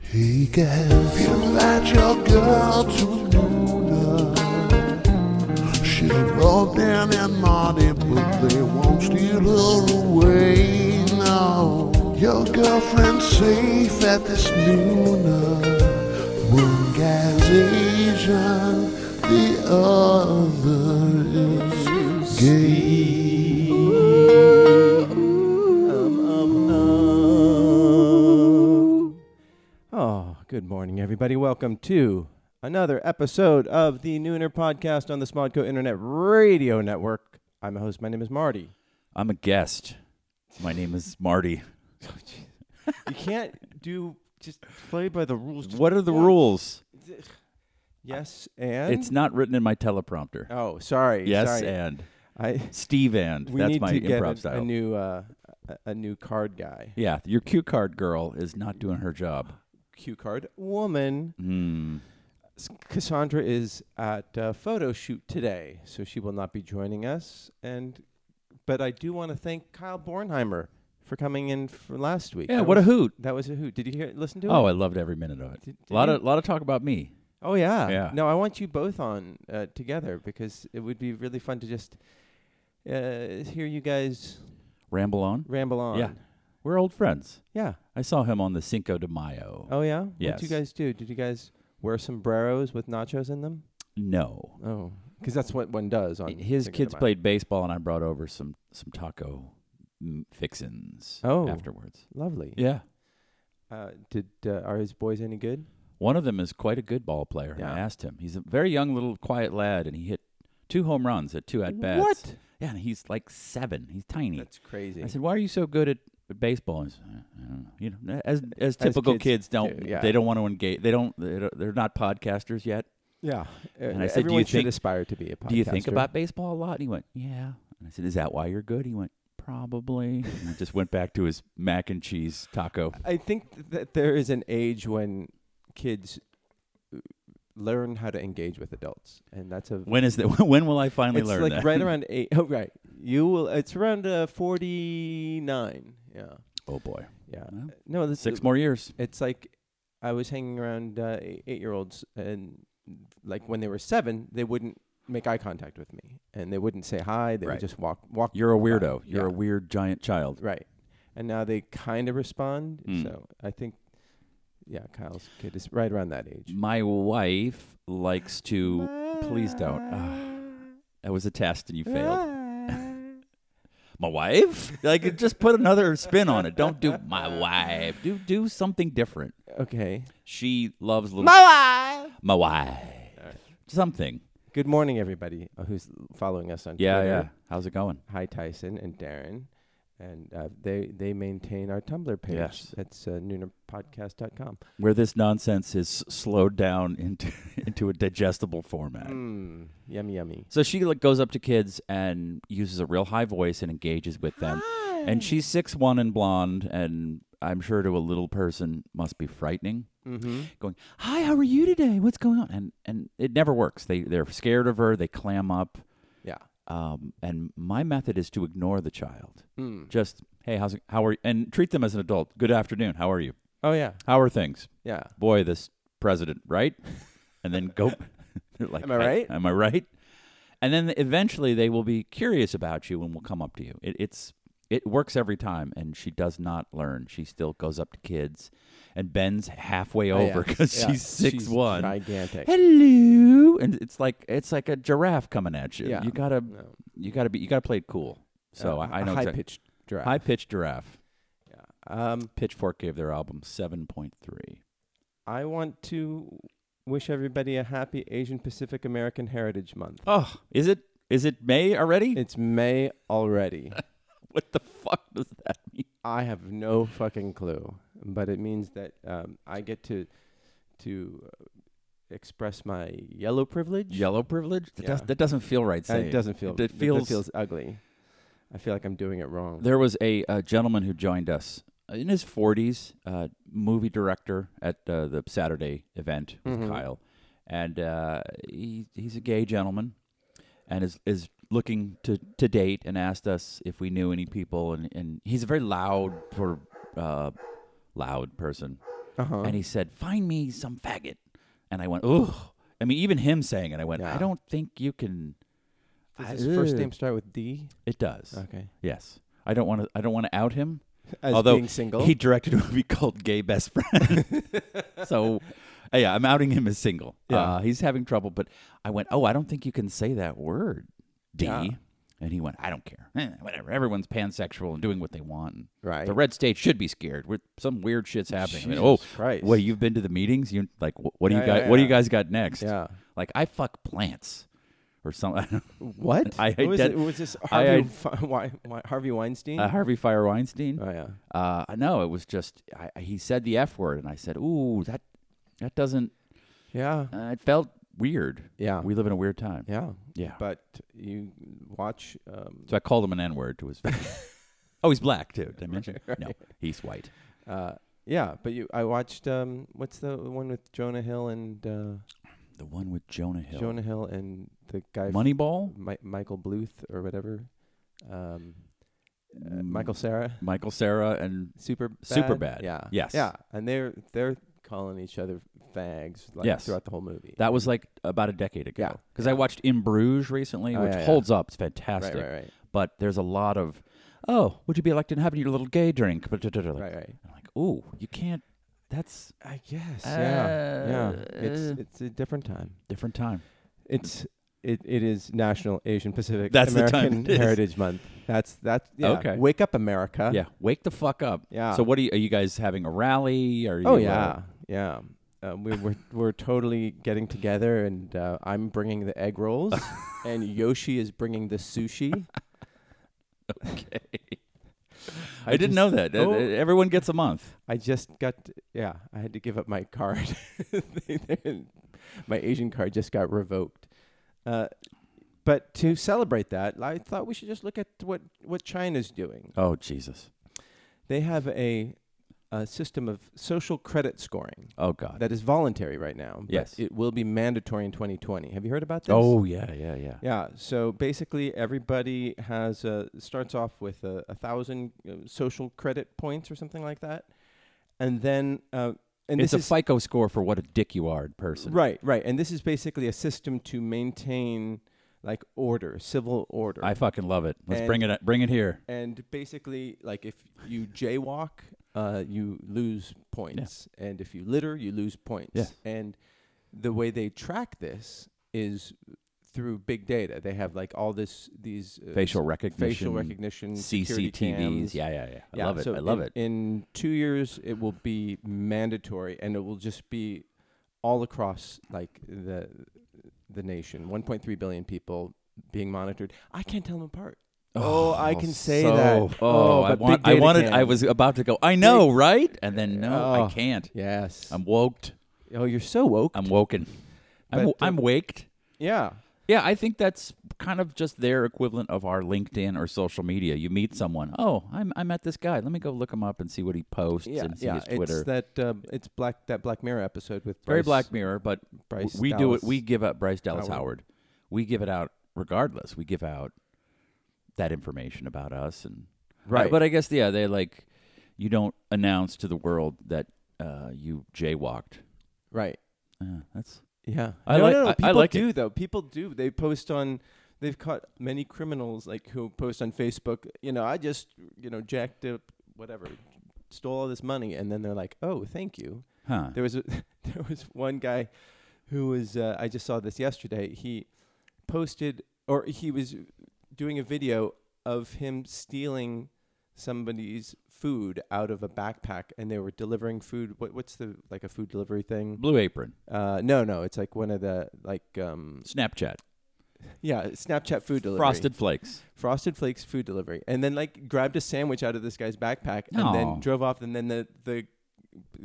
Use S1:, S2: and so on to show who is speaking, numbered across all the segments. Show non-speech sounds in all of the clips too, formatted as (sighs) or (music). S1: He can invite your girl to Luna. She's broke down and naughty, but they won't steal her away. No, your girlfriend's safe at this Luna. One guy's Asian, the other is gay.
S2: Oh, good morning, everybody. Welcome to another episode of the Nooner Podcast on the Smodco Internet Radio Network. I'm a host. My name is Marty.
S3: I'm a guest. My name is
S2: (laughs)
S3: Marty.
S2: You can't do just play by the rules. Just
S3: What are the rules?
S2: Yes, and
S3: It's not written in my teleprompter.
S2: Um, oh, sorry.
S3: yes
S2: sorry.
S3: and
S2: I.
S3: Steve and
S2: We
S3: that's
S2: need
S3: my
S2: to get
S3: improv
S2: a,
S3: style.
S2: a new uh, a, a new card guy.
S3: yeah, your cue card girl is not doing her job.
S2: Cue card woman.
S3: Hmm.
S2: S- Cassandra is at a photo shoot today, so she will not be joining us. And but I do want to thank Kyle Bornheimer for coming in for last week.
S3: Yeah,
S2: That
S3: what a
S2: was-
S3: hoot!
S2: That was a hoot. Did you hear? Listen to
S3: Oh,
S2: it.
S3: I loved every minute of it.
S2: Did- did
S3: A lot
S2: you-
S3: of lot of talk about me.
S2: Oh yeah.
S3: Yeah.
S2: No, I want you both on uh, together because it would be really fun to just uh, hear you guys
S3: Ramble on.
S2: ramble on.
S3: Yeah, we're old friends.
S2: Yeah.
S3: I saw him on the Cinco de Mayo.
S2: Oh yeah. What
S3: Yes.
S2: did you guys do? Did you guys wear sombreros with nachos in them?
S3: No,
S2: Oh, because that's what one does on
S3: his
S2: Cinco de
S3: kids
S2: Mayo.
S3: played baseball, and I brought over some some taco mm, fixins.
S2: Oh.
S3: afterwards.
S2: Lovely.
S3: Yeah,
S2: Uh, did uh, are his boys any good?
S3: One of them is quite a good ball player. and I
S2: Yeah.
S3: asked him. He's a very young, little, quiet lad, and he hit two home runs at two at bats.
S2: What?
S3: Yeah, and he's like seven. He's tiny.
S2: That's crazy.
S3: I said, "Why are you so good at at baseball?" And he said, "I I don't know. You know, as as typical
S2: kids
S3: kids, don't
S2: do, yeah.
S3: they don't want to engage. They don't. They don't- they're not podcasters yet.
S2: yeah. Uh,
S3: And I said, "Do you
S2: everyone should
S3: think-
S2: aspire to be a podcaster.
S3: Do you think about baseball a lot? And he went, "Yeah." And I said, "Is that why you're good?" He went, "Probably." and he just went back to his mac and cheese taco.
S2: I think th- that there is an age when kids uh, learn how to engage with adults, and that's a.
S3: When is that? (laughs) When will I finally
S2: it's
S3: learn
S2: like
S3: that? (laughs)
S2: right around eight. Oh, right. You will. It's around uh, forty-nine. Yeah.
S3: oh boy,
S2: Yeah.
S3: Well,
S2: no, this,
S3: six more years.
S2: It's like I was hanging around uh, eight year olds, and like when they were seven, they wouldn't make eye contact with me, and they wouldn't say hi. They
S3: Right.
S2: would just walk walk.
S3: You're a
S2: by.
S3: weirdo. You're a
S2: Yeah.
S3: weird giant child.
S2: right. And now they kind of respond.
S3: Mm.
S2: So I think, yeah, Kyle's kid is right around that age.
S3: My wife likes to. please don't. Ah, That was a test and you failed. (laughs) My wife? Like, just put another spin on it. Don't do my wife. Do do something different.
S2: okay.
S3: She loves little.
S2: My wife.
S3: my wife. Something.
S2: Good morning, everybody uh, who's following us on
S3: Yeah,
S2: Twitter.
S3: yeah. How's it going?
S2: Hi Tyson and Darren, and uh, they they maintain our Tumblr page.
S3: Yes.
S2: that's uh, noonerpodcast.com.
S3: Where this nonsense is slowed down into (laughs) into a digestible format.
S2: Mm, yummy, yummy.
S3: So she like goes up to kids and uses a real high voice and engages with them. And she's six one and blonde, and I'm sure to a little person must be frightening.
S2: Mm-hmm.
S3: Going, hi, how are you today? What's going on? And and it never works. They they're scared of her. They clam up.
S2: Yeah.
S3: Um, and my method is to ignore the child.
S2: Mm.
S3: Just hey, how's it, how are you? And treat them as an adult. Good afternoon. How are you?
S2: Oh yeah,
S3: How are things?
S2: yeah.
S3: boy, this president, right? And then go. (laughs) they're like,
S2: Am I right?
S3: Am I right? And then eventually they will be curious about you and will come up to you. It, it's it works every time, and she does not learn. She still goes up to kids and bends halfway
S2: Oh,
S3: over (laughs) because she's six one.
S2: gigantic.
S3: Hello, and it's like it's like a giraffe coming at you.
S2: Yeah.
S3: You gotta
S2: No.
S3: you gotta be you gotta play it cool. So
S2: Uh,
S3: I, I know
S2: high pitched giraffe.
S3: High pitched giraffe.
S2: yeah. Um,
S3: Pitchfork gave their album seven point three.
S2: I want to wish everybody a happy Asian Pacific American Heritage Month.
S3: Oh, is it is it May already?
S2: It's May
S3: (laughs)
S2: already.
S3: What the fuck does that mean?
S2: I have no fucking clue, but it means that um, I get to to uh, express my yellow privilege.
S3: Yellow privilege? That, does,
S2: Yeah.
S3: that doesn't feel right.
S2: Uh,
S3: Saying.
S2: it doesn't feel.
S3: It feels.
S2: It feels ugly. I feel like I'm doing it wrong.
S3: There was a, uh gentleman who joined us in his 40s, uh, movie director at uh, the Saturday event with
S2: Mhm.
S3: Kyle, and uh, he, he's a gay gentleman, and is is looking to to date, and asked us if we knew any people, and and he's a very loud sort of uh, loud person.
S2: Uh-huh.
S3: and he said, "Find me some faggot." And I went, "Oh." I mean, even him saying it, I went,
S2: Yeah.
S3: "I don't think you can." I-
S2: Does his first
S3: ugh."
S2: name start with D?
S3: It does.
S2: Okay.
S3: Yes. I don't want to. I don't want to out him.
S2: As
S3: Although
S2: being single.
S3: He directed a movie called Gay Best Friend.
S2: (laughs)
S3: so, uh, yeah, I'm outing him as single.
S2: Yeah.
S3: Uh, he's having trouble, but I went, Oh, I don't think you can say that word, D.
S2: Yeah.
S3: And he went, I don't care. Eh, whatever. Everyone's pansexual and doing what they want. And
S2: right.
S3: The red state should be scared. We're, some weird shit's happening. I mean,
S2: Jesus
S3: oh,
S2: Christ.
S3: wait, you've been to the meetings? You like, wh- what do
S2: Yeah,
S3: you guys?
S2: yeah,
S3: What do
S2: yeah.
S3: you guys got next?
S2: Yeah.
S3: Like, I fuck plants, or (laughs) something.
S2: What?
S3: I
S2: Who is
S3: ident-
S2: it? was this
S3: I
S2: Harvey,
S3: id-
S2: Fe- Wei- Wei- Harvey Weinstein?
S3: uh, Harvey Fire Weinstein.
S2: oh yeah.
S3: Uh, no, it was just I, I- he said the f word, and I said, "Ooh, that that doesn't."
S2: Yeah.
S3: Uh, it felt weird.
S2: Yeah.
S3: we live in a weird time.
S2: yeah.
S3: yeah.
S2: But you watch. Um,
S3: so I called him an n word to
S2: (laughs)
S3: his face. oh, he's black too. Did I mention? No, he's white.
S2: uh, yeah, but you. I watched. Um, what's the one with Jonah Hill and uh,
S3: The one with Jonah Hill.
S2: Jonah Hill and the guy from
S3: Moneyball.
S2: Mi- Michael Bluth or whatever. Um, uh,
S3: Mm.
S2: Michael Sarah.
S3: Michael Sarah and
S2: Super bad.
S3: Superbad.
S2: Yeah.
S3: Yes.
S2: Yeah, and they're they're calling each other fags like
S3: Yes.
S2: throughout the whole movie.
S3: that was like about a decade ago.
S2: Yeah.
S3: Because I watched In Bruges recently,
S2: Oh,
S3: which
S2: yeah, yeah.
S3: holds up. It's
S2: right,
S3: fantastic.
S2: right, right,
S3: But there's a lot of, oh, would you be elected and having your little gay drink? But
S2: right, right.
S3: I'm like, Uh, ooh, you can't. That's
S2: I guess. yeah. Yeah.
S3: Uh,
S2: It's it's a different time.
S3: different time.
S2: It's it, it is National Asian Pacific
S3: That's the time
S2: American
S3: it is.
S2: Heritage Month. That's that's yeah.
S3: Okay.
S2: Wake up America.
S3: yeah, wake the fuck up.
S2: Yeah.
S3: So what are you, are you guys having a rally? Are you,
S2: Ah. Oh
S3: uh,
S2: yeah. Yeah. Uh, we, we're we're totally getting together, and uh, I'm bringing the egg
S3: (laughs)
S2: rolls, and Yoshi is bringing the sushi.
S3: okay. I,
S2: I just-
S3: didn't know that. Uh,
S2: oh.
S3: uh, Everyone gets a month.
S2: I just got yeah. I had to give up my card. (laughs) They- they- my Asian card just got revoked. Uh, but to celebrate that, I thought we should just look at what what China's doing.
S3: Oh Jesus.
S2: They have a, a system of social credit scoring
S3: Oh God.
S2: that is voluntary right now. but
S3: Yes.
S2: it will be mandatory in 2020. Have you heard about this?
S3: oh yeah, yeah, yeah.
S2: Yeah, so basically everybody has uh, starts off with a, a thousand uh, social credit points or something like that, and then uh, and
S3: it's
S2: this
S3: a
S2: is
S3: FICO score for what a dick you are in person.
S2: Right, right. And this is basically a system to maintain like order, civil order.
S3: I fucking love it. Let's
S2: And-
S3: bring it. Bring it here.
S2: and basically, like if you jaywalk, uh, you lose points, and if you litter, you lose points.
S3: Yeah.
S2: And the way they track this is through big data. They have like all this these uh,
S3: Facial
S2: s-
S3: recognition.
S2: facial recognition, security
S3: CCTVs.
S2: cams.
S3: Yeah, yeah, yeah. I
S2: Yeah,
S3: love it.
S2: so
S3: I love
S2: in,
S3: it.
S2: In two years, it will be mandatory, and it will just be all across like the the nation. 1.3 billion people being monitored. I can't tell them apart. Oh, I can say
S3: so-
S2: that.
S3: Oh,
S2: Oh,
S3: I
S2: but
S3: want.
S2: big
S3: I
S2: data
S3: wanted.
S2: can.
S3: I was about to go. I know, right? And then no,
S2: Oh.
S3: I can't.
S2: Yes.
S3: I'm woked.
S2: oh, you're so woke.
S3: I'm woken. I'm,
S2: But, uh,
S3: I'm waked.
S2: yeah.
S3: Yeah, I think that's kind of just their equivalent of our LinkedIn or social media. You meet someone. Oh, I'm I met this guy. Let me go look him up and see what he posts
S2: Yeah.
S3: and see
S2: Yeah.
S3: his Twitter.
S2: It's that. Uh, it's black. That Black Mirror episode with
S3: Very
S2: Bryce-
S3: Black Mirror, but w-
S2: Bryce
S3: we do it.
S2: Dallas
S3: We give up Bryce Dallas Howard.
S2: Howard.
S3: We give it out regardless. We give out that information about us and
S2: Right.
S3: but I guess yeah, they like you don't announce to the world that uh, you jaywalked.
S2: Right.
S3: Uh, that's
S2: Yeah.
S3: I
S2: no,
S3: like-
S2: no, no,
S3: I- I
S2: People
S3: like it.
S2: do though. People do. They post on. They've caught many criminals like who post on Facebook. You know, I just you know jacked up whatever, stole all this money, and then they're like, oh, thank you.
S3: huh.
S2: There was a, (laughs) there was one guy who was uh, I just saw this yesterday. He posted or he was doing a video of him stealing somebody's food out of a backpack and they were delivering food what what's the like a food delivery thing
S3: Blue Apron,
S2: uh, no, no, it's like one of the like um
S3: Snapchat,
S2: yeah Snapchat food delivery,
S3: Frosted Flakes.
S2: Frosted Flakes food delivery, and then like grabbed a sandwich out of this guy's backpack and
S3: Aw.
S2: then drove off, and then the the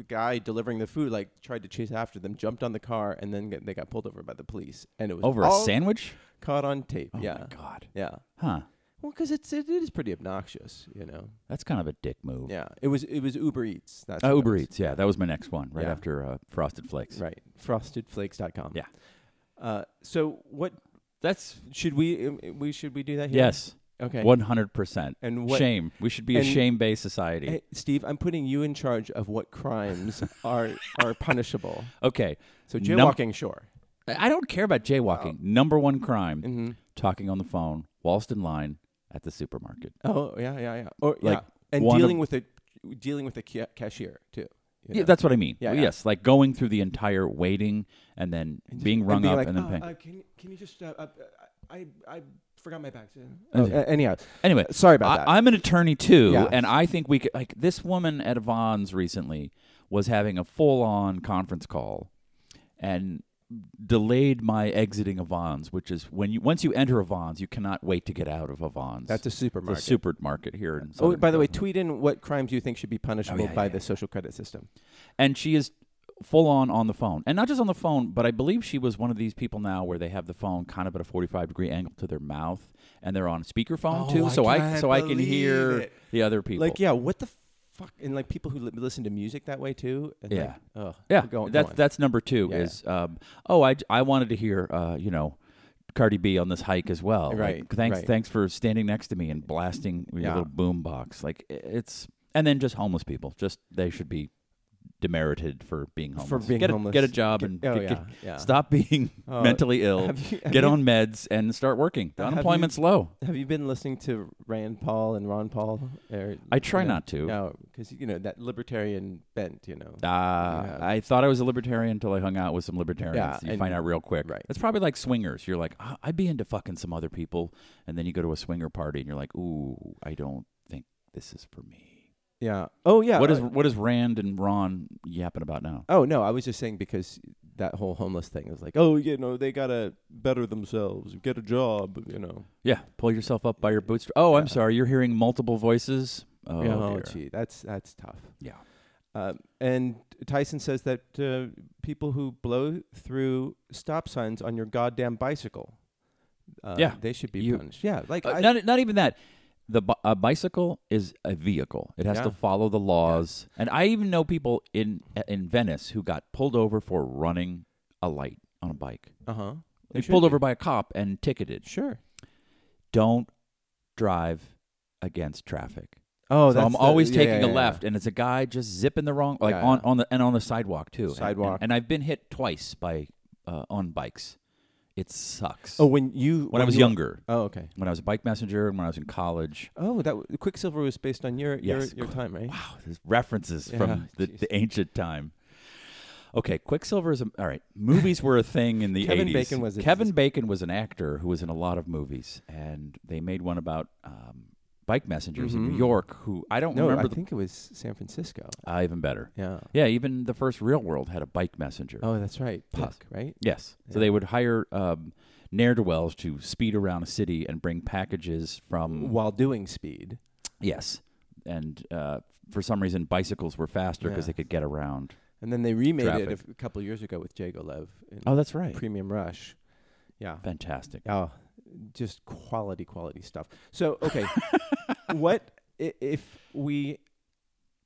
S2: guy delivering the food like tried to chase after them, jumped on the car, and then get, they got pulled over by the police, and it was
S3: Over a
S2: all
S3: sandwich?
S2: caught on tape.
S3: Oh
S2: yeah,
S3: my god.
S2: yeah.
S3: Huh.
S2: Well, because it's it is pretty obnoxious, you know.
S3: That's kind of a dick move.
S2: Yeah, it was it was Uber Eats. That's
S3: Uh,
S2: what it
S3: Uber
S2: was.
S3: Eats, yeah, that was my next one, right
S2: Yeah.
S3: after uh, Frosted Flakes.
S2: right? Frostedflakes.com.
S3: Yeah.
S2: Uh, so what
S3: That's
S2: should we um, we should we do that here?
S3: yes.
S2: Okay.
S3: One hundred percent.
S2: And what-
S3: shame? We should be
S2: and-
S3: a shame-based society.
S2: Hey, Steve, I'm putting you in charge of what crimes are are punishable.
S3: okay.
S2: So
S3: Num-
S2: jaywalking, sure.
S3: I don't care about jaywalking.
S2: Oh.
S3: Number one crime:
S2: Mm-hmm.
S3: talking on the phone, whilst in line at the supermarket.
S2: Oh yeah, yeah, yeah. Or
S3: Like,
S2: yeah, and
S3: one of-
S2: dealing with a dealing with a ca- cashier too. you
S3: Yeah,
S2: know?
S3: that's what I mean.
S2: Yeah,
S3: Well,
S2: yeah.
S3: Yes, like going through the entire waiting and then being rung
S2: being
S3: up
S2: like,
S3: and then
S2: "Oh,
S3: paying.
S2: uh, can can you just uh, uh, I I forgot my bags.
S3: Oh,
S2: Oh,
S3: yeah.
S2: uh, anyhow,
S3: anyway,
S2: sorry about that.
S3: I, am an attorney too,
S2: Yeah.
S3: and I think we could like this woman at Avon's recently was having a full-on conference call and delayed my exiting Avon's, which is when you once you enter Avon's, you cannot wait to get out of Avon's.
S2: that's a
S3: It's a
S2: supermarket.
S3: supermarket here. In
S2: oh,
S3: Southern
S2: by the way,
S3: California.
S2: tweet in what crimes you think should be punishable
S3: yeah,
S2: by
S3: yeah,
S2: the social credit system.
S3: and she is full on on the phone and not just on the phone but i believe she was one of these people now where they have the phone kind of at a 45 degree angle to their mouth and they're on speakerphone
S2: Oh,
S3: too
S2: I
S3: so i
S2: can't
S3: so i can
S2: believe
S3: hear
S2: it.
S3: the other people
S2: Like, yeah, what the fuck? And like people who li- listen to music that way too. And
S3: Yeah.
S2: like, ugh,
S3: yeah
S2: go on, go
S3: that's
S2: on.
S3: that's number two
S2: Yeah,
S3: is um oh i i wanted to hear uh you know Cardi B on this hike as well. Like,
S2: Right,
S3: thanks,
S2: right.
S3: thanks for standing next to me and blasting your
S2: Yeah.
S3: little boom box. Like i- it's and then just homeless people. Just they should be demerited for being homeless.
S2: for being
S3: get a,
S2: homeless.
S3: Get a job
S2: Get-
S3: and
S2: oh,
S3: get- get-
S2: yeah, yeah.
S3: Stop (laughs) being
S2: Oh,
S3: mentally ill.
S2: have you- have
S3: get
S2: you-
S3: on meds and start working. The
S2: Have
S3: unemployment's low.
S2: Have you been listening to Rand Paul and Ron Paul? Or,
S3: I try
S2: you know,
S3: not to.
S2: No, because you know that libertarian bent. You know.
S3: Ah,
S2: Yeah.
S3: I thought I was a libertarian until I hung out with some libertarians.
S2: Yeah,
S3: you
S2: and-
S3: find out real quick.
S2: right.
S3: It's probably like swingers. You're like, "Ah, I'd be into fucking some other people, and then you go to a swinger party and you're like, ooh, I don't think this is for me.
S2: Yeah. Oh yeah.
S3: what
S2: uh,
S3: is what is Rand and Ron yapping about now?
S2: Oh no, I was just saying because that whole homeless thing is like, oh, you know, they gotta better themselves, get a job, you know.
S3: Yeah, pull yourself up by your bootstraps. Oh, I'm
S2: Yeah.
S3: sorry, you're hearing multiple voices. Oh,
S2: Yeah, oh,
S3: dear.
S2: gee, that's that's tough.
S3: yeah.
S2: Um, and Tyson says that uh, people who blow through stop signs on your goddamn bicycle, uh,
S3: Yeah.
S2: they should be
S3: You-
S2: punished. Yeah, like
S3: Uh,
S2: I,
S3: not, not even that. The bi- a bicycle is a vehicle. It has to
S2: Yeah.
S3: follow the laws. And I even know people in in Venice who got pulled over for running a light on a bike.
S2: uh huh.
S3: They pulled over by a cop and ticketed.
S2: Sure.
S3: Don't drive against traffic.
S2: Oh,
S3: so
S2: that's
S3: I'm
S2: the-
S3: always
S2: yeah,
S3: taking
S2: yeah,
S3: a
S2: yeah,
S3: left, and it's a guy just zipping the wrong, like
S2: Yeah,
S3: on,
S2: yeah.
S3: on the and on the sidewalk too. And- and-
S2: Sidewalk.
S3: And, I've been hit twice by uh, on bikes. It sucks.
S2: Yeah. Oh, when you
S3: when I was
S2: you-
S3: younger,
S2: Oh, okay.
S3: when I was a bike messenger, and when I was in college.
S2: Oh, that w- Quicksilver was based on your
S3: Yes,
S2: your, your time, right?
S3: Wow, there's references
S2: Yeah,
S3: from the,
S2: jeez.
S3: the ancient time. Okay, Quicksilver is a, all right. Movies were a thing in the
S2: Kevin
S3: 80s.
S2: Bacon was a-
S3: Kevin Bacon was an actor who was in a lot of movies, and they made one about um, bike messengers in New
S2: Mhm.
S3: York. Who I don't
S2: No,
S3: remember.
S2: I
S3: the,
S2: think it was San Francisco.
S3: (laughs) Ah, even better.
S2: Yeah.
S3: Yeah, even the first real world had a bike messenger.
S2: Oh, that's right.
S3: Yes.
S2: Puck, right?
S3: Yes. So
S2: Yeah.
S3: they would hire um, ne'er do wells to speed around a city and bring packages from
S2: While doing speed.
S3: yes, and uh, for some reason bicycles were faster because
S2: Yeah.
S3: they could get around.
S2: And then they remade it a
S3: Traffic.
S2: f- a couple years ago with Jagolev in
S3: Oh, that's right.
S2: Premium Rush. Yeah.
S3: Fantastic.
S2: Oh, just quality, quality stuff. So, okay.
S3: (laughs)
S2: what i- if we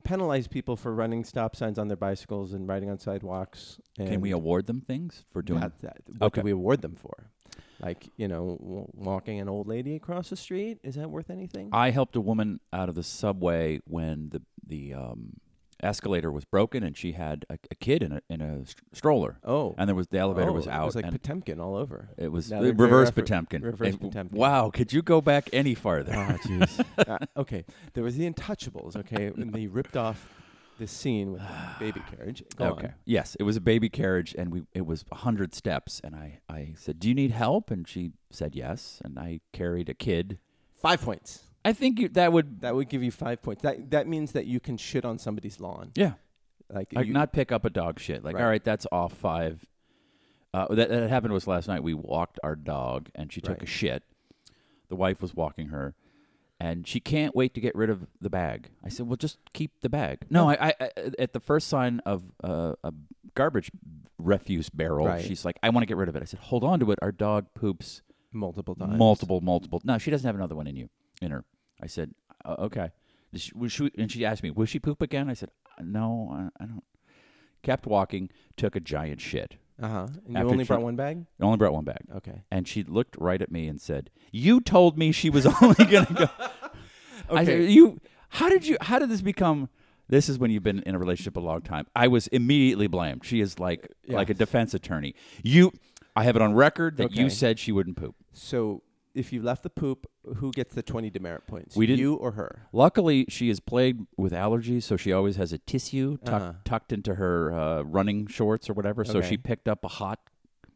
S2: penalize people for running stop signs on their bicycles and riding on sidewalks? And
S3: Can we award them things for doing?
S2: that, that, what
S3: Okay.
S2: do we award them for? Like, you know, w- walking an old lady across the street? Is that worth anything?
S3: I helped a woman out of the subway when the the um, escalator was broken, and she had a, a kid in a in a st- stroller,
S2: oh.
S3: and there was the elevator
S2: Oh,
S3: was out.
S2: It was like
S3: and
S2: Potemkin all
S3: (laughs)
S2: over.
S3: it was
S2: Now they're
S3: reverse
S2: very refer-
S3: Potemkin.
S2: reverse
S3: It-
S2: Potemkin.
S3: Wow, could you go back any farther?
S2: Oh, jeez. Uh, okay, there was the Untouchables. Okay, and they ripped off the scene with the baby
S3: (sighs)
S2: carriage. (laughs) Go on.
S3: Yes, it was a baby carriage, and we it was hundred steps, and I I said, "Do you need help?" And she said yes, and I carried a kid.
S2: five points.
S3: I think you, that would
S2: That would give you five points. That that means that you can shit on somebody's lawn.
S3: yeah.
S2: Like,
S3: like
S2: you,
S3: not pick up a dog shit. Like,
S2: Right.
S3: all right, that's off five. Uh, that, that happened to us last night. We walked our dog, and she took a
S2: Right.
S3: shit. The wife was walking her, and she can't wait to get rid of the bag. I said, "Well, just keep the bag." No, I, I, I at the first sign of uh, a garbage refuse barrel,
S2: Right.
S3: she's like, "I want to get rid of it." I said, "Hold on to it. Our dog poops
S2: multiple times.
S3: multiple, multiple. No, she doesn't have another one in you in her." I said, uh, "Okay." She, was she, and she asked me, "Uh, "Will she poop again?" I said, "No, I, I don't." Kept walking, took a giant shit.
S2: Uh huh. And you
S3: After
S2: only
S3: she-
S2: brought one bag?
S3: I only brought one bag.
S2: Okay.
S3: And she looked right at me and said, "You told me she was (laughs) only going to go." I said,
S2: Okay.
S3: you. How did you? How did this become? This is when you've been in a relationship a long time. I was immediately blamed. She is like like a defense attorney. You. I have it on record that you
S2: Okay.
S3: said she wouldn't poop.
S2: So if you left the poop, who gets the 20 demerit points?
S3: We didn't-
S2: You or her?
S3: Luckily, she is plagued with allergies, so she always has a tissue tuck, tucked into her uh, running shorts or whatever. So
S2: Uh-huh. Okay.
S3: she picked up a hot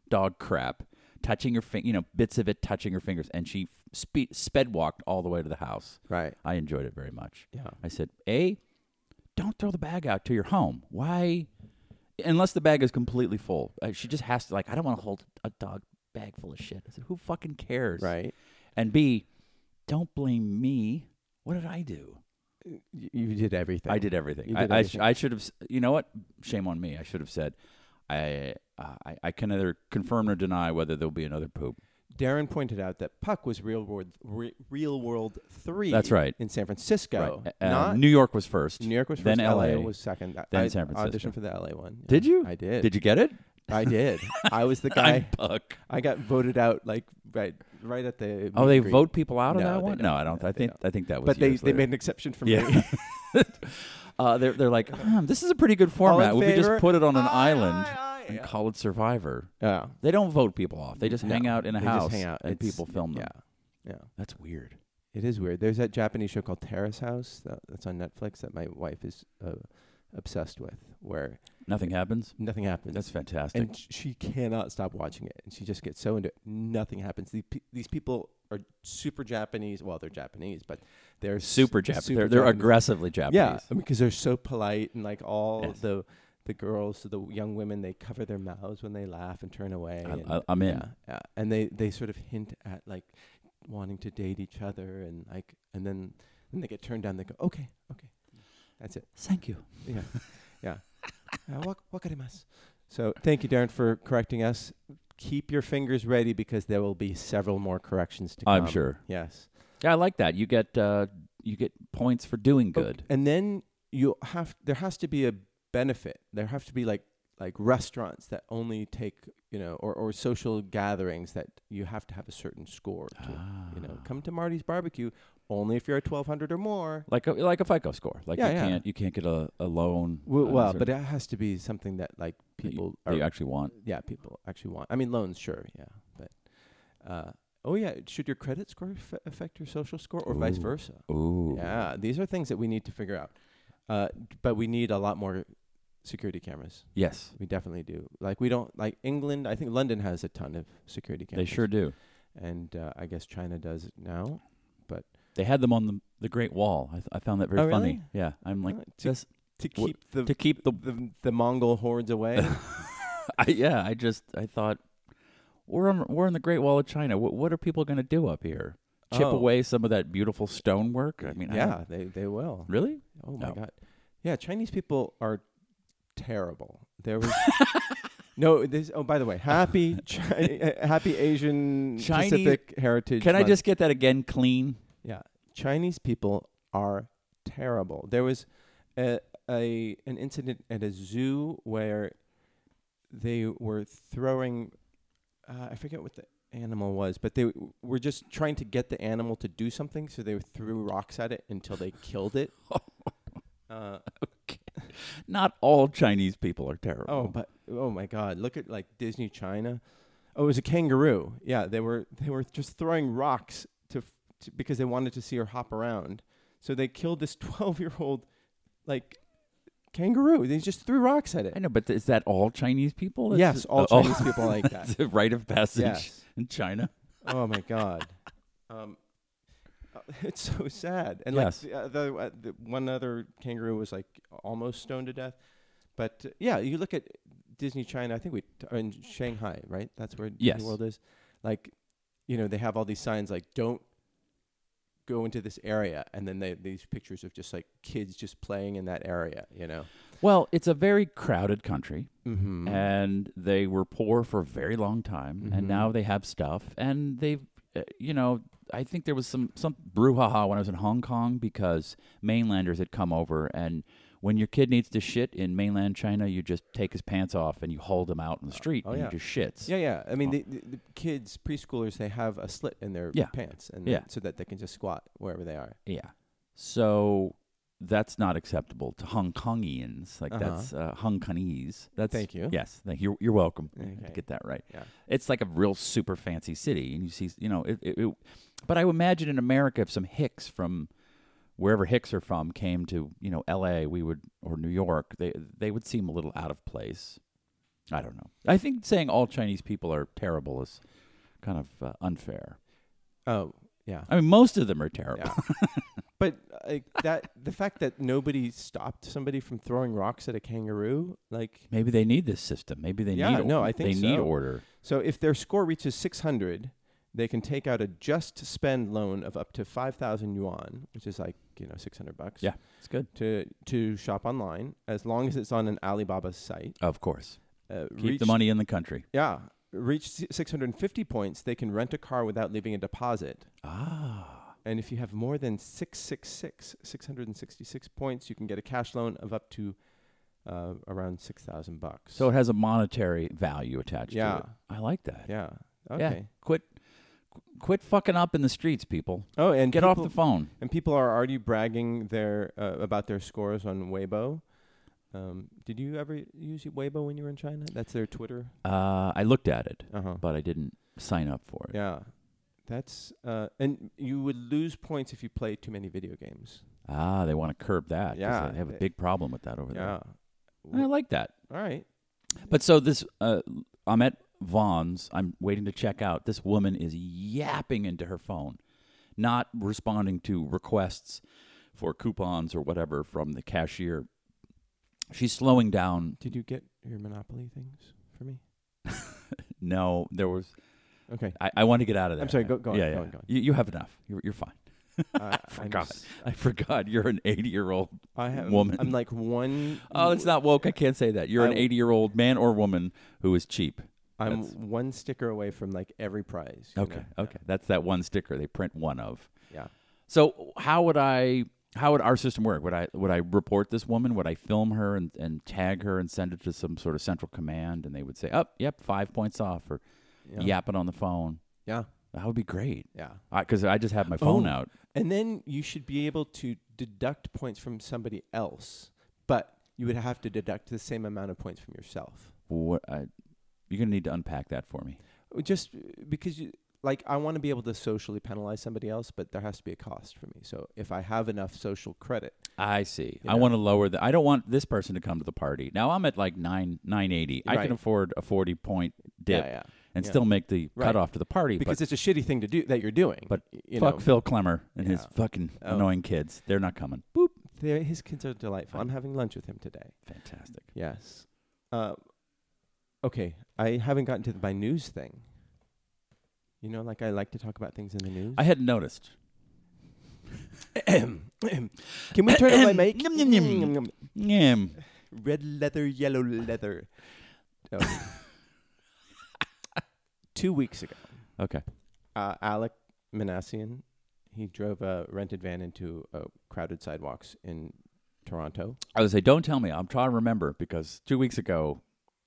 S3: dog crap, touching her fin- you know, bits of it touching her fingers, and she spe- sped walked all the way to the house.
S2: Right.
S3: I enjoyed it very much.
S2: Yeah.
S3: I said, A, don't throw the bag out till you're home. Why? Unless the bag is completely full. Uh, she just has to, like, I don't want to hold a dog bag full of shit. I said, who fucking cares?
S2: Right.
S3: And B, don't blame me. What did I do?
S2: You, you did everything.
S3: I did everything.
S2: You
S3: I,
S2: did
S3: I,
S2: everything.
S3: I should have. s- You know what? Shame on me. I should have said, I, uh, I, I can neither confirm nor deny whether there'll be another poop.
S2: Darren pointed out that Puck was Real World, re, Real World 3.
S3: That's right.
S2: In San Francisco.
S3: Right. Uh,
S2: Oh, not
S3: New York was first.
S2: New York was
S3: then
S2: first.
S3: LA.
S2: was second. I-
S3: then
S2: I
S3: San Francisco.
S2: auditioned for the LA one. Yeah,
S3: Did you?
S2: I did.
S3: Did you get it?
S2: I
S3: (laughs)
S2: did. I was the
S3: I'm
S2: guy.
S3: Puck.
S2: I got voted out like right right at the. meet
S3: Oh,
S2: and
S3: they
S2: greet.
S3: vote people out of
S2: No,
S3: that
S2: they
S3: one? No,
S2: don't.
S3: I don't.
S2: No,
S3: I
S2: they
S3: think
S2: don't.
S3: I think that was.
S2: But they,
S3: years
S2: they
S3: later.
S2: made an exception for me.
S3: Yeah. (laughs) uh, they're they're like, hmm, this is a pretty good format.
S2: in
S3: Well, we
S2: favor?
S3: just put it on an
S2: Aye,
S3: island
S2: aye, aye.
S3: and call it Survivor.
S2: (laughs) Yeah.
S3: They don't vote people off. They just hang
S2: No,
S3: out in a
S2: they
S3: house
S2: just hang out.
S3: and
S2: It's-
S3: people film them.
S2: Yeah, yeah.
S3: That's weird.
S2: Um, It is weird. There's that Japanese show called Terrace House that, that's on Netflix that my wife is uh, obsessed with, where
S3: Nothing happens.
S2: nothing happens.
S3: That's fantastic.
S2: and sh- she cannot stop watching it, and she just gets so into it. Nothing happens. These, pe- these people are super Japanese. Well, they're Japanese, but they're s-
S3: super Japanese.
S2: super
S3: they're, they're
S2: Japanese.
S3: aggressively Japanese.
S2: Yeah, I mean, because they're so polite and like all
S3: Yes.
S2: the the girls, the young women, they cover their mouths when they laugh and turn away.
S3: I'm-
S2: and-
S3: I- I'm in.
S2: Yeah, yeah. and they they sort of hint at like wanting to date each other and like, and then then they get turned down. They go, okay, okay, that's it.
S3: Thank you.
S2: Yeah, yeah. uh, wa- wakarimasu. So thank you, Darren, for correcting us. Keep your fingers ready because there will be several more corrections to come.
S3: I'm sure.
S2: Yes.
S3: Yeah, I like that. You get uh, you get points for doing
S2: Oh,
S3: good.
S2: And then you have there has to be a benefit. There have to be like like restaurants that only take you know or or social gatherings that you have to have a certain score to.
S3: Ah.
S2: You know, come to Marty's barbecue only if you're at twelve hundred or more.
S3: Like a, like a FICO score. Like
S2: Yeah,
S3: you
S2: yeah.
S3: can't you can't get a, a loan.
S2: Well,
S3: on
S2: well
S3: certain-
S2: but it Uh, has to be something that like
S3: that you-
S2: people
S3: that you
S2: are
S3: actually want.
S2: yeah people actually want. I mean, loans sure yeah, but uh, oh yeah, should your credit score f- affect your social score or vice
S3: Ooh.
S2: versa?
S3: Ooh.
S2: Yeah, these are things that we need to figure out. Uh, but we need a lot more security cameras.
S3: Yes.
S2: We definitely do. Like we don't like England. I think London has a ton of security
S3: They
S2: cameras.
S3: sure do.
S2: And uh, I guess China does now.
S3: They had them on the, the Great Wall. I, th- I found that very
S2: Oh,
S3: funny.
S2: really?
S3: Yeah, I'm like
S2: Uh, to,
S3: just
S2: to
S3: w-
S2: keep the,
S3: to keep the.
S2: the the Mongol hordes away.
S3: (laughs) I, yeah, I just I thought we're on we're on the Great Wall of China. What what are people going to do up here? Chip
S2: Oh.
S3: away some of that beautiful stonework. I mean, I don't-
S2: yeah, they they will.
S3: really?
S2: Oh my
S3: No.
S2: god. Yeah, Chinese people are terrible. There
S3: (laughs)
S2: was no this. Oh, by the way, happy Chi- (laughs) uh, happy Asian
S3: Chinese-
S2: Pacific Heritage.
S3: Can I
S2: Month.
S3: just get that again clean?
S2: Yeah, Chinese people are terrible. There was a, a an incident at a zoo where they were throwing uh, I forget what the animal was, but they w- were just trying to get the animal to do something, so they threw rocks at it until they killed it. Uh,
S3: Not all Chinese people are terrible.
S2: oh, but oh my God! Look at like Disney China. Oh, it was a kangaroo. Yeah, they were they were just throwing rocks to, f- to because they wanted to see her hop around. So they killed this (laughs) twelve year old like kangaroo. They just threw rocks at
S3: I
S2: it.
S3: know, but is that all Chinese people? That's-
S2: Yes, all
S3: (laughs) oh,
S2: Chinese people are like that.
S3: (laughs) it's a rite of passage
S2: Yes.
S3: in China.
S2: oh my god (laughs) um uh, (laughs) it's so sad and
S3: Yes.
S2: like the, other- uh, the one other kangaroo was like almost stoned to death but uh, yeah you look at disney china i think we t- in shanghai right that's where
S3: Yes.
S2: disney world is like you know they have all these signs like don't go into this area and then they these pictures of just like kids just playing in that area you know
S3: Well, it's a very crowded country,
S2: mm-hmm.
S3: and they were poor for a very long time,
S2: Mhm.
S3: and now they have stuff, and they've, uh, you know, I think there was some some brouhaha when I was in Hong Kong because mainlanders had come over and. When your kid needs to shit in mainland China, you just take his pants off and you hold him out in the street
S2: Oh,
S3: and
S2: yeah.
S3: he just shits.
S2: Yeah, yeah. I mean, the, the, the kids, preschoolers, they have a slit in their
S3: Yeah.
S2: pants, and
S3: Yeah.
S2: then- so that they can just squat wherever they are.
S3: Yeah. So that's not acceptable to Hong Kongians. Like
S2: Uh-huh.
S3: that's uh, Hong Kongese. That's
S2: Thank you.
S3: Yes, thank you. You're welcome. I had
S2: Okay.
S3: To get that right.
S2: Yeah.
S3: It's like a real super fancy city, and you see, you know, it. it, it but I would imagine in America, if some hicks from wherever hicks are from came to, you know, L.A., we would or New York, they they would seem a little out of place. I don't know. I think saying all Chinese people are terrible is kind of uh, unfair.
S2: Oh, yeah.
S3: I mean, most of them are terrible.
S2: Yeah. (laughs) But like that, the fact that nobody stopped somebody from throwing rocks at a kangaroo, like,
S3: Maybe they need this system. Maybe they
S2: Yeah,
S3: need.
S2: no, I think
S3: they need
S2: so.
S3: order.
S2: so if their score reaches 600, they can take out a just spend loan of up to 5,000 yuan, which is like, you know, 600 bucks.
S3: Yeah. It's good.
S2: To, to shop online as long as it's on an Alibaba site.
S3: Of course,
S2: Uh,
S3: keep
S2: reach-
S3: the money in the country.
S2: Yeah. Reach si- 650 points, they can rent a car without leaving a deposit.
S3: Ah,
S2: And if you have more than 666, 666 points, you can get a cash loan of up to uh, around 6,000 bucks.
S3: so it has a monetary value attached
S2: Yeah.
S3: to it. I like that.
S2: yeah. Okay.
S3: Yeah. Quit, qu- quit fucking up in the streets, people.
S2: Oh, and
S3: Get off
S2: people-
S3: the phone.
S2: And people are already bragging their uh, about their scores on Weibo. Um, did you ever use Weibo when you were in China? That's their Twitter.
S3: Uh, I looked at it,
S2: Uh huh.
S3: but I didn't sign up for it.
S2: Yeah. That's uh, and you would lose points if you play too many video games.
S3: Ah, they want to curb that. 'cause
S2: Yeah,
S3: they have a
S2: they-
S3: big problem with that over
S2: Yeah.
S3: there. I like that.
S2: All right.
S3: But so this, uh, I'm at Vaughn's. I'm waiting to check out. This woman is yapping into her phone, not responding to requests for coupons or whatever from the cashier. She's slowing down.
S2: Did you get your Monopoly things for me?
S3: No, there was.
S2: (laughs) Okay.
S3: I, I want to get out of there.
S2: I'm sorry, go- go on,
S3: Yeah,
S2: go
S3: yeah.
S2: on, go on.
S3: You, you have enough. You're, you're fine.
S2: I
S3: forgot. I forgot. You're an 80 year old.
S2: I have.
S3: Woman.
S2: I'm like (laughs) one.
S3: Oh, it's not woke. I can't say that. You're an
S2: I-
S3: 80 year old man or woman who is cheap.
S2: I'm
S3: that's-
S2: one sticker away from like every prize. you
S3: Okay.
S2: know?
S3: Okay. That's that one sticker they print one of.
S2: Yeah.
S3: So how would I? How would our system work? Would I would I report this woman? Would I film her and, and tag her and send it to some sort of central command? And they would say, "Up, yep, five points off," or
S2: Yeah.
S3: yapping on the phone.
S2: Yeah.
S3: That would be great.
S2: Yeah.
S3: Because I, just have my phone
S2: Oh.
S3: out.
S2: And then you should be able to deduct points from somebody else, but you would have to deduct the same amount of points from yourself.
S3: What I, you're gonna need to unpack that for me.
S2: Just because you like, I want to be able to socially penalize somebody else, but there has to be a cost for me. So if I have enough social credit,
S3: I see.
S2: You
S3: I
S2: know.
S3: want to lower the. I don't want this person to come to the party. Now I'm at like nine nine eighty. I
S2: Right.
S3: can afford a forty point dip
S2: yeah, yeah,
S3: and
S2: yeah.
S3: still make the
S2: Right.
S3: cutoff to the party.
S2: because
S3: but
S2: it's a shitty thing to do that you're doing.
S3: But
S2: y- you
S3: fuck
S2: know,
S3: Phil Klemmer and his
S2: Yeah.
S3: fucking
S2: Oh.
S3: annoying kids. They're not coming.
S2: they're- his kids are delightful. I'm having lunch with him today.
S3: Fantastic.
S2: Yes. Uh, okay, I haven't gotten to my news thing. You know, like I like to talk about things in the news.
S3: I hadn't noticed.
S2: Can we turn up my mic?
S3: Yum, yum, yum. Yum.
S2: Red leather, yellow
S3: (laughs)
S2: leather. Oh. Two weeks ago,
S3: Okay.
S2: uh, Alec Manassian, he drove a rented van into uh, crowded sidewalks in Toronto.
S3: I would say, don't tell me. I'm trying to remember because two weeks ago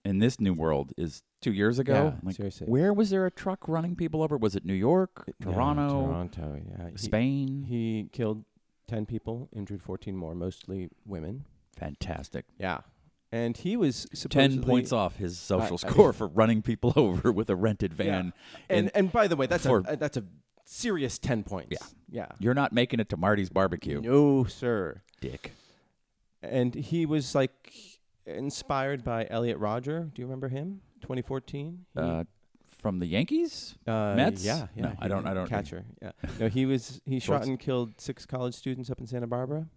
S3: in this new world is two years ago. I'm like,
S2: seriously.
S3: where was there a truck running people over? Was it New York,
S2: Yeah,
S3: Toronto,
S2: Toronto, yeah. He-
S3: Spain?
S2: He killed 10 people, injured 14 more, mostly women.
S3: Fantastic.
S2: Yeah. And he was supposedly...
S3: Ten points off his social
S2: I- I-
S3: score for running people (laughs) over with a rented van.
S2: And, and,
S3: And
S2: by the way, that's,
S3: for-
S2: a, uh, that's a serious 10 points. Yeah. Yeah.
S3: You're not making it to Marty's barbecue,
S2: No, sir.
S3: dick.
S2: And he was like inspired by Elliot Roger. Do you remember him? 2014. He-
S3: Uh, from the Yankees?
S2: uh,
S3: Mets?
S2: Yeah, yeah.
S3: No,
S2: he
S3: I don't-
S2: did.
S3: I don't-
S2: Catcher. Yeah. No, he was. He shot
S3: Shorts.
S2: and killed six college students up in Santa Barbara.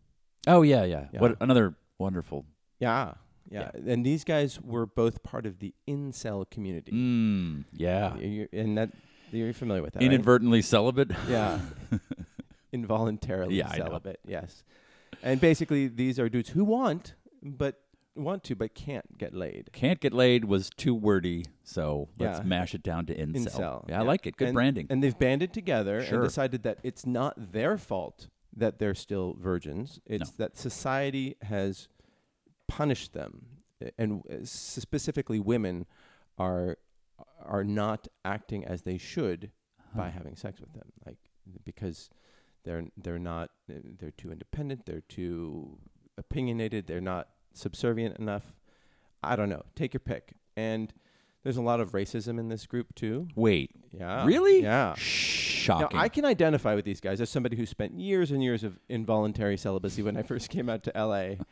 S3: Oh yeah, yeah.
S2: Yeah.
S3: What another wonderful.
S2: Yeah, yeah. And these guys were both part of the incel community.
S3: Mm, yeah.
S2: You- you- and that you're familiar with that. right?
S3: Inadvertently celibate. (laughs)
S2: Yeah. Involuntarily
S3: Yeah, I know.
S2: celibate. Yes. And basically, these are dudes who want, but want to, but can't get laid.
S3: Can't get laid was too wordy, so let's
S2: Yeah.
S3: mash it down to incel.
S2: Incel,
S3: Yeah, I
S2: yeah.
S3: like it. Good
S2: And-
S3: branding.
S2: And they've banded together
S3: Sure.
S2: and decided that it's not their fault that they're still virgins. It's that society has punish them, A- and uh, specifically women are are not acting as they should by having sex with them, like because they're they're not uh, they're too independent, they're too opinionated, they're not subservient enough. I don't know. Take your pick. And there's a lot of racism in this group too.
S3: Wait,
S2: Yeah.
S3: really?
S2: Yeah. Now,
S3: Shocking.
S2: Uh, I can identify with these guys as somebody who spent years and years of involuntary celibacy when I (laughs) first came out to LA.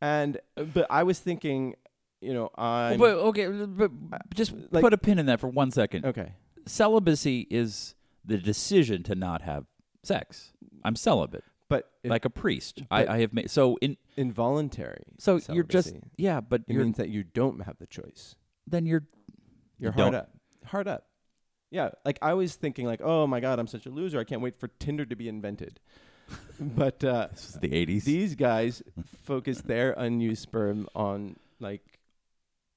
S2: And uh, but I was thinking, you know, I
S3: Well, but okay, but just
S2: Uh, like-
S3: put a pin in that for one second.
S2: okay.
S3: Celibacy is the decision to not have sex. I'm celibate,
S2: But like
S3: like a priest.
S2: but-
S3: I, I have made so in
S2: involuntary.
S3: so you're just
S2: celibacy,
S3: yeah, but
S2: it
S3: you're
S2: means that you don't have the choice.
S3: then you're
S2: You're
S3: You
S2: hard
S3: don't.
S2: up. Hard up. Yeah. Like I was thinking like, oh my God, I'm such a loser. I can't wait for Tinder to be
S3: (laughs)
S2: invented. but uh
S3: this is the 80s.
S2: these guys focus their unused sperm on like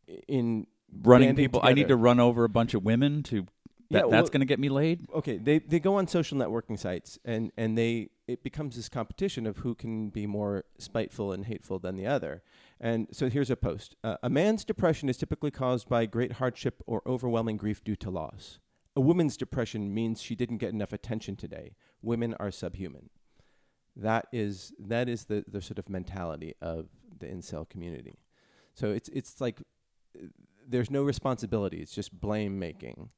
S2: i- in
S3: running
S2: banding
S3: people. I need to
S2: together.
S3: run over a bunch of women to that,
S2: Yeah,
S3: that's
S2: well-
S3: going to get me laid.
S2: okay they, they go on social networking sites and, and they it becomes this competition of who can be more spiteful and hateful than the other and so here's a post uh, a man's depression is typically caused by great hardship or overwhelming grief due to loss a woman's depression means she didn't get enough attention today women are subhuman that is that is the, the sort of mentality of the incel community so it's it's like uh, there's no responsibility it's just blame making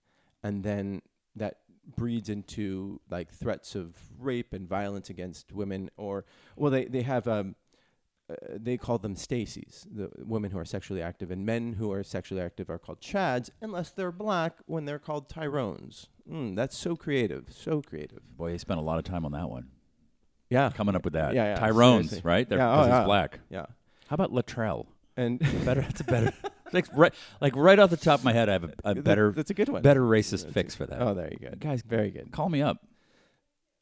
S2: and then that breeds into like threats of rape and violence against women or well they they have um uh, they call them Stacies, the women who are sexually active, and men who are sexually active are called Chads, unless they're black when they're called Tyrones. Mm, that's so creative, so creative.
S3: Boy, they spent a lot of time on that one.
S2: Yeah,
S3: Coming up with that.
S2: Yeah, yeah,
S3: Tyrone's,
S2: seriously.
S3: right? They're,
S2: Yeah, oh,
S3: 'cause
S2: yeah.
S3: he's black.
S2: yeah,
S3: How
S2: (laughs)
S3: about Latrell?
S2: and
S3: Better. That's a better. (laughs) like right, like right off the top of my head, I have a,
S2: (laughs)
S3: a
S2: that-
S3: better,
S2: that's a good one.
S3: better racist fix for that.
S2: Oh, there you go,
S3: Guys,
S2: Very good.
S3: call me up.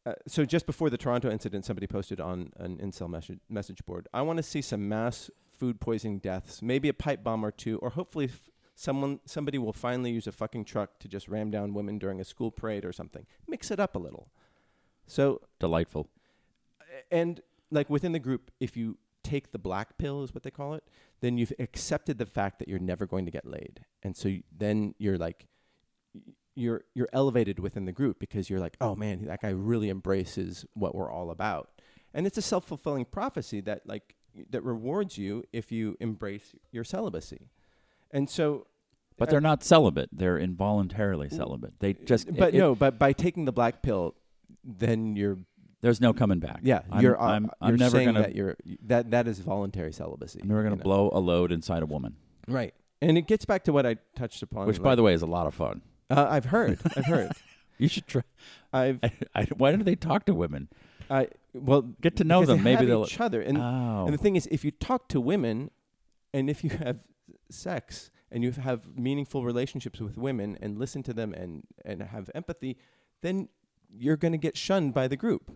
S2: Uh, so just before the Toronto incident, somebody posted on an incel message, message board. I want to see some mass food poisoning deaths, maybe a pipe bomb or two, or hopefully f- someone somebody will finally use a fucking truck to just ram down women during a school parade or something. Mix it up a little. So
S3: Delightful.
S2: and like within the group, if you take the black pill is what they call it, then you've accepted the fact that you're never going to get laid, and so you, then you're like, y- you're you're elevated within the group because you're like, oh man, that guy really embraces what we're all about, and it's a self fulfilling prophecy that like y- that rewards you if you embrace your celibacy, and so.
S3: But
S2: uh,
S3: they're not celibate. They're involuntarily celibate. They just.
S2: but
S3: it- it-
S2: no, but by taking the black pill, then you're
S3: there's no coming back.
S2: yeah
S3: I'm,
S2: you're uh,
S3: I'm, I'm
S2: you're
S3: never
S2: saying
S3: gonna.
S2: that you're that that is voluntary celibacy.
S3: I'm never gonna
S2: you know?
S3: blow a load inside a woman,
S2: Right. And it gets back to what I touched upon.
S3: which, by the way, is a lot
S2: (laughs)
S3: of fun.
S2: uh, I've heard. I've
S3: (laughs)
S2: heard.
S3: You should try.
S2: I've
S3: I, I, why don't they talk to women?
S2: I well
S3: Get to know
S2: because
S3: them.
S2: they
S3: Maybe
S2: have
S3: they'll-
S2: each other. And
S3: oh,
S2: and the thing is, if you talk to women, and if you have sex and you have meaningful relationships with women and listen to them and and have empathy, then you're going to get shunned by the group,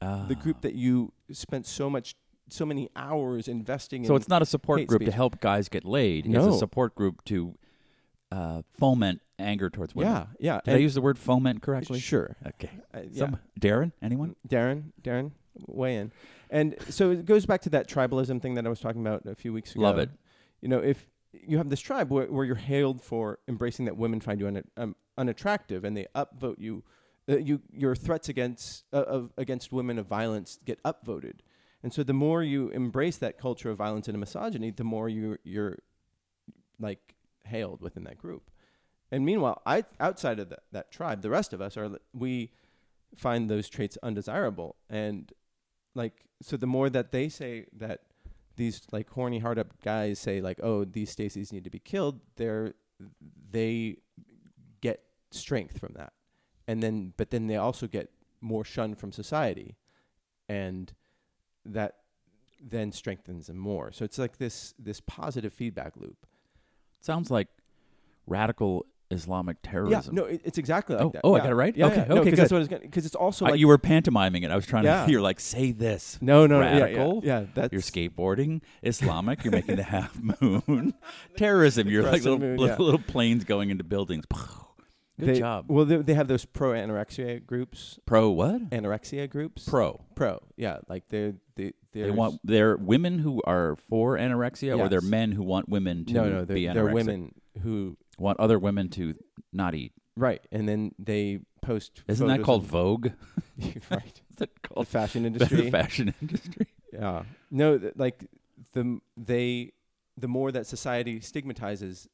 S2: the
S3: Ah.
S2: group that you spent so much, so many hours investing.
S3: So
S2: in.
S3: it's not a support
S2: hate
S3: group to
S2: speech.
S3: help guys get laid. It's
S2: No.
S3: a support group to uh, foment anger towards women.
S2: yeah, yeah.
S3: Did I
S2: and-
S3: use the word foment correctly?
S2: sure?
S3: Okay.
S2: Uh, yeah.
S3: Some Darren? Anyone?
S2: Darren, Darren, weigh in. And so it goes back to that tribalism thing that I was talking about a few weeks ago.
S3: Love it.
S2: You know, if you have this tribe where, where you're hailed for embracing that women find you un, um, unattractive and they upvote you, uh, you your threats against uh, of against women of violence get upvoted. And so the more you embrace that culture of violence and misogyny, the more you you're like hailed within that group. And meanwhile, I outside of that, that tribe, the rest of us are we find those traits undesirable. And like so the more that they say that these like horny hard up guys say like, oh, these Stacies need to be killed, they're they get strength from that. And then but then they also get more shunned from society. And that then strengthens them more. So it's like this this positive feedback loop.
S3: Sounds like radical Islamic terrorism.
S2: Yeah, no, it, it's exactly like
S3: Oh,
S2: that.
S3: oh, I
S2: Yeah.
S3: got it right?
S2: Yeah,
S3: Okay,
S2: yeah, no,
S3: okay,
S2: 'cause that's
S3: good.
S2: what it's gonna- Because it's also
S3: I-
S2: like
S3: you were pantomiming it. I was trying
S2: Yeah.
S3: to. (laughs) You're like, say this.
S2: no, no, no, yeah,
S3: radical.
S2: Yeah, yeah, that's
S3: You're skateboarding, Islamic. You're making the half (laughs) moon, terrorism. You're like
S2: Crescent
S3: little,
S2: moon,
S3: little,
S2: yeah.
S3: little planes going into buildings. (laughs) Good
S2: they,
S3: job.
S2: Well, they, they have those pro anorexia groups,
S3: Pro what?
S2: anorexia groups.
S3: Pro.
S2: pro, yeah. Like they're they
S3: They want they're women who are for anorexia, or they're
S2: Yes.
S3: men who want women to
S2: no, no.
S3: be
S2: They're,
S3: anorexic.
S2: they're women who
S3: want other women to not eat.
S2: right, and then they post.
S3: Isn't that called
S2: photos
S3: Vogue? (laughs)
S2: of- (laughs) right?
S3: Is that
S2: The
S3: called
S2: fashion
S3: the
S2: industry.
S3: fashion industry?
S2: Yeah. No, th- like the m- they the more that society stigmatizes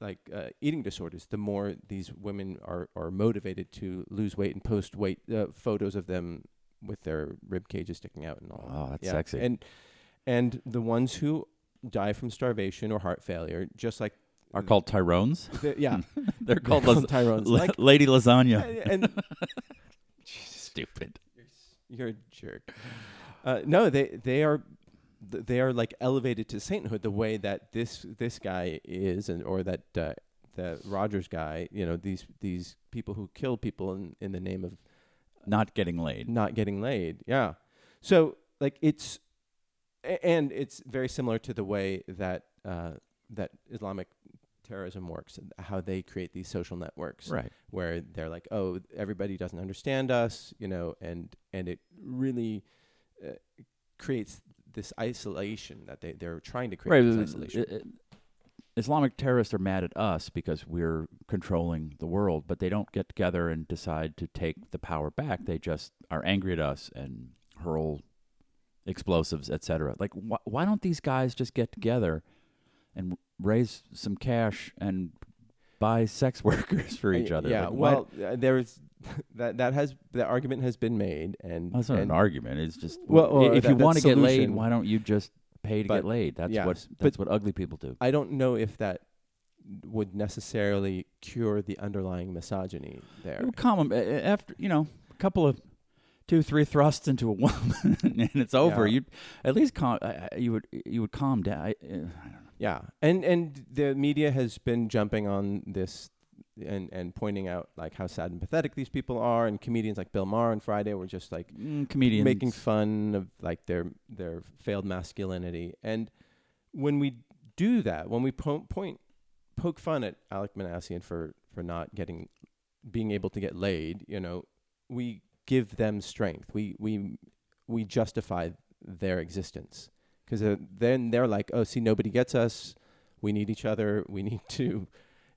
S2: like uh, eating disorders, the more these women are are motivated to lose weight and post weight uh, photos of them with their rib cages sticking out and all.
S3: Oh, that's
S2: Yeah.
S3: sexy.
S2: And and the ones who die from starvation or heart failure, just like
S3: Are called Tyrones?
S2: the, yeah,
S3: (laughs)
S2: (laughs)
S3: They're called
S2: they're
S3: las-
S2: Tyrones.
S3: la-
S2: like
S3: Lady
S2: (laughs)
S3: Lasagna.
S2: and
S3: Stupid.
S2: You're a jerk. Uh, no, they they are th- they are like elevated to sainthood the way that this this guy is, and or that uh, the Rogers guy. You know these these people who kill people in in the name of
S3: Not getting laid.
S2: not getting laid. Yeah. So like it's a- and it's very similar to the way that uh, that Islamic terrorism works, and how they create these social networks
S3: Right.
S2: where they're like, "Oh, everybody doesn't understand us," you know, and and it really uh, creates this isolation that they they're trying to create
S3: Right.
S2: this
S3: uh,
S2: isolation.
S3: uh, Islamic terrorists are mad at us because we're controlling the world, but they don't get together and decide to take the power back. They just are angry at us and hurl explosives, etc. Like, wh- why don't these guys just get together and raise some cash and buy sex (laughs) workers for each
S2: Uh,
S3: other?
S2: Yeah.
S3: Like, why-
S2: well, uh, there's (laughs) that that has the argument has been made, and
S3: That's not
S2: and
S3: an argument. It's just
S2: Well,
S3: well,
S2: or
S3: if
S2: that-
S3: you
S2: that
S3: want to get laid,
S2: solution.
S3: why don't you just pay to
S2: But-
S3: get laid? That's
S2: yeah,
S3: what
S2: but-
S3: that's what ugly people do.
S2: I don't know if that would necessarily cure the underlying misogyny there.
S3: It would calm 'em. A- a- after you know a couple of two three thrusts into a (laughs) woman and it's over.
S2: Yeah.
S3: You at least calm. I- I- You would you would calm down. I, uh, I don't know.
S2: Yeah, and and the media has been jumping on this and and pointing out like how sad and pathetic these people are, and comedians like Bill Maher on Friday were just like
S3: Mm, comedians
S2: making fun of like their their failed masculinity. And when we do that, when we po- point poke fun at Alec Manassian for for not getting being able to get laid, you know, we give them strength. We we we justify their existence because uh, then they're like, oh, see, nobody gets us. We need each other. We (laughs) need to,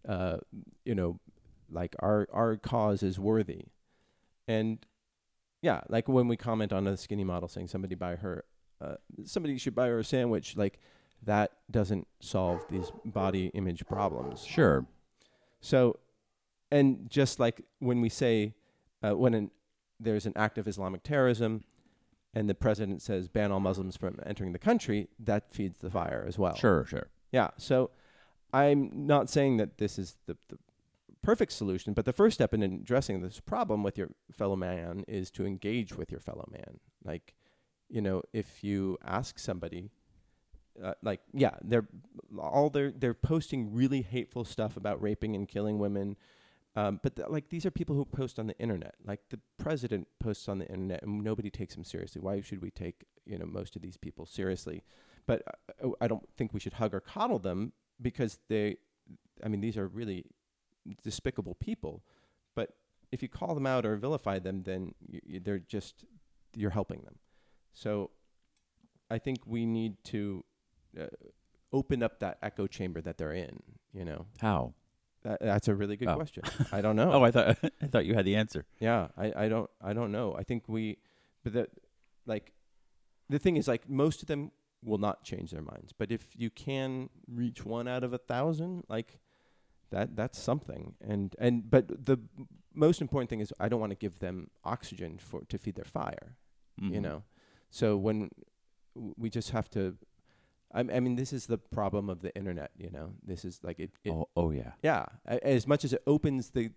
S2: uh, you know, like our our cause is worthy, and yeah, like when we comment on a skinny model saying somebody buy her, uh, somebody should buy her a sandwich, like that doesn't solve these body image problems.
S3: Sure.
S2: So, and just like when we say, uh, when an, there's an act of Islamic terrorism and the president says ban all Muslims from entering the country, that feeds the fire as well.
S3: Sure. Sure.
S2: Yeah. So I'm not saying that this is the, the perfect solution, but the first step in addressing this problem with your fellow man is to engage with your fellow man. Like, you know, if you ask somebody, uh, like, yeah, they're all they're they're posting really hateful stuff about raping and killing women. Um, but th- like these are people who post on the internet. Like the president posts on the internet, and nobody takes him seriously. Why should we take you know most of these people seriously? But uh, I don't think we should hug or coddle them because they, I mean, these are really despicable people. But if you call them out or vilify them, then y y they're just you're helping them. So I think we need to uh, open up that echo chamber that they're in. You know,
S3: How?
S2: that, that's a really good
S3: Oh.
S2: question. I don't know.
S3: (laughs) Oh, I thought I thought you had the answer.
S2: Yeah, I, I don't I don't know. I think we but the like the thing is like most of them will not change their minds. But if you can reach one out of a thousand, like that that's something. And and but the most important thing is I don't want to give them oxygen for to feed their fire you
S3: Mhm.
S2: know so when w- we just have to I, I mean this is the problem of the internet you know this is like it, it
S3: oh, oh yeah.
S2: yeah a- as much as it opens the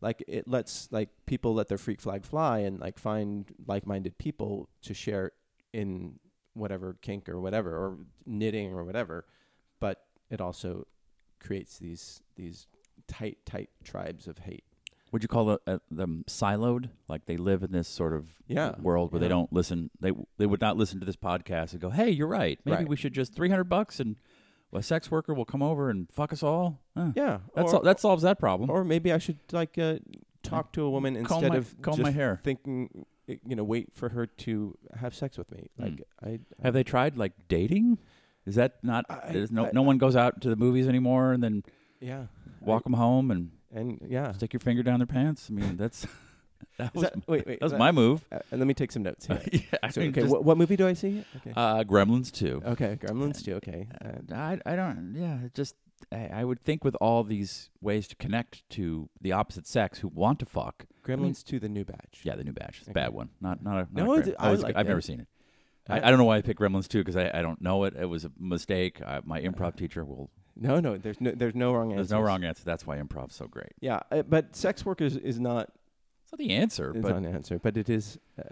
S2: like it lets like people let their freak flag fly and like find like-minded people to share in whatever kink or whatever or knitting or whatever but it also creates these these tight tight tribes of hate
S3: Would you call the, uh, them siloed? Like they live in this sort of
S2: Yeah,
S3: world where they
S2: yeah.
S3: don't listen. They they would not listen to this podcast and go, "Hey, you're right. Maybe
S2: Right.
S3: we should just three hundred bucks and a sex worker will come over and fuck us all. Huh.
S2: Yeah,
S3: That's
S2: or,
S3: all, that solves that problem.
S2: or maybe I should like uh, talk to a woman
S3: comb
S2: instead
S3: my-
S2: of
S3: comb
S2: just
S3: my hair.
S2: thinking, y- you know, wait for her to have sex with
S3: Hmm.
S2: me. Like I,
S3: Have they tried like dating? Is that not?
S2: I-
S3: there's no
S2: I-
S3: no one goes out to the movies anymore and then
S2: yeah,
S3: walk them home and
S2: and yeah.
S3: stick your finger down their pants. I mean, that's (laughs)
S2: Is
S3: that was
S2: that- wait, wait.
S3: that was
S2: let-
S3: my move.
S2: uh, and let me take some notes. Here.
S3: (laughs) yeah, I
S2: So,
S3: mean,
S2: okay,
S3: just-
S2: what, what movie do I see? Okay,
S3: uh, Gremlins too.
S2: okay, Gremlins too. Okay, uh,
S3: Oh, I I don't. Yeah, it just I, I would think with all these ways to connect to the opposite sex who want to fuck.
S2: Gremlins two, the new batch.
S3: Yeah, the new batch. It's a
S2: Okay.
S3: bad one. Not not a not
S2: No,
S3: a
S2: it's-
S3: Gremlin.
S2: I
S3: Oh, it's
S2: like
S3: good. I've
S2: that.
S3: never seen it. I,
S2: I-
S3: I don't know why I picked Gremlins too because I, I don't know it. It was a mistake. I, my improv teacher will.
S2: No, no, there's no, there's no wrong answer.
S3: There's no wrong answer. That's why improv's so great.
S2: Yeah, uh, but sex work is, is not
S3: It's not the answer,
S2: is
S3: but
S2: not an answer, but it is. Uh,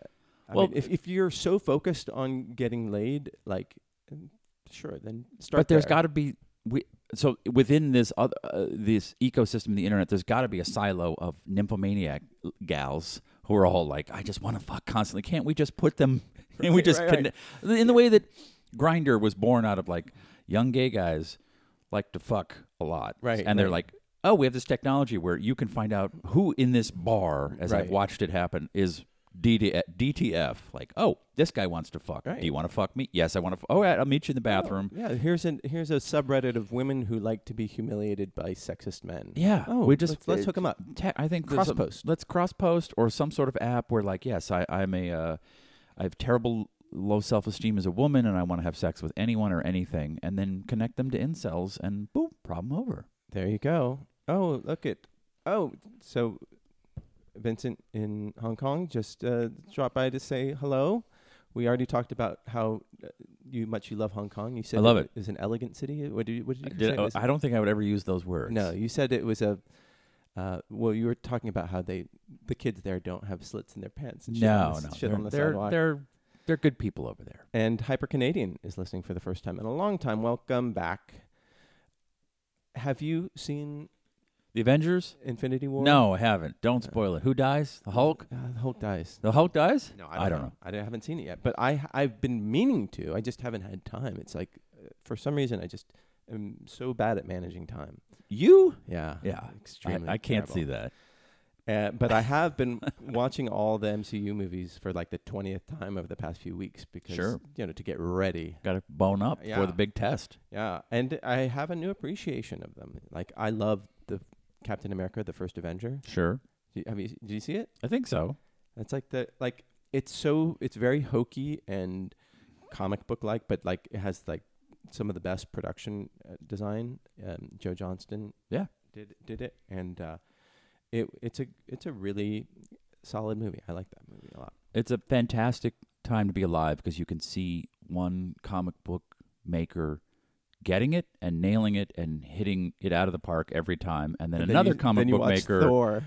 S2: I
S3: Well,
S2: mean, if if you're so focused on getting laid, like, um, sure, then start.
S3: but there's
S2: there.
S3: got to be we, so within this other uh, this ecosystem, the internet. There's got to be a silo of nymphomaniac gals who are all like, I just want to fuck constantly. Can't we just put them? (laughs) and we
S2: Right,
S3: just
S2: right, right.
S3: conne- in the way that Grinder was born out of like young gay guys like to fuck a lot,
S2: Right,
S3: And they're
S2: right.
S3: like. Oh, we have this technology where you can find out who in this bar, as
S2: Right.
S3: I've watched it happen, is uh, DD- DTF. Like, oh, this guy wants to fuck.
S2: Right.
S3: Do you want to fuck me? Yes, I want to. F- oh, yeah, I'll meet you in the bathroom.
S2: Yeah, here's an here's a subreddit of women who like to be humiliated by sexist men.
S3: Yeah.
S2: Oh,
S3: we just
S2: let's, let's hook them up.
S3: Te- I think there's some-
S2: Cross-post.
S3: Let's cross post or some sort of app where like, yes, I I'm a uh, I have terrible low self esteem as a woman, and I want to have sex with anyone or anything, and then connect them to incels, and boom, problem over.
S2: There you go. Oh, look at. Oh, so Vincent in Hong Kong just uh, dropped by to say hello. We already talked about how uh, you much you love Hong Kong. You said
S3: I love
S2: it. Is an elegant city. What did you, what did you
S3: Did-
S2: say? it
S3: oh,
S2: was?
S3: I don't think I would ever use those words.
S2: No, you said it was a. Uh, well, you were talking about how they the kids there don't have slits in their pants. And shit on
S3: no,
S2: the,
S3: no.
S2: Shit
S3: they're,
S2: on the
S3: they're,
S2: sidewalk.
S3: they're they're good people over there.
S2: And Hyper Canadian is listening for the first time in a long time. Welcome back. Have you seen
S3: The Avengers?
S2: Infinity War?
S3: No, I haven't. Don't spoil it. Who dies? The Hulk.
S2: Uh, the Hulk dies.
S3: The Hulk dies?
S2: No,
S3: I don't know.
S2: I don't- haven't seen it yet, but I I've been meaning to. I just haven't had time. It's like uh, for some reason I just am so bad at managing time.
S3: You?
S2: Yeah.
S3: Yeah. I,
S2: Extremely.
S3: I can't
S2: terrible.
S3: see that.
S2: Uh, but I have
S3: (laughs)
S2: been watching all the MCU movies for like the twentieth time over the past few weeks because
S3: Sure.
S2: you know to get ready.
S3: Got to bone up
S2: Yeah.
S3: for the big test.
S2: Yeah, and I have a new appreciation of them. Like I love the Captain America: The First Avenger.
S3: Sure.
S2: Do you, have you? Did you see it?
S3: I think so.
S2: It's like the like it's so it's very hokey and comic book like, but like it has like some of the best production uh, design. Um, Joe Johnston,
S3: Yeah.
S2: did did it, and uh, it it's a it's a really solid movie. I like that movie a lot.
S3: It's a fantastic time to be alive because you can see one comic book maker getting it and nailing it and hitting it out of the park every time, and then another
S2: you,
S3: comic
S2: then you
S3: book
S2: watch
S3: maker.
S2: Thor.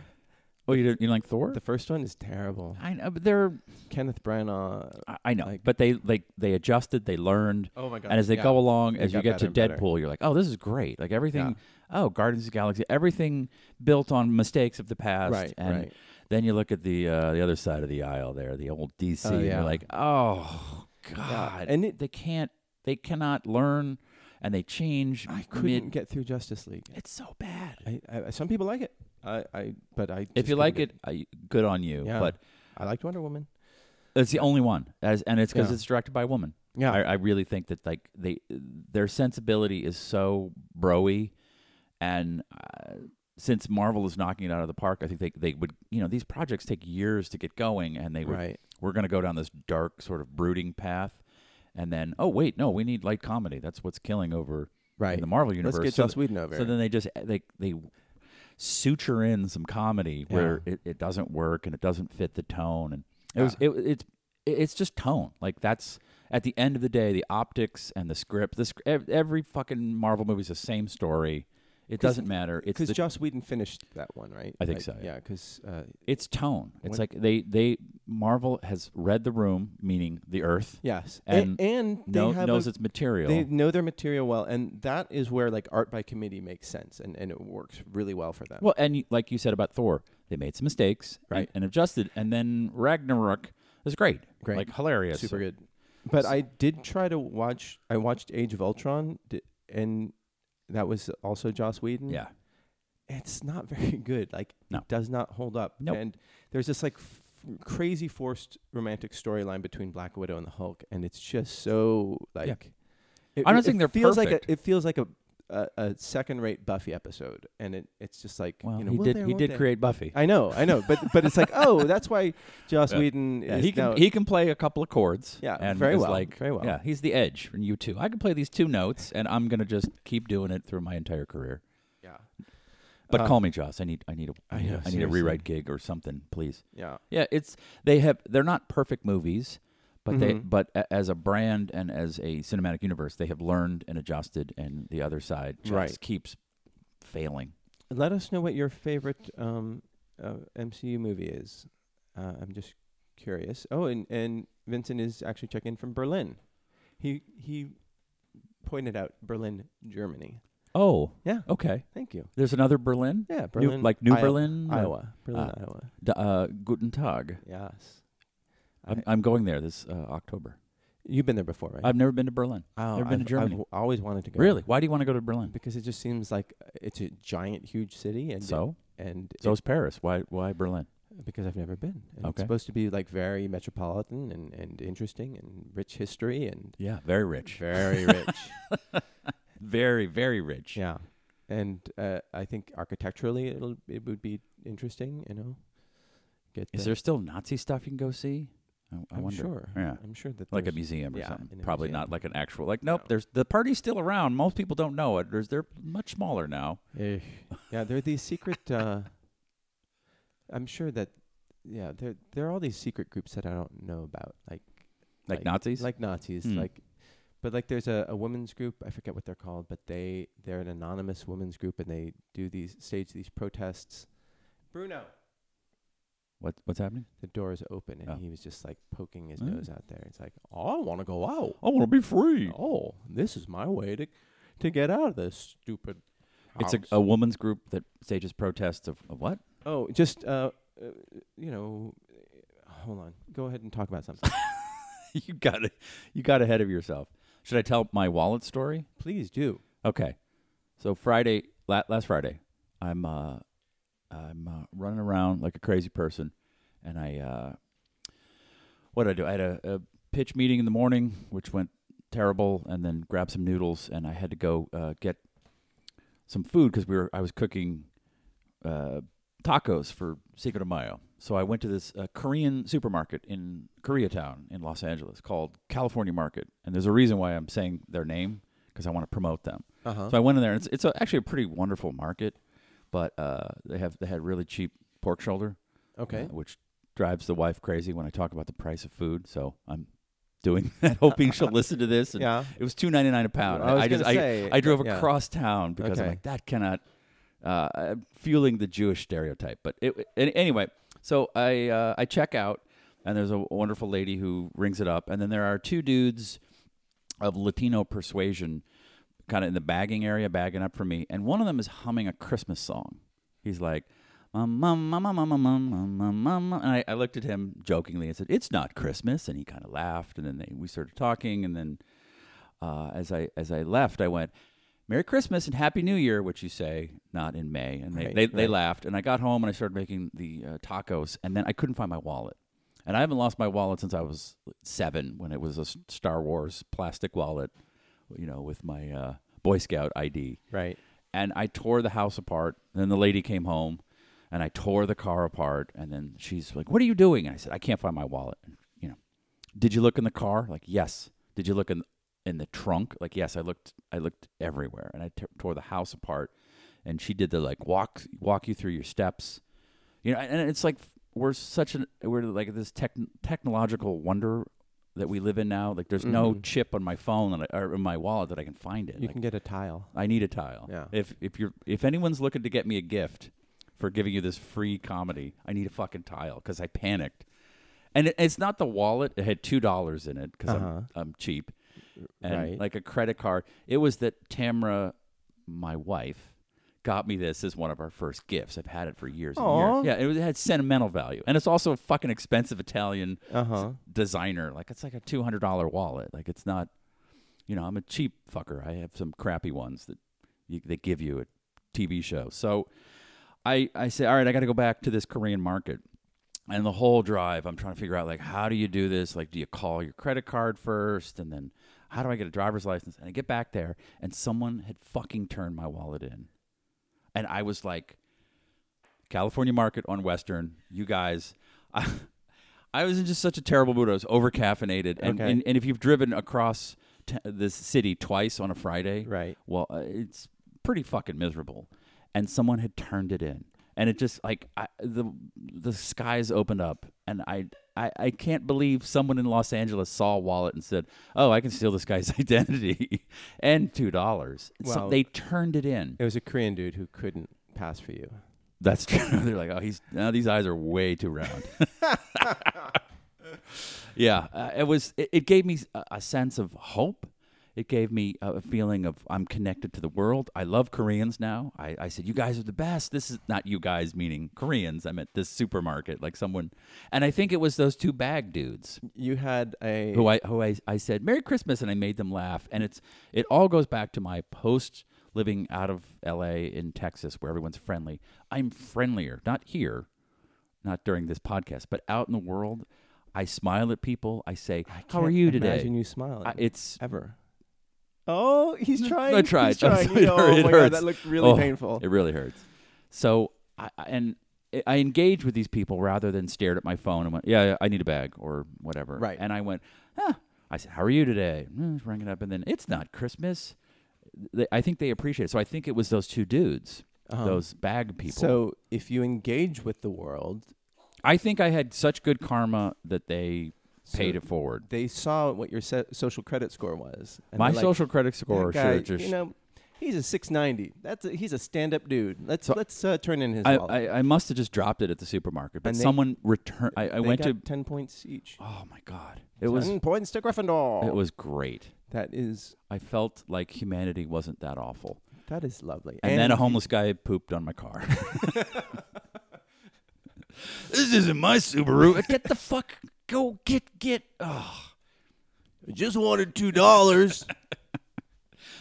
S3: Oh, you didn't, you like Thor?
S2: The first one is terrible.
S3: I know, but they're
S2: Kenneth Branagh.
S3: I- I know,
S2: Like-
S3: but they like they adjusted, they learned,
S2: Oh my god!
S3: and as they go along,
S2: They
S3: as you
S2: got
S3: get
S2: better
S3: to
S2: and better.
S3: Deadpool, you're like, oh, this is great. Like everything. Oh, Guardians of the Galaxy, everything built on mistakes of the past,
S2: right,
S3: and
S2: right.
S3: Then you look at the uh, the other side of the aisle there, the old DC,
S2: Oh,
S3: and
S2: yeah.
S3: you're like, oh god,
S2: and it-
S3: they can't, they cannot learn, and they change.
S2: I couldn't
S3: mid-
S2: get through Justice League.
S3: It's so bad.
S2: I, I, some people like it. I, I but I.
S3: If
S2: just
S3: you
S2: couldn't
S3: like
S2: get-
S3: it, I, good on you.
S2: Yeah.
S3: But
S2: I liked Wonder Woman.
S3: it's the only one, as, and it's because
S2: Yeah.
S3: it's directed by a woman.
S2: Yeah,
S3: I, I really think that like they their sensibility is so broy, and uh, since Marvel is knocking it out of the park, I think they they would you know these projects take years to get going, and they would
S2: right.
S3: we're going to go down this dark sort of brooding path and then oh wait no we need light comedy that's what's killing over in
S2: Right.
S3: the marvel universe
S2: Let's get
S3: so,
S2: Joss Whedon over.
S3: so then they just they they suture in some comedy where it, it doesn't work and it doesn't fit the tone and it was it, it's it's just tone like that's at the end of the day the optics and the script the sc- ev- every fucking marvel movie is the same story it
S2: 'Cause-
S3: doesn't matter it's
S2: because
S3: the
S2: Joss Whedon finished that one, right?
S3: I think
S2: Like,
S3: so, yeah.
S2: Yeah, because uh,
S3: it's tone it's
S2: When-
S3: like they they marvel has read the room meaning the earth
S2: yes, A-
S3: And
S2: and, they
S3: know,
S2: have
S3: knows
S2: a,
S3: its material
S2: they know their material well, and that is where like art by committee makes sense, and, and it works really well for them.
S3: Well, and you, like you said about Thor, they made some mistakes and-
S2: Right.
S3: and, adjusted, and then Ragnarok is great,
S2: Great.
S3: like hilarious,
S2: super good. But I did try to watch. I watched Age of Ultron. Di- and that was also Joss Whedon.
S3: Yeah.
S2: it's not (laughs) very good. Like,
S3: No.
S2: it does not hold up.
S3: Nope.
S2: And there's this like f- crazy forced romantic storyline between Black Widow and the Hulk, and it's just so like. It,
S3: I don't
S2: it
S3: think they're
S2: feels like
S3: perfect.
S2: a, it feels like a a, a second rate Buffy episode, and it it's just like
S3: Well,
S2: you know
S3: he
S2: will
S3: did.
S2: they,
S3: He
S2: won't
S3: did
S2: they?
S3: create Buffy.
S2: I know, I know, but but it's like oh, that's
S3: (laughs)
S2: why Joss
S3: Yeah.
S2: Whedon
S3: Yeah,
S2: is
S3: he can
S2: now-
S3: he can play a couple of chords.
S2: Yeah,
S3: and
S2: very
S3: is
S2: well,
S3: Like,
S2: very well.
S3: Yeah, he's the edge and you too. I can play these two notes, and I'm gonna just keep doing it through my entire career.
S2: yeah
S3: But
S2: Uh,
S3: call me Joss. I need I need a
S2: I
S3: I need,
S2: know,
S3: a- I need a
S2: seriously.
S3: rewrite gig or something, please.
S2: yeah
S3: Yeah, it's they have they're not perfect movies, but they
S2: Mhm.
S3: but a, as a brand and as a cinematic universe, they have learned and adjusted, and the other side just
S2: Right.
S3: keeps failing.
S2: let us know what your favorite um, uh, MCU movie is. Uh, I'm just curious. Oh, and, and Vincent is actually checking in from Berlin. He he pointed out Berlin, Germany.
S3: Oh,
S2: Yeah.
S3: okay.
S2: Thank you.
S3: There's another Berlin.
S2: Yeah,
S3: New-
S2: Berlin,
S3: like New
S2: Iowa,
S3: Berlin, or-
S2: Iowa, Berlin,
S3: Ah.
S2: Iowa.
S3: D- uh, Guten Tag.
S2: Yes,
S3: I'm,
S2: I-
S3: I'm going there this uh, October.
S2: you've been there before, right?
S3: I've never been to Berlin.
S2: oh,
S3: never been to
S2: I've-
S3: Germany.
S2: I've always wanted to go.
S3: Really? Why do you want to go to Berlin?
S2: Because it just seems like uh, it's a giant, huge city, and
S3: So,
S2: and
S3: so is Paris. Why, why Berlin?
S2: Because I've never been. And It's
S3: Okay.
S2: supposed to be like very metropolitan and, and interesting and rich history and
S3: Yeah, very rich,
S2: very rich.
S3: very, very rich.
S2: yeah. And uh, I think architecturally it'll it would be interesting, you know. Get
S3: Is
S2: the-
S3: there still Nazi stuff you can go see? I, I
S2: I'm
S3: wonder.
S2: sure.
S3: Yeah.
S2: I'm sure that
S3: Like a
S2: there's-
S3: museum or
S2: yeah, in
S3: something.
S2: a
S3: Probably
S2: museum.
S3: not like an actual. Like, nope.
S2: No.
S3: There's the party's still around. Most people don't know it. There's they're much smaller now.
S2: Eh, yeah, there are these secret uh I'm sure that yeah, there there are all these secret groups that I don't know about. Like
S3: Like,
S2: Like-
S3: Nazis.
S2: like Nazis,
S3: Hmm.
S2: like but like there's a, a women's group, I forget what they're called, but they they're an anonymous women's group and they do these stage these protests. Bruno.
S3: what what's happening?
S2: The door is open and
S3: Oh.
S2: he was just like poking his
S3: Mm.
S2: nose out there. It's like, "Oh, I wanna go out.
S3: I want to be free.
S2: Oh, this is my way to to get out of this stupid
S3: It's a, oh. a
S2: house."
S3: woman's group that stages protests of, of what? (laughs)
S2: Oh, just uh, uh you know uh, hold on. Go ahead and talk about
S3: (laughs)
S2: something.
S3: you got it. You got ahead of yourself. Should I tell my wallet story?
S2: Please do.
S3: Okay. So Friday, la- last Friday, I'm uh, I'm uh, running around like a crazy person, and I uh, what did I do? I had a, a pitch meeting in the morning, which went terrible, and then grabbed some noodles, and I had to go uh, get some food because we were I was cooking uh, tacos for Cinco de Mayo. So I went to this uh, Korean supermarket in Koreatown in Los Angeles called California Market, and there's a reason why I'm saying their name because I want to promote them.
S2: Uh huh.
S3: So I went in there, and it's it's a, actually a pretty wonderful market, but uh, they have they had really cheap pork shoulder,
S2: Okay.
S3: uh, which drives the wife crazy when I talk about the price of food. So I'm doing (laughs) that, hoping she'll listen to this. And
S2: yeah.
S3: It was two ninety nine a pound.
S2: I was
S3: just
S2: gonna
S3: I,
S2: say,
S3: I drove
S2: yeah.
S3: across town because I'm
S2: Okay.
S3: like that cannot. Uh, I'm fueling the Jewish stereotype, but it, an- anyway. So I uh, I check out, and there's a wonderful lady who rings it up, and then there are two dudes of Latino persuasion, kind of in the bagging area, bagging up for me, and one of them is humming a Christmas song. He's like. "Mum, mum, mum, mum, mum, mum, mum, mum, mum," And I, I looked at him jokingly and said, "It's not Christmas." And he kind of laughed, and then they, we started talking, and then uh, as I as I left, I went, "Merry Christmas and Happy New Year," which you say not in May, and they
S2: Right,
S3: they, they
S2: right.
S3: laughed. And I got home and I started making the uh, tacos, and then I couldn't find my wallet, and I haven't lost my wallet since I was seven when it was a S- Star Wars plastic wallet, you know, with my uh, Boy Scout ID.
S2: Right.
S3: And I tore the house apart. Then the lady came home, and I tore the car apart. And then she's like, "What are you doing?" And I said, "I can't find my wallet." And, you know, did you look in the car? Like, yes. Did you look in in the trunk? Like, yes. I looked. I looked everywhere, and I t- tore the house apart. And she did the like walk walk you through your steps, you know. And it's like we're such an we're like this tech, technological wonder that we live in now. Like, there's no
S2: Mhm.
S3: chip on my phone and I, or in my wallet that I can find it.
S2: You
S3: Like,
S2: can get a tile.
S3: I need a tile.
S2: Yeah.
S3: If if you're if anyone's looking to get me a gift for giving you this free comedy, I need a fucking tile because I panicked. And it, it's not the wallet; it had two dollars in it because
S2: Uh-huh.
S3: I'm I'm cheap and
S2: right.
S3: like a credit card. It was that Tamra, my wife, got me this as one of our first gifts. I've had it for years
S2: Aw.
S3: and years. Yeah, it, was, it had sentimental value, and it's also a fucking expensive Italian
S2: Uh huh.
S3: designer. Like it's like a two hundred dollar wallet. Like it's not. you know, I'm a cheap fucker. I have some crappy ones that you, they give you at TV shows. So I I say, all right, I got to go back to this Korean market. And the whole drive, I'm trying to figure out like how do you do this? Like, do you call your credit card first, and then how do I get a driver's license? And I get back there, and someone had fucking turned my wallet in, and I was like, California Market on Western, you guys. (laughs) I, I was in just such a terrible mood. I was over caffeinated, and,
S2: Okay.
S3: and and if you've driven across t- this city twice on a Friday,
S2: Right.
S3: Well, uh, it's pretty fucking miserable. And someone had turned it in, and it just like I, the the skies opened up, and I, I I can't believe someone in Los Angeles saw a wallet and said, "Oh, I can steal this guy's (laughs) identity and two dollars." so
S2: Well-
S3: they turned it in.
S2: It was a Korean dude who couldn't pass for you.
S3: That's (laughs) true. They're like, "Oh, he's no, these eyes are way too round." yeah, uh, it was. It, it gave me a, a sense of hope. It gave me a, a feeling of I'm connected to the world. I love Koreans now. I, I said, "You guys are the best." This is not you guys, meaning Koreans. I meant this supermarket, like someone. And I think it was those two bag dudes
S2: You had a
S3: who I who I, I said Merry Christmas and I made them laugh and it's it all goes back to my post living out of LA in Texas where everyone's friendly. I'm friendlier, not here, not during this podcast, but out in the world. I smile at people. I say, "How are
S2: can't
S3: you today?"
S2: Imagine you smiling.
S3: I, it's
S2: ever. Oh, he's trying.
S3: (laughs) I tried.
S2: He's
S3: (laughs)
S2: trying.
S3: I'm sorry.
S2: oh
S3: It
S2: my
S3: hurts.
S2: god, that looked really
S3: Oh,
S2: painful.
S3: It really hurts. So I I- and I- I engage with these people rather than stared at my phone and went, "Yeah, yeah, I need a bag or whatever."
S2: Right.
S3: And I went, "Huh." I said, "How are you today?" Mm, Rang it up, and then it's not Christmas. They, I think they appreciate it. So I think it was those two dudes,
S2: Uh-huh.
S3: those bag people.
S2: So if you engage with the world,
S3: I think I had such good karma that they paid
S2: So
S3: it forward.
S2: they saw what your se- social credit score was. and
S3: My
S2: they're like,
S3: social credit
S2: "That
S3: score should
S2: guy,
S3: have just
S2: you know, he's a 690. That's a, he's a stand-up dude. Let's
S3: So
S2: let's uh, turn in his
S3: I,
S2: wallet.
S3: I, I must have just dropped it at the supermarket, but
S2: And they-
S3: someone returned. I, I
S2: They
S3: went
S2: got
S3: to.
S2: 10 points each.
S3: Oh my god! It was
S2: 10 points to Gryffindor.
S3: it was great.
S2: that is
S3: I felt like humanity wasn't that awful.
S2: that is lovely.
S3: And, then a homeless guy pooped on my (laughs) car. this isn't my Subaru. (laughs) Get the fuck. Go get get. Oh.
S1: I just wanted two dollars.
S3: (laughs)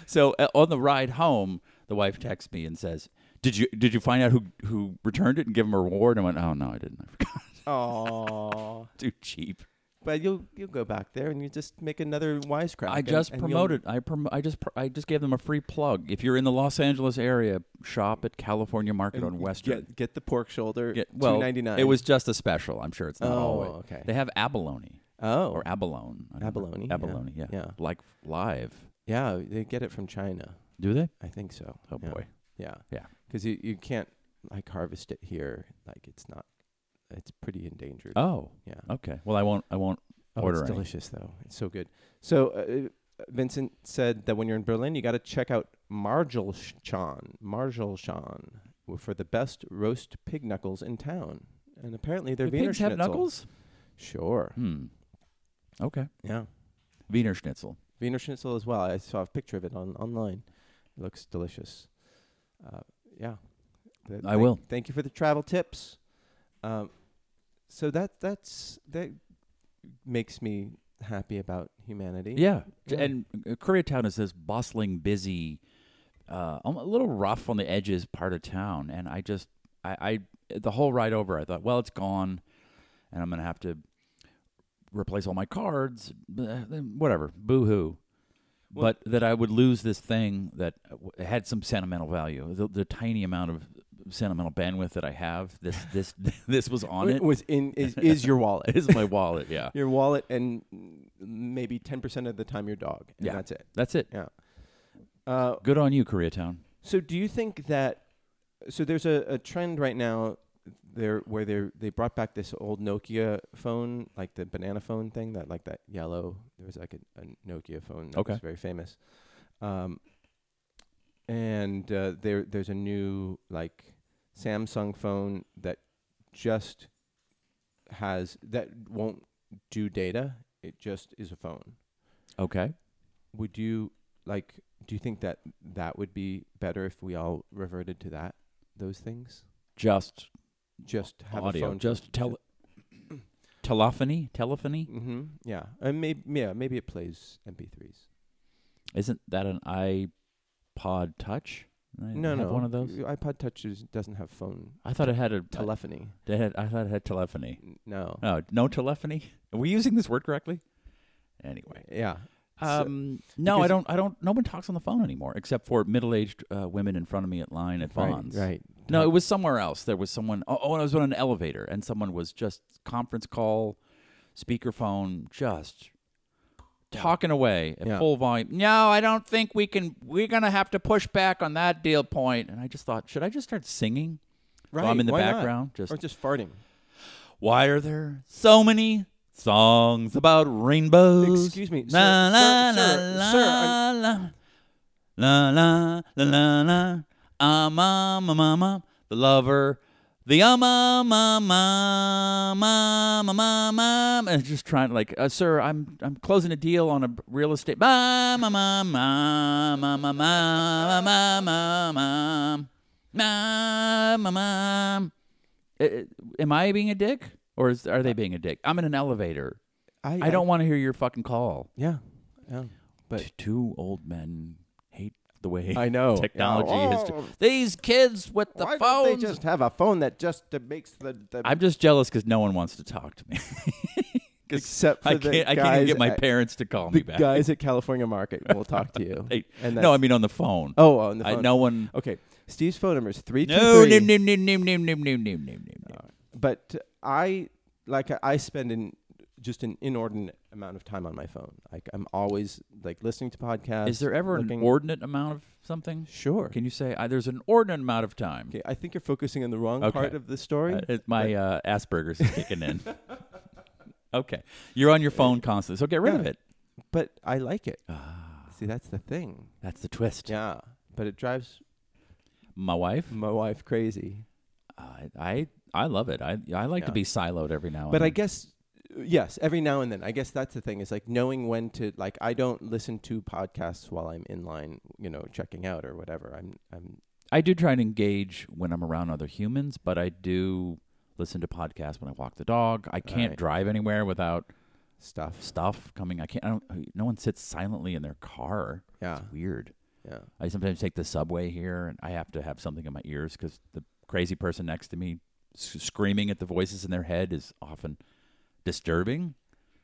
S3: So uh, on the ride home, the wife texts me and says, "Did you did you find out who who returned it and give him a reward?" And I went, "Oh no, I didn't. I forgot. (laughs)
S2: (laughs) Oh,
S3: Too cheap.
S2: but you'll you'll go back there and you just make another wisecrack.
S3: I
S2: and-
S3: just
S2: and you'll-
S3: promoted. I prom- I just pr- I just gave them a free plug. If you're in the Los Angeles area, shop at California Market
S2: and
S3: on
S2: you
S3: Western.
S2: Get, get the pork shoulder.
S3: Yeah, well,
S2: two ninety nine.
S3: it was just a special. I'm sure it's not
S2: Oh,
S3: always.
S2: okay.
S3: They have abalone
S2: oh
S3: or abalone. I don't know.
S2: Abalone, yeah.
S3: Abalone. Yeah.
S2: Yeah.
S3: Like live.
S2: yeah, they get it from China.
S3: Do they?
S2: I think so.
S3: Oh
S2: yeah.
S3: boy.
S2: Yeah.
S3: Yeah.
S2: Because you, you can't like harvest it here. Like it's not. It's pretty endangered.
S3: Oh.
S2: yeah.
S3: Okay. Well, I won't. I won't
S2: Oh,
S3: order
S2: it's
S3: any.
S2: delicious though. It's so good. So uh, Vincent said that when you're in Berlin, you got to check out Margelschan, Margelschan w- for the best roast pig knuckles in town. And apparently they're
S3: Do
S2: Wiener
S3: pigs have
S2: Schnitzel.
S3: knuckles?
S2: Sure.
S3: Hmm. Okay.
S2: Yeah.
S3: Wiener Schnitzel.
S2: Wiener Schnitzel as well. I saw a picture of it on online. It looks delicious. Uh, yeah. Th-
S3: I
S2: thank-
S3: will.
S2: Thank you for the travel tips. Um, so that that's that makes me happy about humanity.
S3: Yeah.
S2: Yeah.
S3: And uh, Koreatown is this bustling, busy, uh, um, a little rough on the edges part of town, and I just, I, I, the whole ride over, I thought, well, it's gone, and I'm gonna have to replace all my cards, blah, whatever, boo hoo.
S2: Well-
S3: but that I would lose this thing that uh, w- had some sentimental value, the, the tiny amount of sentimental bandwidth that I have.
S2: (laughs)
S3: This this (laughs) this was on
S2: Wa-
S3: (laughs) it.
S2: was in is, is your wallet.
S3: It is my wallet.
S2: (laughs)
S3: Yeah,
S2: your wallet and mm, maybe 10% of the time your dog and
S3: Yeah.
S2: that's it.
S3: that's it.
S2: Yeah. Uh,
S3: Good on you, Koreatown.
S2: So do you think that so there's a, a trend right now there where they they brought back this old Nokia phone, like the banana phone thing, that like that yellow there was like a, a Nokia phone that
S3: Okay.
S2: was very famous. Um and uh, there there's a new like Samsung phone that just has that won't do data. It just is a phone
S3: Okay.
S2: would you like do you think that that would be better if we all reverted to that those things
S3: Just
S2: just have a
S3: audio,
S2: phone
S3: just tele- (clears throat) telephony, telephony.
S2: mm-hmm yeah and maybe yeah maybe it plays mp3s
S3: Isn't that an iPod Touch? I
S2: No,
S3: have
S2: no.
S3: one of those.
S2: Your iPod Touch is- doesn't have phone
S3: I thought it had a.
S2: telephony.
S3: it had- I thought it had telephony.
S2: N- No.
S3: Oh, no telephony. Are we using this word correctly? Anyway,
S2: Yeah. So-
S3: um, no, I
S2: because-
S3: don't. I don't. No one talks on the phone anymore, except for middle-aged uh, women in front of me at line at
S2: Right,
S3: Vons.
S2: Right.
S3: No, it was somewhere else. There was someone. Oh, oh, I was on an elevator, and someone was just conference call, speakerphone, just talking away at
S2: Yeah.
S3: full volume. No, I don't think we can. We're gonna have to push back on that deal point. And I just thought, should I just start singing?
S2: Right.
S3: I'm in the
S2: why not?
S3: background, just-
S2: or just farting.
S3: Why are there so many songs about rainbows?
S2: Excuse me, sir,
S3: La, la,
S2: sir, sir,
S3: la,
S2: sir,
S3: la, la, la, la, la, la, la. Um, um, um, um, um, the lover, the um, um, um, um, um, um, um, um, and just trying to like, uh, sir, I'm I'm closing a deal on a real estate. Um, um, um, um, um, um, um, um, um, um, um, um, um. Uh, uh, am I being a dick or is, are they being a dick? I'm in an elevator. I don't want to hear your fucking call.
S2: Yeah. Yeah. But
S3: T- Two old men hate the way
S2: I know.
S3: technology
S2: Yeah.
S3: is.
S2: Oh,
S3: These kids with the
S2: why don't
S3: phones.
S2: they just have a phone that just uh, makes the, the
S3: I'm just jealous because no one wants to talk to
S2: (laughs)
S3: me. 'Cause
S2: Except for
S3: I
S2: the
S3: can't. I can't even
S2: guys
S3: get my
S2: at-
S3: parents to call
S2: the
S3: me back.
S2: guys at California Market will talk to you.
S3: (laughs) Hey,
S2: and
S3: no, I
S2: that's-
S3: mean on the phone.
S2: Oh, on the
S3: I,
S2: phone.
S3: no one.
S2: Okay, Steve's phone number is three two three. Oh,
S3: No, no, no, no, no, no, no, no, no, no. no.
S2: But I like I spend an just an inordinate amount of time on my phone. Like I'm always like listening to podcasts.
S3: Is there ever an
S2: looking-
S3: ordinate amount of something?
S2: Sure.
S3: Can you say I, there's an ordinate amount of time?
S2: Okay, I think you're focusing on the wrong
S3: Okay.
S2: part of the story.
S3: Uh, it- my uh, Asperger's is kicking in. (laughs) okay, you're on your phone constantly, so get rid of
S2: Yeah.
S3: it.
S2: but I like it.
S3: Ah.
S2: See, that's the thing.
S3: That's the twist.
S2: Yeah, but it drives
S3: My wife,
S2: my wife crazy.
S3: I I, I love it. I I like to
S2: Yeah.
S3: be siloed every now and
S2: But I
S3: then.
S2: guess yes, every now and then. I guess that's the thing is like knowing when to like I don't listen to podcasts while I'm in line, you know, checking out or whatever. I'm I'm
S3: I do try and engage when I'm around other humans, but I do listen to podcasts when I walk the dog. I can't
S2: Right.
S3: drive anywhere without
S2: stuff.
S3: stuff coming. I can't. I don't. No one sits silently in their car.
S2: Yeah.
S3: It's weird.
S2: Yeah.
S3: I sometimes take the subway here, and I have to have something in my ears because the crazy person next to me s- screaming at the voices in their head is often disturbing.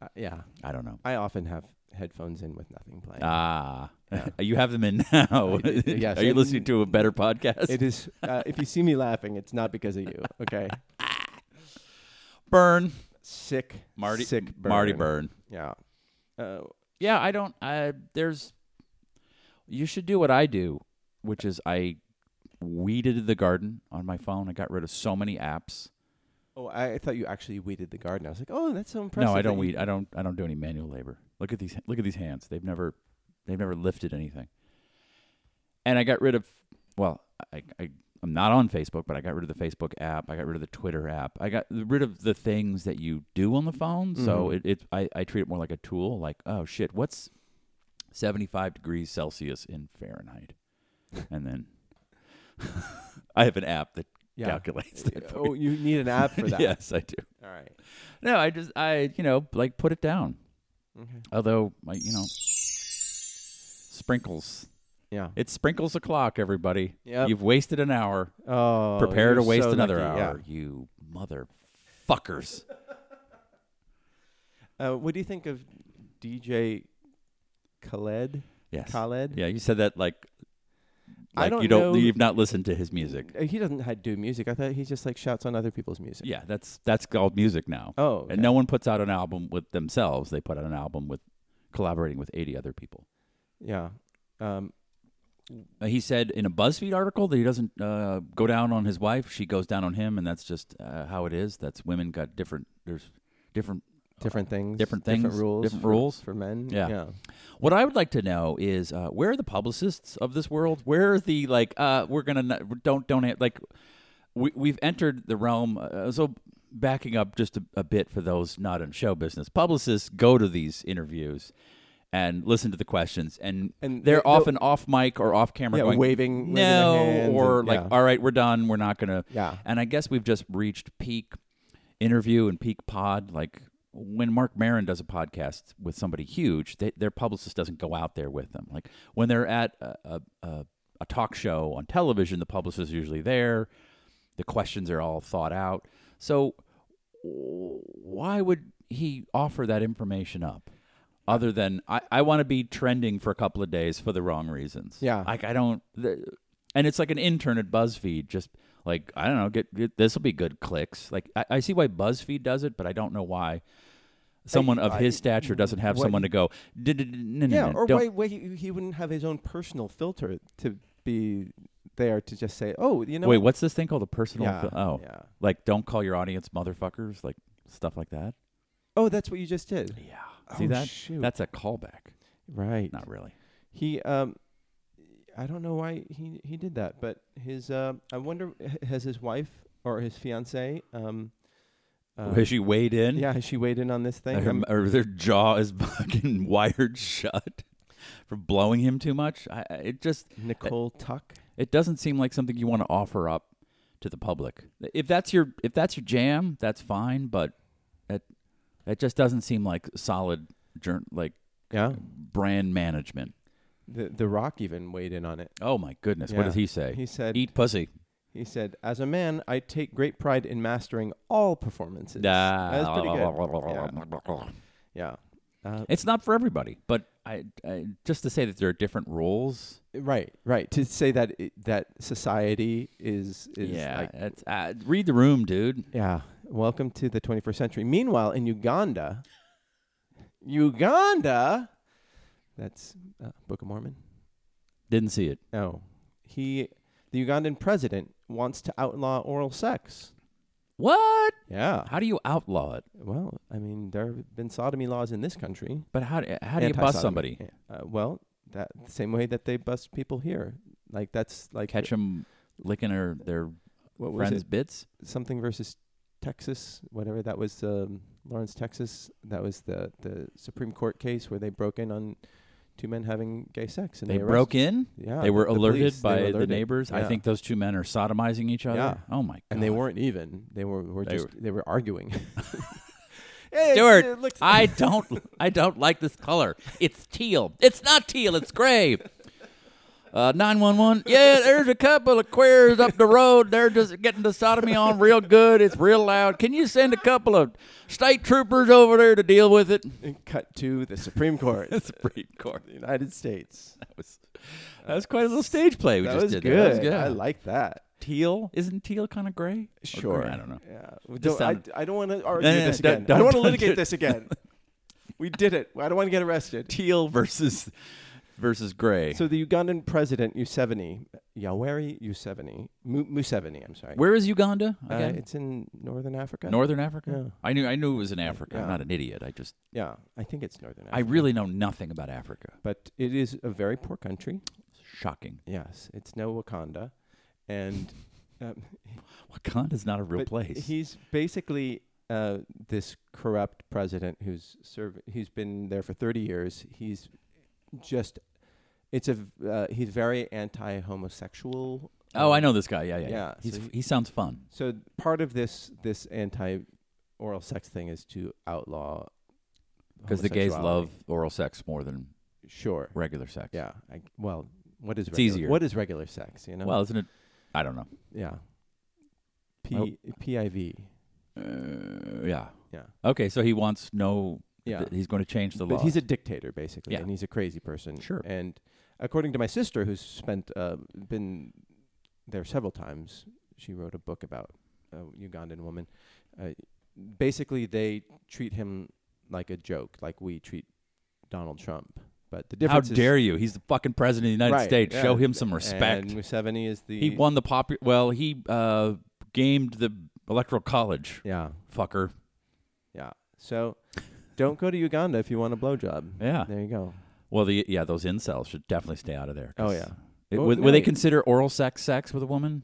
S2: Uh, yeah.
S3: I don't know.
S2: I often have headphones in with nothing playing.
S3: Ah,
S2: Yeah.
S3: (laughs) you have them in now.
S2: I do, (laughs) yes.
S3: (laughs) Are you listening to a better podcast?
S2: it is uh, if you see me laughing, it's not because of you,
S3: (laughs)
S2: okay?
S3: burn,
S2: Sick
S3: Marty.
S2: sick burn.
S3: Marty Burn.
S2: Yeah. Uh,
S3: Yeah, I don't. I there's. You should do what I do, which is I weeded the garden on my phone. I got rid of so many apps.
S2: oh, I I thought you actually weeded the garden. I was like, "Oh, that's so impressive."
S3: no, I
S2: that
S3: don't
S2: you-
S3: weed. I don't. I don't do any manual labor. Look at these. Look at these hands. They've never. They've never lifted anything. And I got rid of. Well, I, I I'm not on Facebook, but I got rid of the Facebook app. I got rid of the Twitter app. I got rid of the things that you do on the phone. So
S2: Mhm.
S3: it, it I, I treat it more like a tool. Like oh shit, what's 75 degrees Celsius in Fahrenheit? and then (laughs) I have an app that
S2: Yeah.
S3: calculates that. for
S2: (laughs) Oh,
S3: me.
S2: you need an app
S3: (laughs)
S2: for that.
S3: yes, I do.
S2: All right.
S3: No, I just I you know like put it down.
S2: Okay.
S3: Although, my, you know, sprinkles.
S2: Yeah.
S3: It sprinkles o'clock, everybody.
S2: Yep.
S3: You've wasted an hour.
S2: Oh,
S3: Prepare to
S2: you're
S3: waste
S2: so
S3: another
S2: lucky,
S3: hour, you motherfuckers.
S2: yeah. Uh, what do you think of DJ Khaled?
S3: Yes.
S2: Khaled.
S3: Yeah, you said that like,
S2: I
S3: like
S2: don't
S3: you don't
S2: know-
S3: you've not listened to his music.
S2: Uh, He doesn't ha- do music. I thought he just like shouts on other people's music.
S3: Yeah, that's that's called music now.
S2: Oh, okay.
S3: And no one puts out an album with themselves. They put out an album with collaborating with 80 other people.
S2: Yeah. Um,
S3: Uh, He said in a BuzzFeed article that he doesn't uh, go down on his wife; she goes down on him, and that's just uh, how it is. That's women got different. There's different.
S2: different things.
S3: Uh, different things,
S2: Different rules.
S3: different
S2: for,
S3: rules.
S2: for men.
S3: Yeah.
S2: Yeah.
S3: What I would like to know is uh, where are the publicists of this world? Where are the like? Uh, we're gonna not, don't donate. Like, we we've entered the realm. Uh, so backing up just a, a bit for those not in show business, publicists go to these interviews and listen to the questions, and,
S2: And
S3: they're
S2: they- they'll-
S3: often off mic or off camera,
S2: Yeah,
S3: going,
S2: waving- waving their
S3: no,
S2: hands
S3: or
S2: and-
S3: like,
S2: yeah.
S3: all right, we're done. We're not gonna.
S2: Yeah.
S3: And I guess we've just reached peak interview and peak pod. Like when Mark Marin does a podcast with somebody huge, they, their publicist doesn't go out there with them. Like when they're at a, a, a, a talk show on television, the publicist is usually there. The questions are all thought out. So why would he offer that information up? Other than I, I want to be trending for a couple of days for the wrong reasons.
S2: Yeah.
S3: like I don't. The, and it's like an intern at BuzzFeed, just like I don't know, get, get this will be good clicks. Like I, I see why BuzzFeed does it, but I don't know why someone of his stature doesn't have
S2: what-
S3: someone to go. "D- d- d- no, no,
S2: Yeah,
S3: no,
S2: or
S3: don't-
S2: why, why he, he wouldn't have his own personal filter to be there to just say, oh, you know,
S3: Wait, what's this thing called a personal?
S2: Yeah,
S3: fil- oh,
S2: yeah.
S3: like don't call your audience motherfuckers, like stuff like that.
S2: Oh, that's what you just did.
S3: Yeah, see
S2: Oh,
S3: that?
S2: shoot.
S3: That's a callback.
S2: right.
S3: Not really.
S2: He, um, I don't know why he he did that, but his, uh, I wonder, h- has his wife or his fiance, um, uh,
S3: Has she weighed in?
S2: yeah, has she weighed in on this thing? Um,
S3: Or,
S2: I'm-
S3: or their jaw is (laughs) fucking wired shut from blowing him too much. I, I- it just
S2: Nicole Tuck.
S3: it doesn't seem like something you want to offer up to the public. If that's your if that's your jam, that's fine. But that that just doesn't seem like solid jour- like
S2: Yeah,
S3: brand management.
S2: the the Rock even weighed in on it.
S3: Oh my goodness, what
S2: Yeah.
S3: does he say?
S2: He said,
S3: Eat pussy.
S2: He said, "As a man, I take great pride in mastering all performances." That's pretty good. Yeah, uh,
S3: It's not for everybody, but I, I just to say that there are different roles.
S2: right, right. To say that it, that society is is
S3: yeah,
S2: like
S3: that's- uh, read the room, dude.
S2: yeah. Welcome to the 21st century. Meanwhile, in Uganda, Uganda, that's uh, Book of Mormon.
S3: Didn't see it.
S2: No, he, the Ugandan president wants to outlaw oral sex.
S3: What?
S2: Yeah.
S3: How do you outlaw it?
S2: Well, I mean, there have been sodomy laws in this country.
S3: But how how do you bust
S2: Anti-sodomy.
S3: somebody?
S2: Uh, well, that same way that they bust people here. Like that's like
S3: Catch them licking her, their
S2: what was
S3: friends'
S2: it?
S3: bits.
S2: Something versus Texas, whatever that was. Um, Lawrence, Texas. That was the the Supreme Court case where they broke in on two men having gay sex and
S3: They
S2: they,
S3: broke in.
S2: arrested- Yeah,
S3: they were
S2: the- the
S3: alerted
S2: police, they
S3: by
S2: were
S3: the
S2: alerted.
S3: neighbors. I
S2: Yeah.
S3: think those two men are sodomizing each other.
S2: Yeah. (laughs)
S3: Oh my god!
S2: and they weren't even. They were were
S3: They
S2: just they were arguing.
S3: (laughs)
S2: (laughs) Hey, it's-
S3: Stuart,
S2: it looks- (laughs)
S3: I don't I don't like this color. It's teal. It's not teal, it's gray. Uh, 911. Yeah, there's a couple of queers up the road. They're just getting the sodomy on real good. It's real loud. Can you send a couple of state troopers over there to deal
S2: (laughs)
S3: with it?
S2: And cut to the Supreme
S3: (laughs)
S2: Court, the
S3: Supreme Court.
S2: United States.
S3: That was, that was quite a little stage play we
S2: that
S3: just
S2: was
S3: did.
S2: good.
S3: That was good.
S2: I like that.
S3: teal. Isn't teal kind of gray? Or
S2: Sure.
S3: gray? I don't know.
S2: Yeah. Well,
S3: Just
S2: don't- I,
S3: sound-
S2: I don't want to argue
S3: no, no,
S2: this
S3: don't-
S2: again. I don't
S3: don't-
S2: want to
S3: don't do
S2: litigate
S3: it.
S2: this
S3: (laughs)
S2: again. we did it. I don't want to get arrested.
S3: Teal versus versus gray.
S2: So the Ugandan president Museveni, Yoweri Museveni, Mu- Museveni, I'm sorry.
S3: Where is Uganda?
S2: Uh,
S3: again?
S2: it's in northern Africa.
S3: Northern Africa?
S2: Yeah.
S3: I knew I knew it was in Africa.
S2: Yeah.
S3: I'm not an idiot. I just
S2: Yeah, I think it's northern Africa.
S3: I really know nothing about Africa.
S2: but it is a very poor country.
S3: Shocking.
S2: Yes, it's no Wakanda, and um,
S3: Wakanda's not a (laughs) real
S2: But
S3: place.
S2: He's basically uh, this corrupt president who's serv- who's been there for 30 years. He's just it's a v- uh, he's very anti-homosexual.
S3: oh, I
S2: um,
S3: know this guy. Yeah, yeah.
S2: yeah,
S3: He's,
S2: so he-
S3: he, sounds fun.
S2: So part of this this anti oral sex thing is to outlaw
S3: Because the gays love
S2: homosexuality.
S3: oral sex more than
S2: sure.
S3: regular sex.
S2: Yeah. I, well, what is
S3: It's
S2: regular,
S3: easier.
S2: What is regular sex, you know?
S3: Well, isn't it? I don't know.
S2: yeah.
S3: Oh.
S2: P- PIV.
S3: Uh, yeah.
S2: Yeah.
S3: Okay, so he wants no.
S2: Yeah.
S3: th- he's going to change the
S2: but
S3: law.
S2: he's a dictator basically,
S3: Yeah.
S2: and he's a crazy person.
S3: Sure.
S2: And according to my sister, who's spent uh, been there several times, she wrote a book about a Ugandan woman. Uh, basically, they treat him like a joke, like we treat Donald Trump. But the
S3: How
S2: difference is-
S3: dare you? He's the fucking president of the United
S2: Right,
S3: States.
S2: yeah.
S3: Show him some respect.
S2: And Museveni is the
S3: he won the popular. Well, he uh, gamed the electoral college.
S2: Yeah,
S3: Fucker.
S2: yeah. So don't go to Uganda if you want a blowjob.
S3: Yeah.
S2: There you go.
S3: Well, the yeah, those incels should definitely stay out of there.
S2: Oh
S3: 'cause-
S2: yeah,
S3: It-
S2: Well,
S3: would, would they
S2: no.
S3: consider oral sex sex with a woman?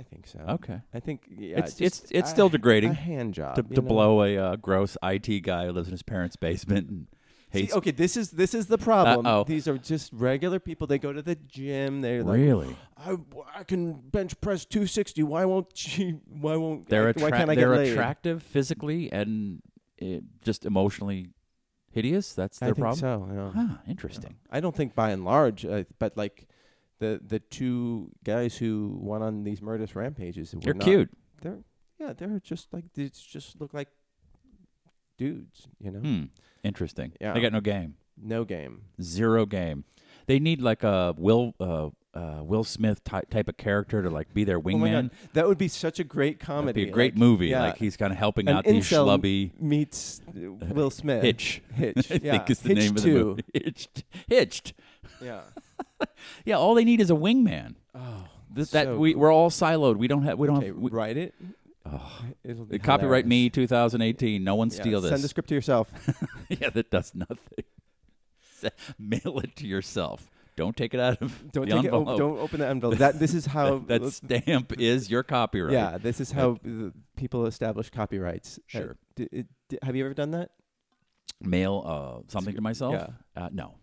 S2: I think so.
S3: Okay,
S2: I think yeah,
S3: it's
S2: just
S3: it's it's
S2: a-
S3: still
S2: a
S3: degrading
S2: hand job
S3: to,
S2: you
S3: to
S2: know?
S3: blow a uh, gross IT guy who lives in his parents' basement and
S2: See,
S3: hates.
S2: okay, this is this is the problem.
S3: Uh-oh.
S2: These are just regular people. They go to the gym. They're like,
S3: really?
S1: I, I can bench press 260. Why won't she?
S2: why won't
S3: They're
S2: I- why
S3: attra-
S2: can't I get
S3: they're
S2: laid?
S3: attractive physically and eh, just emotionally hideous? That's
S2: I
S3: their
S2: think
S3: problem.
S2: so. Yeah.
S3: Huh, interesting.
S2: I don't think by and large, uh, but like the the two guys who went on these murderous rampages were
S3: You're
S2: not-
S3: cute.
S2: They're yeah, they're just like they just look like dudes, you know.
S3: Hmm. Interesting.
S2: Yeah.
S3: They got no game.
S2: No game.
S3: Zero game. They need like a Will uh, uh, Will Smith ty- type of character to like be their wingman.
S2: Oh my god, that would be such a great comedy.
S3: It'd be a great
S2: like,
S3: movie.
S2: yeah.
S3: Like he's kind of helping
S2: An
S3: out these
S2: incel
S3: schlubby
S2: meets uh, Will Smith.
S3: Hitch. (laughs)
S2: Hitch.
S3: I
S2: yeah.
S3: think is the
S2: Hitch
S3: name of the
S2: two.
S3: movie. (laughs) Hitched. Hitched.
S2: Yeah.
S3: Yeah, all they need is a wingman.
S2: Oh,
S3: This, that
S2: So
S3: we
S2: cool.
S3: we're all siloed. We don't have we don't
S2: okay,
S3: have we,
S2: write it.
S3: oh,
S2: It'll be
S3: copyright
S2: hilarious.
S3: me 2018. No one
S2: Yeah,
S3: steal this.
S2: Send the script to yourself.
S3: (laughs) yeah, that does nothing. (laughs) Se- Mail it to yourself. Don't take it out of
S2: Don't
S3: the
S2: take it,
S3: envelope.
S2: op- don't open the envelope. That this
S3: (laughs)
S2: is how
S3: that, that stamp is your copyright.
S2: Yeah, this is how the people establish copyrights. Uh,
S3: Sure.
S2: d- it- d- have you ever done that?
S3: Mail uh, something to myself.
S2: Yeah.
S3: Uh, no.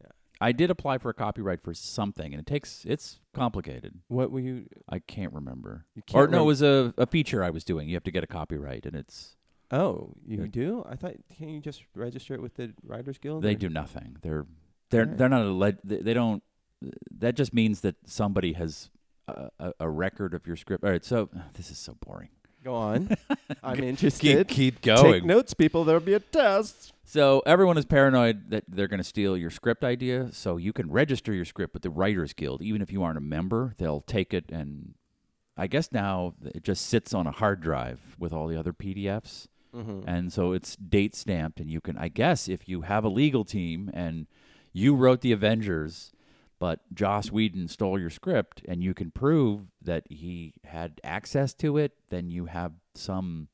S2: Yeah.
S3: I did apply for a copyright for something, and it takes it's complicated.
S2: What were you?
S3: I can't remember.
S2: you can't
S3: or no,
S2: rem-
S3: it was a, a feature I was doing. You have to get a copyright, and it's
S2: Oh, you
S3: Yeah.
S2: do? I thought. Can not you just register it with the Writers Guild?
S3: they
S2: or-
S3: do nothing. They're they're
S2: Right.
S3: they're not alleged. They, they don't. That just means that somebody has a, a, a record of your script. All right, so this is so boring.
S2: Go
S3: (laughs)
S2: on. I'm
S3: Keep
S2: interested.
S3: keep
S2: Take
S3: going.
S2: notes, people. There'll be a test.
S3: So everyone is paranoid that they're going to steal your script idea. So you can register your script with the Writers Guild, even if you aren't a member. They'll take it and I guess now it just sits on a hard drive with all the other PDFs,
S2: Mm-hmm.
S3: and so it's date stamped. And you can, I guess, if you have a legal team and you wrote the Avengers, but Joss Whedon stole your script, and you can prove that he had access to it, then you have some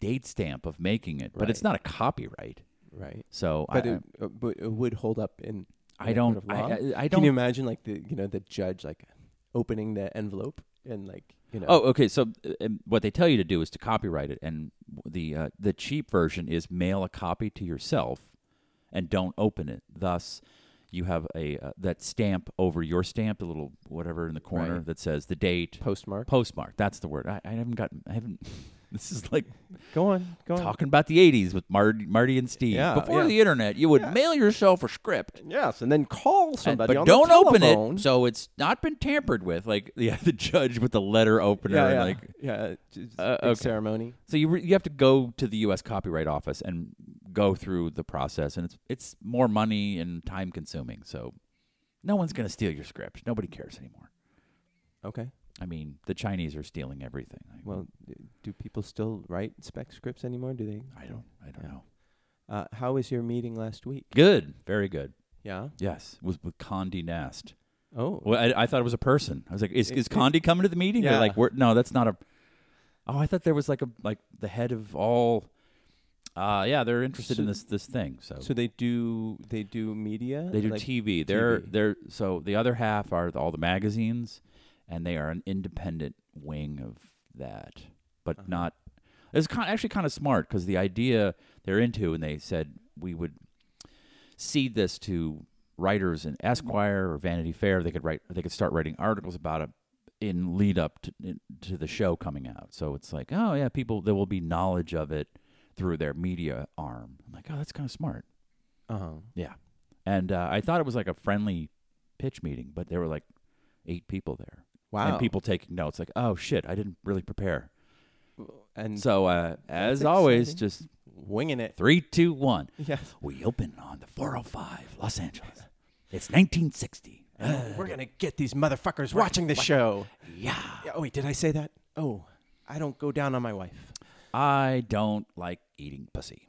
S3: date stamp of making it. But it's not a copyright.
S2: Right.
S3: So
S2: But
S3: I,
S2: it, uh, but it would hold up in.
S3: I
S2: in a court
S3: don't,
S2: of
S3: I,
S2: law.
S3: I, I
S2: Can you
S3: don't.
S2: imagine like the you know the judge like opening the envelope and like you know
S3: Oh, okay. So uh, um, what they tell you to do is to copyright it, and the uh, the cheap version is mail a copy to yourself, and don't open it. Thus, you have a uh, that stamp over your stamp, the little whatever in the corner
S2: Right.
S3: that says the date,
S2: postmark.
S3: postmark. That's the word. I, I haven't gotten. I haven't. (laughs) This is like
S2: Go on. Go on.
S3: talking about the '80s with Marty, Marty and Steve.
S2: Yeah,
S3: Before
S2: yeah.
S3: the internet, you would
S2: Yeah.
S3: mail yourself a script.
S2: Yes, and then call
S3: And-
S2: somebody.
S3: but
S2: on
S3: don't
S2: the
S3: open
S2: telephone.
S3: it so it's not been tampered with like (laughs) yeah the judge with the letter opener
S2: yeah,
S3: and,
S2: yeah,
S3: like
S2: yeah, just
S3: Uh,
S2: big
S3: okay.
S2: ceremony.
S3: so you re- you have to go to the US copyright office and go through the process and it's it's more money and time consuming so no one's going to steal your script nobody cares anymore
S2: Okay.
S3: i mean the chinese are stealing everything I,
S2: Well, d- do people still write spec scripts anymore? Do they?
S3: i don't i don't
S2: Yeah.
S3: know
S2: Uh, how was your meeting last week?
S3: good very good
S2: Yeah.
S3: yes was with Condi Nast
S2: Oh.
S3: well I, I thought it was a person i was like is
S2: It-
S3: is
S2: it-
S3: Condi coming to the meeting
S2: Yeah.
S3: They're like we're, no that's not a oh i thought there was like a like the head of all uh yeah they're interested in
S2: So-
S3: this this thing so
S2: So they do they do media.
S3: They do
S2: Like-
S3: TV. They're
S2: TV.
S3: they're so the other half are the, all the magazines, and they are an independent wing of that, but
S2: Uh-huh.
S3: not. It's kind actually kind of smart because the idea they're into, and they said we would cede this to writers in Esquire or Vanity Fair. They could write. They could start writing articles about it in lead up to, to the show coming out. So it's like, oh yeah, people there will be knowledge of it through their media arm. I'm like, oh, that's kind of smart.
S2: Uh-huh.
S3: And uh, I thought it was like a friendly pitch meeting, but there were like eight people there
S2: Wow.
S3: and people taking notes. Like, oh shit, I didn't really prepare.
S2: and
S3: So uh, as
S2: Mm. That's
S3: always,
S2: exciting.
S3: just
S2: winging it. (laughs)
S3: three, two, one.
S2: Yes.
S3: We open on the 405, Los Angeles.
S2: (laughs)
S3: It's 1960. (sighs)
S1: Oh, we're gonna get these motherfuckers watching the show.
S3: Yeah.
S1: Yeah, oh wait, did I say that? Oh, I don't go down on my wife.
S3: I don't like eating pussy.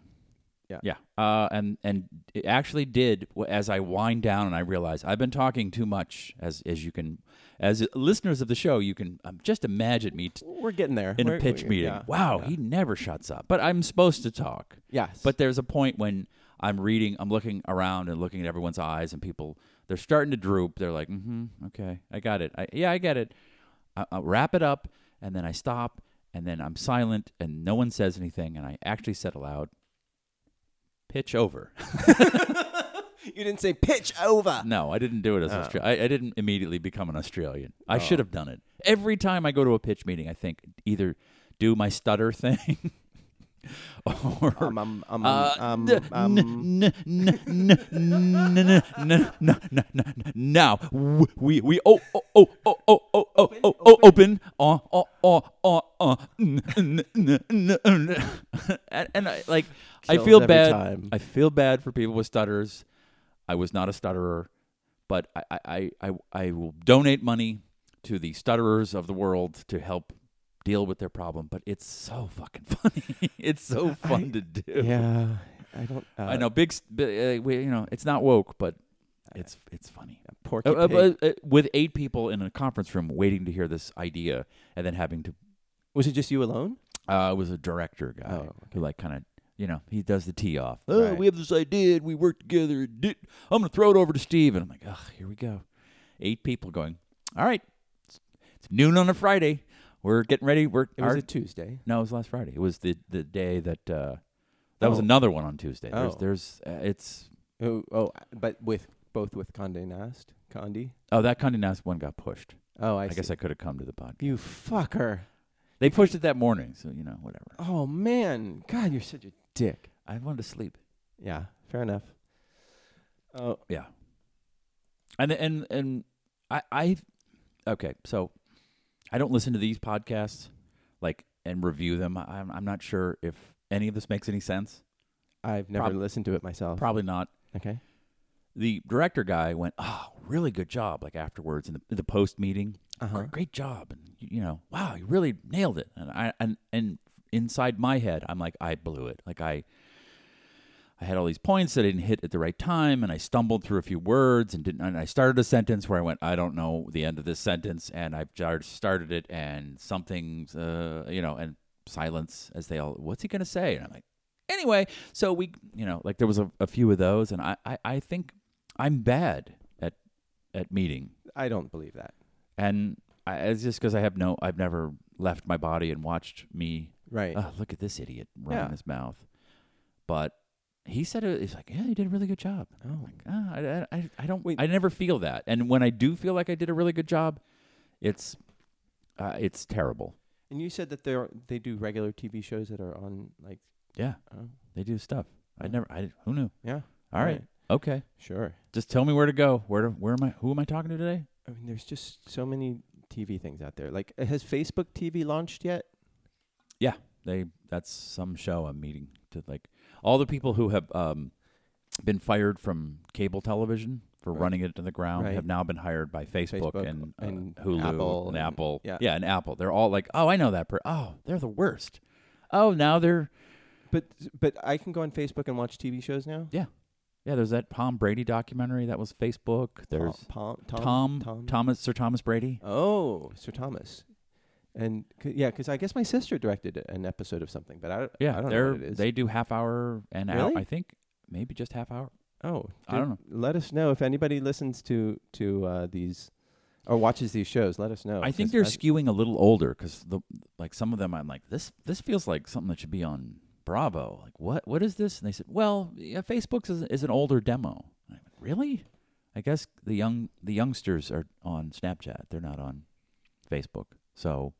S2: Yeah.
S3: Yeah. Uh, and and it actually did w- as I wind down and I realize I've been talking too much as as you can as listeners of the show you can um, just imagine me t-
S2: We're getting there
S3: in
S2: We're-
S3: a pitch
S2: we-
S3: meeting.
S2: yeah.
S3: Wow,
S2: Yeah.
S3: he never shuts up. But I'm supposed to talk.
S2: Yes.
S3: But there's a point when I'm reading, I'm looking around and looking at everyone's eyes, and people they're starting to droop. They're like, "Mm-hmm, okay, I got it. I, yeah, I get it." I, I wrap it up, and then I stop, and then I'm silent, and no one says anything, and I actually said aloud, "Pitch over."
S2: you didn't say pitch over.
S3: no, I didn't do it as
S2: Oh.
S3: Austra- I, I didn't immediately become an Australian. I should have done it. Every time I go to a pitch meeting, I think either do my stutter (laughs) thing or
S2: Um, um, um,
S3: uh,
S2: um,
S3: d-
S2: um,
S3: n- n- n- n- n- n- n- n- n- n- n- now w- we we oh oh oh oh oh oh oh oh oh open uh uh uh uh uh n- n- n- n- n- (laughs) and and I, like I
S2: Kills
S3: feel
S2: every
S3: bad
S2: time.
S3: I feel bad for people with stutters. I was not a stutterer, but I I I I, I will donate money to the stutterers of the world to help deal with their problem but it's so fucking (laughs) funny it's so fun to do
S2: yeah, I don't. Uh,
S3: I know big, s- bi- uh, we, you know, it's not woke, but it's it's funny.
S2: Porky
S3: Uh, uh,
S2: Pig.
S3: but, uh, with eight people in a conference room waiting to hear this idea, and then having to,
S2: was it just you alone?
S3: uh, it was a director guy
S2: Oh,
S3: who like kind of, you know, he does the tee off. Oh,
S2: Right.
S3: we have this idea, and we work together. and dit- I'm gonna throw it over to Steve, and I'm like, ugh, here we go. Eight people going. All right, it's, it's noon on a Friday. We're getting ready. We're
S2: It was
S3: our-
S2: a Tuesday.
S3: no, it was last Friday. It was the the day that uh, that was
S2: Oh.
S3: another one on Tuesday.
S2: Oh.
S3: There's there's uh, it's
S2: Oh, oh, but with both with Condé Nast, Condi.
S3: Oh, that Condé Nast one got pushed.
S2: Oh, I,
S3: I,
S2: see.
S3: guess I could have come to the podcast.
S2: you fucker.
S3: They pushed it that morning, so you know, whatever.
S2: Oh man, God, you're such a dick.
S3: I wanted to sleep.
S2: Yeah, fair enough. Oh,
S3: Yeah. And and and I I okay, so I don't listen to these podcasts like and review them. I'm I'm not sure if any of this makes any sense.
S2: I've never
S3: Prob-
S2: listened to it myself.
S3: Probably not.
S2: okay.
S3: The director guy went, "Oh, really good job!" Like afterwards in the, the post meeting,
S2: Uh huh.
S3: great, great job and you, you know wow you really nailed it and i and and inside my head i'm like i blew it like i i had all these points that i didn't hit at the right time and i stumbled through a few words and didn't and i started a sentence where i went i don't know the end of this sentence and i've jar- started it and something's uh you know and silence as they all what's he gonna say and i'm like anyway so we you know like there was a, a few of those and I, I i think i'm bad at at meeting
S2: I don't believe that.
S3: and I, it's just because I have no, I've never left my body and watched me.
S2: Right.
S3: Oh, look at this idiot running
S2: Yeah.
S3: his mouth. But he said it. He's like, yeah, you did a really good job.
S2: oh.
S3: Ah, I, I, I don't.
S2: Wait.
S3: I never feel that. And when I do feel like I did a really good job, it's, uh, it's terrible.
S2: And you said that they they do regular TV shows that are on like.
S3: Yeah,
S2: Oh,
S3: they do stuff. I
S2: Yeah.
S3: never. I who knew.
S2: yeah.
S3: All right. Okay.
S2: Sure.
S3: Just tell me where to go. Where to, where am I? Who am I talking to today?
S2: I mean, there's just so many TV things out there. Like, has Facebook TV launched yet?
S3: they that's some show I'm meeting to like all the people who have um, been fired from cable television for
S2: Right.
S3: running it to the ground
S2: Right.
S3: have now been hired by Facebook,
S2: Facebook
S3: and, uh,
S2: and
S3: Hulu
S2: Apple and-
S3: and Apple.
S2: yeah.
S3: and Apple. They're all like, oh, I know that. Per- oh, they're the worst. Oh, now they're
S2: But but I can go on Facebook and watch TV shows now.
S3: yeah. There's that Tom Brady documentary that was Facebook. There's
S2: Tom Tom,
S3: Tom,
S2: Tom
S3: Thomas Sir Thomas Brady.
S2: Oh, Sir Thomas. And c- yeah, 'cause I guess my sister directed an episode of something, but I don't.
S3: Yeah,
S2: I don't know
S3: they're
S2: what it is.
S3: they do half hour and hour.
S2: Really?
S3: I think maybe just half hour.
S2: oh,
S3: I don't know.
S2: Let us know if anybody listens to to uh, these or watches these shows. Let us know.
S3: I
S2: Oh,
S3: think
S2: 'cause
S3: they're
S2: I've-
S3: skewing a little older because the like some of them I'm like this this feels like something that should be on Bravo. Like what what is this? And they said, well, yeah, Facebook's is, is an older demo. And I went, really? I guess the young the youngsters are on Snapchat. They're not on Facebook. So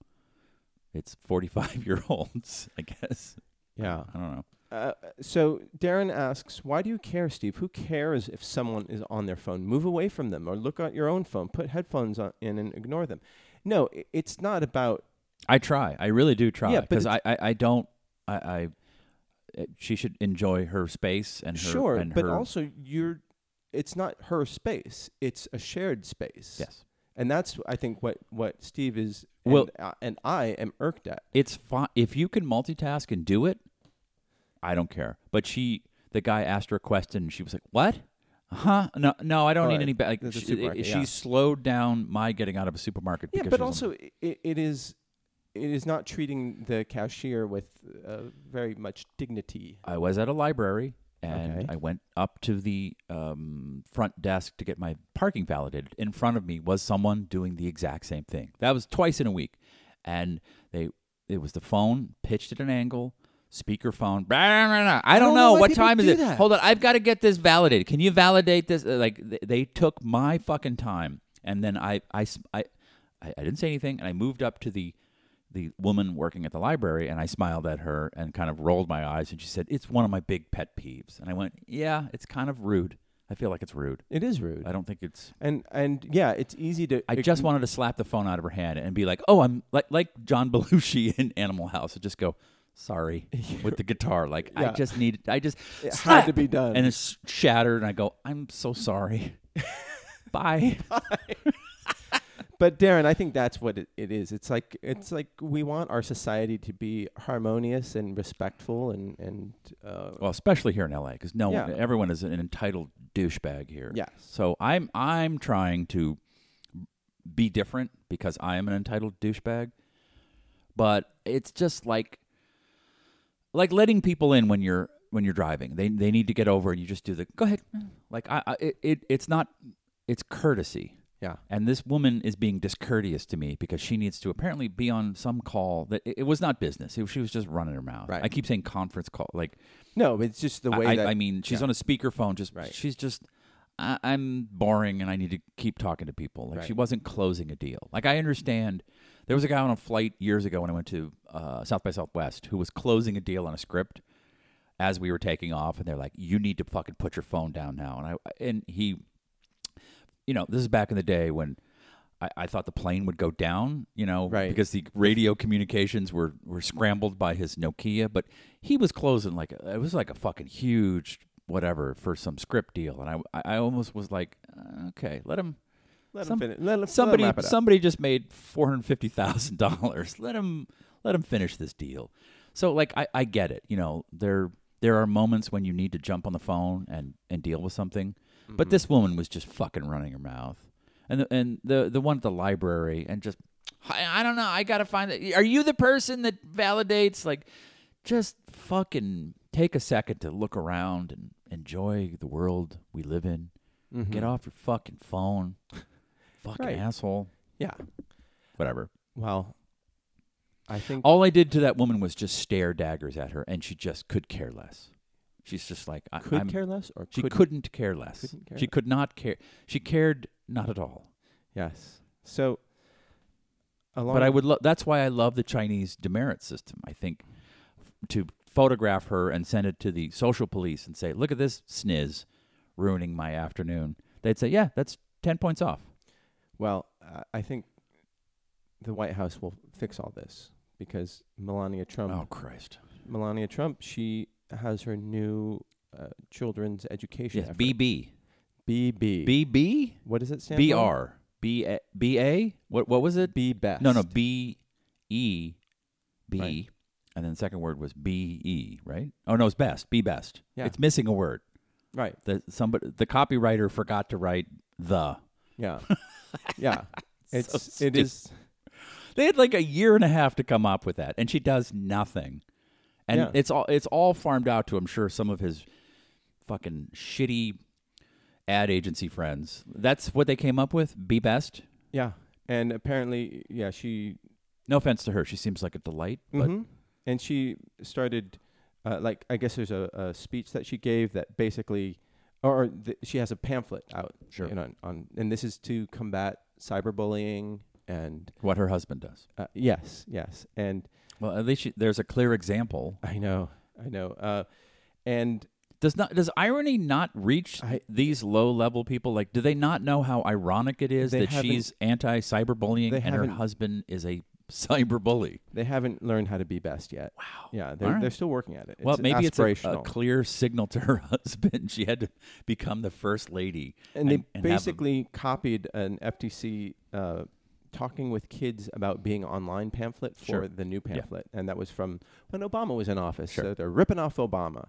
S3: it's 45 (laughs) year olds, I guess.
S2: yeah.
S3: I don't know.
S2: Uh, so Darren asks, why do you care, Steve? Who cares if someone is on their phone? Move away from them, or look at your own phone. Put headphones on in and ignore them. No, i- it's not about.
S3: I try. I really do try
S2: Yeah, but
S3: because I,
S2: it's-
S3: I I don't I I uh, she should enjoy her space and her
S2: sure,
S3: and
S2: but
S3: her,
S2: also you're. It's not her space. It's a shared space.
S3: yes.
S2: and that's I think what what Steve is
S3: Well-
S2: and, uh, and I am irked at.
S3: it's fine if you can multitask and do it. I don't care. But she, the guy asked her a question, and she was like, "What? Huh? No, no, I don't
S2: Right.
S3: need any." Ba-. Like,
S2: There's a
S3: she,
S2: supermarket,
S3: she
S2: yeah.
S3: slowed down my getting out of a supermarket.
S2: Yeah,
S3: because
S2: but
S3: she was on-
S2: also i i- it is it is not treating the cashier with uh, very much dignity.
S3: I was at a library and
S2: Okay.
S3: I went up to the um, front desk to get my parking validated. In front of me was someone doing the exact same thing. That was twice in a week, and they it was the phone pitched at an angle, speakerphone. Blah, blah, blah, blah. I don't know
S2: why
S3: what
S2: people
S3: time is
S2: do
S3: it.
S2: that.
S3: Hold on, I've got to get this validated. Can you validate this? Uh, Like th- they took my fucking time, and then I I s- I I- I didn't say anything, and I moved up to the the woman working at the library and I smiled at her and kind of rolled my eyes and she said, "It's one of my big pet peeves." And I went, "Yeah, it's kind of rude. I feel like it's rude.
S2: It is rude.
S3: I don't think it's
S2: and and yeah, it's easy to.
S3: I just
S2: ign-
S3: wanted to slap the phone out of her hand and be like, "Oh, I'm like like John (laughs) Belushi in Animal House." And just go,
S2: (laughs)
S3: "Sorry," with the guitar. Like I
S2: Yeah.
S3: just needed. I just
S2: It had
S3: slap!
S2: to be done.
S3: and it's shattered. And I go, "I'm
S2: (laughs)
S3: so sorry." Bye.
S2: But Darren, I think that's what it, it is. It's like it's like we want our society to be harmonious and respectful and and uh,
S3: Well, especially here in LA, because no,
S2: Yeah.
S3: everyone is an entitled douchebag here.
S2: Yes.
S3: So I'm I'm trying to be different because I am an entitled douchebag, but it's just like like letting people in when you're when you're driving. They they need to get over, and you just do the go ahead. Like I, I it, it it's not it's courtesy.
S2: yeah.
S3: And this woman is being discourteous to me because she needs to apparently be on some call that it, it was not business. It, she was just running her mouth.
S2: Right.
S3: I keep saying conference call. Like
S2: No, it's just the way
S3: I, I-
S2: that
S3: I mean, she's
S2: yeah.
S3: on a speakerphone. Just
S2: Right.
S3: she's just I, I'm boring, and I need to keep talking to people. Like she
S2: Right.
S3: wasn't closing a deal. Like I understand. There was a guy on a flight years ago when I went to uh, South by Southwest who was closing a deal on a script as we were taking off, and they're like, "You need to fucking put your phone down now." And I and he, you know, this is back in the day when. I, I thought the plane would go down, you know,
S2: Right.
S3: because the radio communications were, were scrambled by his Nokia, but he was closing like it was like a fucking huge whatever for some script deal, and I I almost was like, uh, okay, let him
S2: let
S3: some-
S2: him finish. Let him,
S3: somebody
S2: let him wrap it up.
S3: somebody just made four hundred fifty thousand dollars. Let him let him finish this deal. So like I, I get it, you know there there are moments when you need to jump on the phone and and deal with something, but this woman was just fucking running her mouth, and the, and the the one at the library and just I, I don't know I gotta find that. Are you the person that validates like just fucking take a second to look around and enjoy the world we live in. Get off your fucking phone. (laughs) Fucking
S2: Mm-hmm. Right.
S3: asshole.
S2: Yeah.
S3: Whatever.
S2: Well, I think
S3: All I did to that woman was just stare daggers at her, and she just could care less. She's just like, I,
S2: could
S3: I'm-
S2: care less or
S3: She
S2: could
S3: could, not care less.
S2: couldn't care
S3: she
S2: less.
S3: could not care. She cared not at all.
S2: yes. So. Along
S3: But I would. Lo- that's why I love the Chinese demerit system. I think f- to photograph her and send it to the social police and say, "Look at this sniz, ruining my afternoon." They'd say, "Yeah, that's ten points off."
S2: Well, I- I think the White House will fix all this because Melania Trump.
S3: oh Christ!
S2: Melania Trump. She has her new uh, children's education.
S3: Yes,
S2: effort.
S3: BB,
S2: BB.
S3: BB.
S2: What does it stand
S3: B
S2: for?
S3: R B A B A. What what was it?
S2: Be best.
S3: No, no, B E B,
S2: Right.
S3: and then the second word was B E, right? Oh no, it's best. Be best.
S2: Yeah.
S3: It's missing a word.
S2: Right.
S3: The somebody the copywriter forgot to write the. (laughs)
S2: Yeah. yeah. It's it
S3: stupid.
S2: is
S3: They had like a year and a half to come up with that, and she does nothing. And
S2: Yeah.
S3: it's all it's all farmed out to, I'm sure, some of his fucking shitty ad agency friends. That's what they came up with. Be best.
S2: yeah. And apparently yeah, she
S3: No offense to her, she seems like a delight, but
S2: mhm. and she started uh, like I guess there's a, a speech that she gave that basically or th- she has a pamphlet out
S3: Sure.
S2: you know, on, on and this is to combat cyberbullying and
S3: what her husband does.
S2: uh, yes, yes. And
S3: Well, at least you, there's a clear example.
S2: I know, I know. Uh, and
S3: Does not does irony not reach
S2: I-
S3: these low level people? Like, do they not know how ironic it is
S2: They
S3: that
S2: haven't-
S3: she's anti cyberbullying
S2: they
S3: and her
S2: haven't-
S3: husband is a (laughs) cyberbully?
S2: they haven't learned how to be best yet. Wow. Yeah, they're,
S3: All right.
S2: they're still working at it.
S3: well,
S2: it's
S3: maybe it's a,
S2: aspirational.
S3: a clear signal to her (laughs) husband. She had to become the first lady,
S2: and they
S3: and have a-
S2: basically copied an FTC uh, talking with kids about being online pamphlet for
S3: Sure.
S2: the new
S3: Yeah.
S2: pamphlet, and that was from when Obama was in office.
S3: Sure.
S2: So they're ripping off Obama,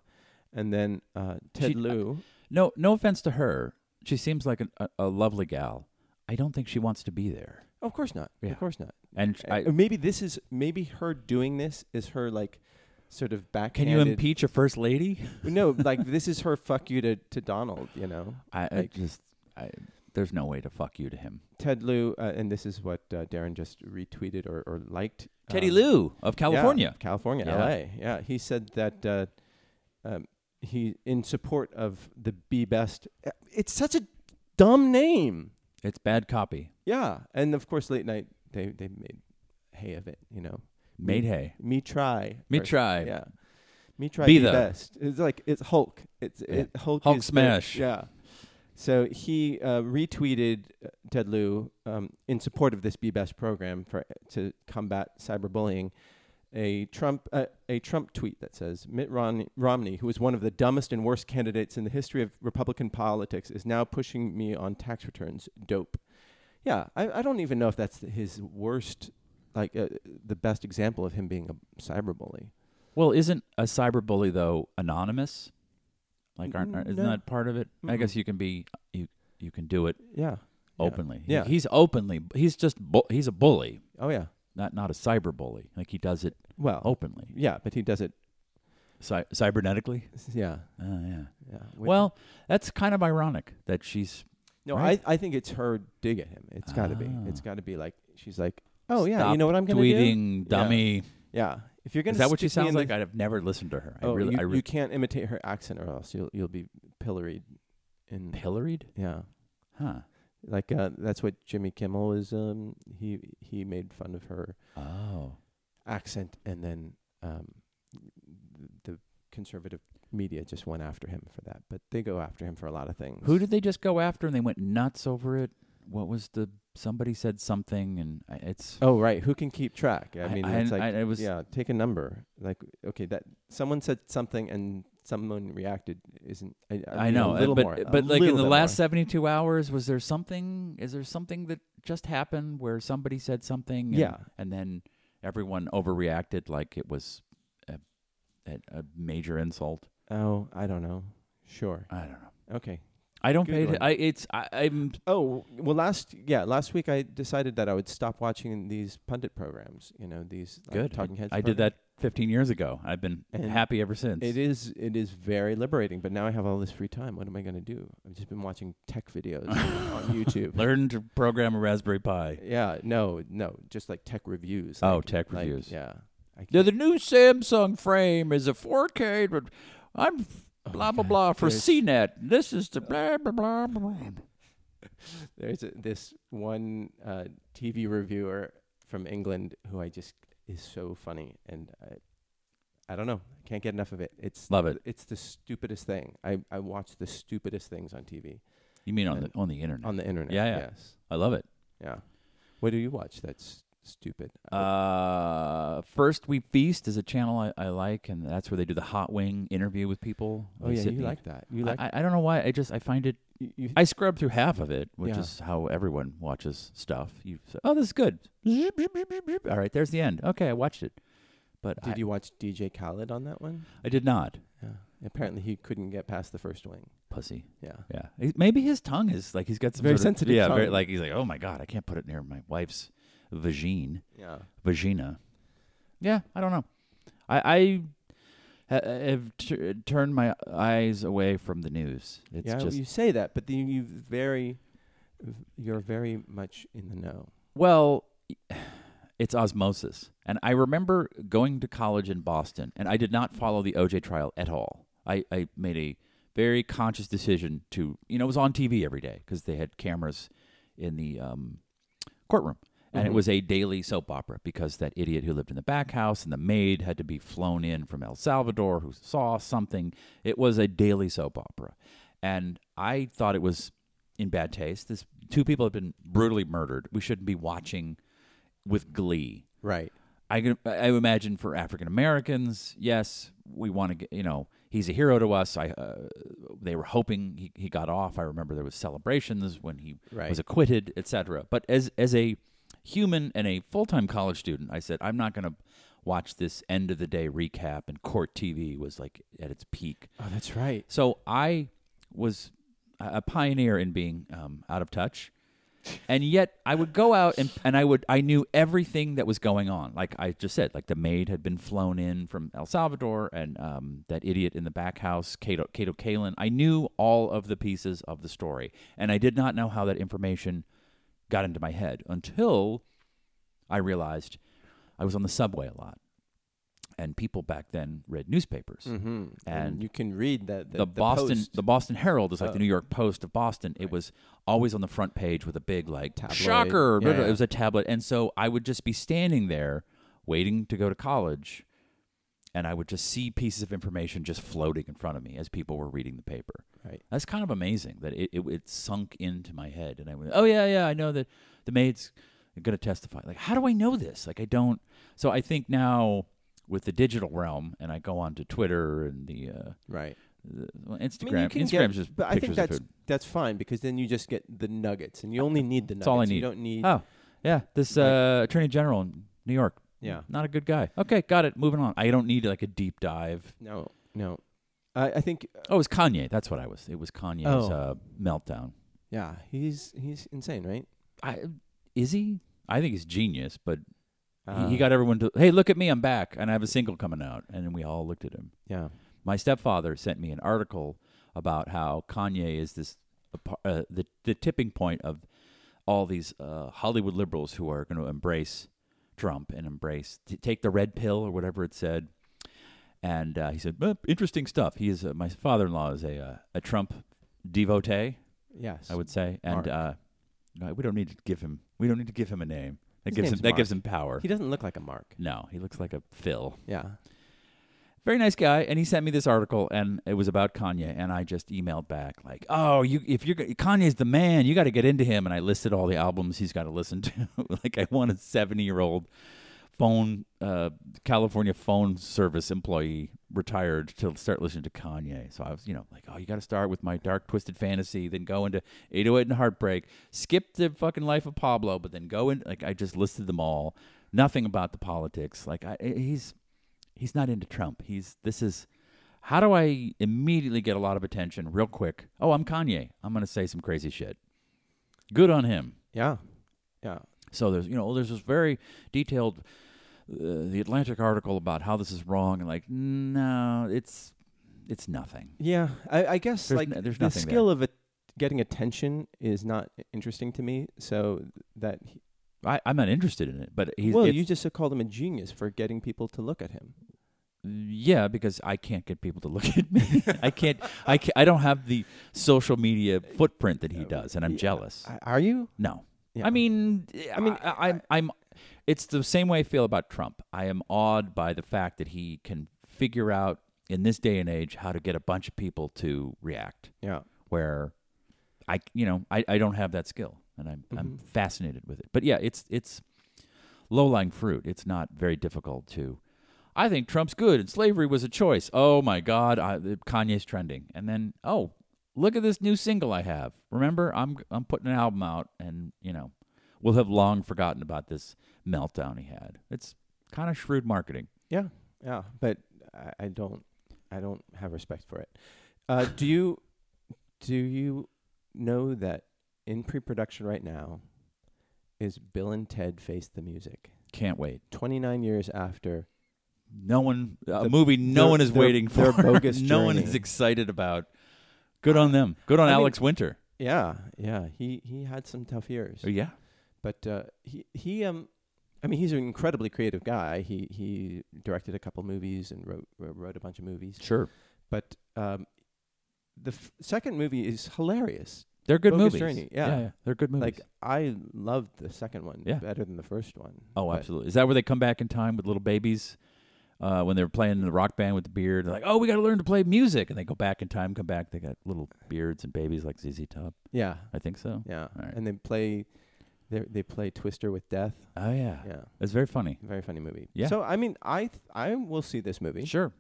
S2: and then uh, Ted
S3: She-
S2: Lieu.
S3: no, no offense to her, she seems like an, a, a lovely gal. I don't think she wants to be there.
S2: of course not.
S3: Yeah.
S2: Of course not.
S3: And sh- I,
S2: Uh, maybe this is maybe her doing this is her like sort of
S3: can
S2: backhanded.
S3: you impeach a first lady?
S2: no, like this is her fuck you to, to Donald. You know.
S3: I, I
S2: Like-
S3: just, I, there's no way to fuck you to him.
S2: Ted Lieu, uh, and this is what uh, Darren just retweeted or, or liked.
S3: Teddy
S2: um,
S3: Lou of
S2: yeah,
S3: California.
S2: California,
S3: Yeah.
S2: LA. Yeah, he said that uh, um, he in support of the Be Best. uh, It's such a dumb name.
S3: It's bad copy.
S2: Yeah, and of course, late night they they made hay of it. You know,
S3: Made hay.
S2: Me try.
S3: Me
S2: or-
S3: try.
S2: Yeah. Me try
S3: Be
S2: be,
S3: the-
S2: best. It's like it's Hulk. It's
S3: Yeah.
S2: it, Hulk.
S3: Hulk
S2: is the-
S3: smash.
S2: yeah. So he uh, retweeted uh, Ted Lieu um, in support of this Be Best program for to combat cyberbullying. A Trump uh, a Trump tweet that says Mitt Ron- Romney, who is one of the dumbest and worst candidates in the history of Republican politics, is now pushing me on tax returns. Dope. Yeah, I, I don't even know if that's his worst, like uh, the best example of him being a cyberbully.
S3: Well, isn't a cyberbully though anonymous? Like, aren't, aren't isn't
S2: No.
S3: that part of it? I guess you can be you you can do it
S2: Yeah.
S3: openly. He-
S2: Yeah.
S3: he's openly. He's just bu- he's a bully,
S2: Oh yeah. Oh.
S3: not not a cyberbully. Like he does it
S2: Well,
S3: openly,
S2: yeah, but he does it.
S3: Cy- cybernetically.
S2: Yeah.
S3: Oh yeah.
S2: Yeah. with-
S3: Well, that's kind of ironic that she's
S2: no,
S3: right?
S2: I I think it's her dig at him. It's got to be. It's
S3: Ah.
S2: got to be like she's like, oh yeah,
S3: Stop
S2: you know what I'm gonna do?
S3: tweeting dummy.
S2: Yeah. If you're gonna
S3: Is that what she
S2: stick me in
S3: sounds
S2: the-
S3: like? I've never listened to her.
S2: oh,
S3: I really,
S2: you,
S3: I
S2: you
S3: really
S2: can't imitate her accent, or else you'll you'll be pilloried. In
S3: pilloried,
S2: yeah,
S3: huh?
S2: like uh, that's what Jimmy Kimmel is. Um, he he made fun of her
S3: Oh,
S2: accent, and then um, the conservative media just went after him for that. But they go after him for a lot of things.
S3: who did they just go after and they went nuts over it? What was the somebody said something and I- it's
S2: Oh right, who can keep track? I
S3: I-
S2: mean,
S3: I-
S2: it's like
S3: I- it was-
S2: yeah, take a number. Like okay, that someone said something and someone reacted isn't. I,
S3: I,
S2: mean,
S3: know,
S2: a
S3: uh,
S2: little
S3: but
S2: more, a
S3: but like in
S2: little
S3: the
S2: bit
S3: last
S2: more.
S3: seventy two hours, was there something? Is there something that just happened where somebody said something? and-
S2: Yeah.
S3: and then everyone overreacted like it was a, a, a major insult.
S2: Oh, I don't know. Sure.
S3: I don't know.
S2: Okay.
S3: I don't
S2: Good
S3: pay.
S2: one.
S3: T- I it's I, I'm
S2: Oh well, last yeah, last week I decided that I would stop watching these pundit programs. You know these like,
S3: good.
S2: talking heads.
S3: I did
S2: programs.
S3: that fifteen years ago. I've (laughs) been
S2: And
S3: happy ever since.
S2: It is it is very liberating, but now I have all this free time. What am I going to do? I've just been watching tech (laughs) videos on YouTube.
S3: Learn to program a Raspberry Pi.
S2: Yeah, no, no, just like tech reviews.
S3: Oh,
S2: like-
S3: tech
S2: like,
S3: reviews.
S2: Yeah. I
S3: Now, the new Samsung frame is a 4K. But I'm blah blah blah for
S2: there's-
S3: CNET. This is the blah blah blah blah.
S2: There's a, this one uh, TV reviewer from England who I just is so funny, and I, I don't know, I can't get enough of it. It's
S3: Love it.
S2: It's the stupidest thing. I, I watch the stupidest things on TV
S3: You mean on the
S2: And-
S3: on the internet?
S2: on the internet.
S3: Yeah, yeah.
S2: Yes.
S3: I love it.
S2: Yeah. What do you watch that's stupid?
S3: Uh, first we feast is a channel I, I like, and that's where they do the hot wing interview with people.
S2: oh
S3: They
S2: yeah,
S3: sit
S2: you
S3: and-
S2: like that. You
S3: I-
S2: like
S3: I, I don't know why. I just I find it.
S2: you, you,
S3: I scrub through half of it, which
S2: Yeah.
S3: is how everyone watches stuff. You say, "Oh, this is good." All right, there's the end. Okay, I watched it, but
S2: did
S3: I,
S2: you watch DJ Khaled on that one?
S3: I did not.
S2: Yeah. Apparently he couldn't get past the first wing.
S3: Pussy.
S2: Yeah.
S3: Yeah, He- maybe his tongue is like he's got some
S2: Very
S3: sort of-
S2: sensitive
S3: Yeah, very
S2: tongue.
S3: like he's like, oh my god, I can't put it near my wife's vagine,
S2: Yeah.
S3: vagina. Yeah, I don't know. I I ha- have t- turned my eyes away from the news. It's
S2: yeah,
S3: just
S2: you say that, but then you very, you're very much in the know.
S3: Well, (sighs) it's osmosis. And I remember going to college in Boston, and I did not follow the OJ trial at all. I, I made a very conscious decision to, you know, it was on TV every day because they had cameras in the um, courtroom. And it
S2: Mhm.
S3: was a daily soap opera because that idiot who lived in the back house and the maid had to be flown in from El Salvador who saw something. It was a daily soap opera. And I thought it was in bad taste. This two people have been brutally murdered. We shouldn't be watching with glee.
S2: Right.
S3: I can- I imagine for African Americans, yes, we want to get you know he's a hero to us. I uh, they were hoping he, he got off. I remember there was celebrations when he
S2: Right.
S3: was acquitted, etc. But as as a human and a full time college student, I said I'm not going to watch this end of the day recap. And court TV was like at its peak.
S2: Oh, that's right.
S3: So I was a a pioneer in being um, out of touch. And yet I would go out and, and I would I knew everything that was going on. Like I just said, like the maid had been flown in from El Salvador and um, that idiot in the back house, Cato Cato Kalin. I knew all of the pieces of the story. And I did not know how that information got into my head until I realized I was on the subway a lot. And people back then read newspapers
S2: Mm-hmm. And,
S3: Mm. And
S2: you can read that
S3: the, Boston
S2: Post.
S3: the Boston Herald is like the
S2: Oh.
S3: New York Post of Boston. It was always on the front page with a big like
S2: Tabloid.
S3: shocker.
S2: Yeah,
S3: blah, blah.
S2: yeah.
S3: It was a tablet, and so I would just be standing there waiting to go to college, and I would just see pieces of information just floating in front of me as people were reading the paper.
S2: Right.
S3: That's kind of amazing that it, it, it sunk into my head, and I went, "Oh yeah, yeah, I know that the maid's going to testify." Like, how do I know this? Like, I don't. So I think now with the digital realm, and I go on to Twitter and the. Uh,
S2: Right.
S3: the- well, Instagram.
S2: I mean, you can
S3: Instagram's
S2: get-
S3: just
S2: but I
S3: pictures
S2: think that's
S3: of food. Uh,
S2: that's fine because then you just get the nuggets, and you only need the nuggets.
S3: That's all I
S2: You
S3: need.
S2: don't need.
S3: Oh, yeah. This
S2: Like-
S3: uh, attorney general in New York.
S2: Yeah.
S3: Not a good guy. Okay, got it. Moving on. I don't need like a deep dive.
S2: No. No. I, I think.
S3: Oh, it was Kanye. That's what I was. It was Kanye's
S2: Oh.
S3: uh, meltdown.
S2: Yeah. He's he's insane, right?
S3: I is he? I think he's genius, but
S2: Uh,
S3: he, he got everyone to hey, look at me, I'm back, and I have a single coming out, and then we all looked at him.
S2: Yeah.
S3: my stepfather sent me an article about how Kanye is this uh, the the tipping point of all these uh, Hollywood liberals who are going to embrace Trump and embrace t- take the red pill or whatever it said. And uh, he said, "Well, interesting stuff. He is uh, my father-in-law is a uh, a Trump devotee,
S2: Yes.
S3: I would say, and
S2: Mark.
S3: uh, no, we don't need to give him we don't need to give him a name. That
S2: His
S3: gives him
S2: name's
S3: that
S2: Mark.
S3: gives him power.
S2: He doesn't look like a mark.
S3: no, he looks like a Phil.
S2: Yeah.
S3: very nice guy and he sent me this article and it was about kanye and i just emailed back like oh you if you're go- kanye's the man you got to get into him and i listed all the albums he's got to listen to (laughs) like i want a 70 year old phone uh, california phone service employee retired to start listening to kanye so i was you know like oh you got to start with my dark twisted fantasy then go into 808 and heartbreak skip the fucking life of pablo but then go in like i just listed them all nothing about the politics like I, he's he's not into Trump. He's this is how do I immediately get a lot of attention real quick? Oh, I'm Kanye. I'm gonna say some crazy shit. Good on him.
S2: Yeah. Yeah.
S3: So there's you know there's this very detailed uh, the Atlantic article about how this is wrong and like no it's it's nothing.
S2: Yeah, I, I guess
S3: There's
S2: like
S3: no- there's
S2: the
S3: nothing
S2: skill of a, getting attention is not interesting to me. So that he,
S3: I, I'm not interested in it, but he's
S2: well,
S3: it's-
S2: you just called him a genius for getting people to look at him.
S3: Yeah, because I can't get people to look at me. (laughs) I can't. I can't, I don't have the social media footprint
S2: (laughs)
S3: that he does, and I'm
S2: Yeah,
S3: jealous.
S2: I- Are you?
S3: No,
S2: Yeah.
S3: I mean, I
S2: I
S3: mean,
S2: mean,
S3: I, am I'm. It's the same way I feel about Trump. I am awed by the fact that he can figure out in this day and age how to get a bunch of people to react.
S2: yeah,
S3: Where, I you know I, I don't have that skill, and I'm I'm
S2: Mhm.
S3: fascinated with it. But yeah, it's it's low lying fruit. It's not very difficult to. I think Trump's good and slavery was a choice. Oh my God, I, Kanye's trending, and then oh look at this new single I have. Remember, I'm I'm putting an album out, and you know, we'll have long forgotten about this meltdown he had. It's kind of shrewd marketing.
S2: yeah, yeah. But I, I don't, I don't have respect for it. Uh, do you? Do you know that in pre-production right now is Bill and Ted Face the Music?
S3: Can't wait.
S2: Twenty-nine years after
S3: No one, a
S2: The-
S3: movie no
S2: their-
S3: one is
S2: their-
S3: waiting for.
S2: their bogus
S3: (laughs) no one
S2: journey.
S3: is excited about. Good on them. Good on
S2: I mean-
S3: Alex Winter.
S2: Yeah, yeah. He he had some tough years,
S3: Yeah,
S2: but uh, he he um, I mean, he's an incredibly creative guy. He he directed a couple movies and wrote wrote wrote a bunch of movies.
S3: sure.
S2: But um, the f- second movie is hilarious.
S3: They're good
S2: Bogus
S3: movies.
S2: Journey, yeah.
S3: they're good movies.
S2: Like I loved the second one
S3: Yeah.
S2: better than the first one.
S3: oh,
S2: but-
S3: absolutely. Is that where they come back in time with little babies? Uh, when they were playing in the rock band with the beard, they're like, "Oh, we got to learn to play music," and they go back in time, come back, they got little beards and babies like ZZ Top.
S2: Yeah,
S3: I think so.
S2: yeah.
S3: right.
S2: And they play, they they play Twister with death.
S3: Oh yeah,
S2: Yeah,
S3: it's very funny.
S2: very funny movie.
S3: Yeah.
S2: So I mean, I th- I will see this movie
S3: Sure,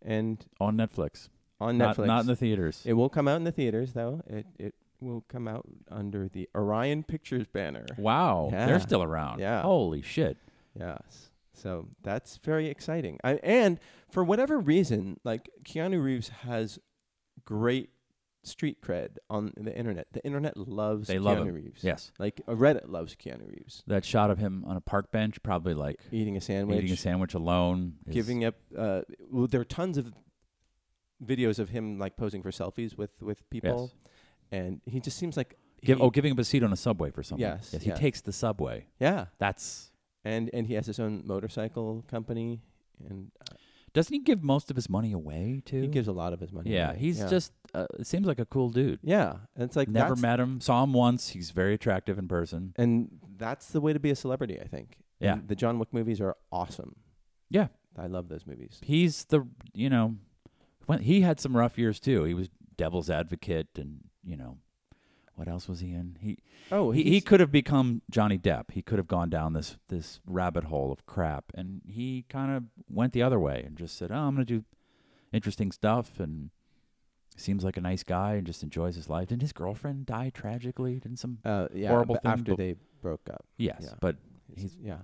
S2: and
S3: on Netflix.
S2: on
S3: Not,
S2: Netflix.
S3: not in the theaters.
S2: It will come out in the theaters, though. It it will come out under the Orion Pictures banner.
S3: wow,
S2: Yeah.
S3: they're still around.
S2: Yeah.
S3: Holy shit.
S2: Yes. So that's very exciting. I, and for whatever reason, like Keanu Reeves has great street cred on the internet. The internet loves
S3: They
S2: Keanu
S3: love him.
S2: Reeves.
S3: Yes,
S2: Like uh, Reddit loves Keanu Reeves.
S3: that shot of him on a park bench, probably like
S2: Eating a sandwich,
S3: eating a sandwich alone, is-
S2: giving up. Uh, well, there are tons of videos of him like posing for selfies with with people, and he just seems like
S3: Give,
S2: he-
S3: oh, giving up a seat on a subway for something.
S2: Yes,
S3: yes. He
S2: yes.
S3: takes the subway.
S2: yeah.
S3: That's
S2: and and he has his own motorcycle company and uh,
S3: doesn't he give most of his money away too?
S2: he gives a lot of his money
S3: yeah,
S2: away.
S3: he's just uh, seems like a cool dude.
S2: yeah and it's like
S3: Never
S2: that's,
S3: met him. Saw him once. He's very attractive in person.
S2: and that's the way to be a celebrity i think
S3: Yeah.
S2: And the John Wick movies are awesome.
S3: Yeah.
S2: I love those movies.
S3: He's the you know, when he had some rough years too. He was Devil's Advocate, and you know, what else was he in? He
S2: Oh,
S3: he, he could have become Johnny Depp. He could have gone down this this rabbit hole of crap, and he kind of went the other way and just said, "Oh, I'm going to do interesting stuff," and seems like a nice guy and just enjoys his life. Didn't his girlfriend die tragically? Didn't some?
S2: uh, yeah,
S3: horrible
S2: but
S3: thing,
S2: after
S3: but-
S2: they broke up.
S3: Yes,
S2: Yeah.
S3: but
S2: He's,
S3: He's-
S2: yeah,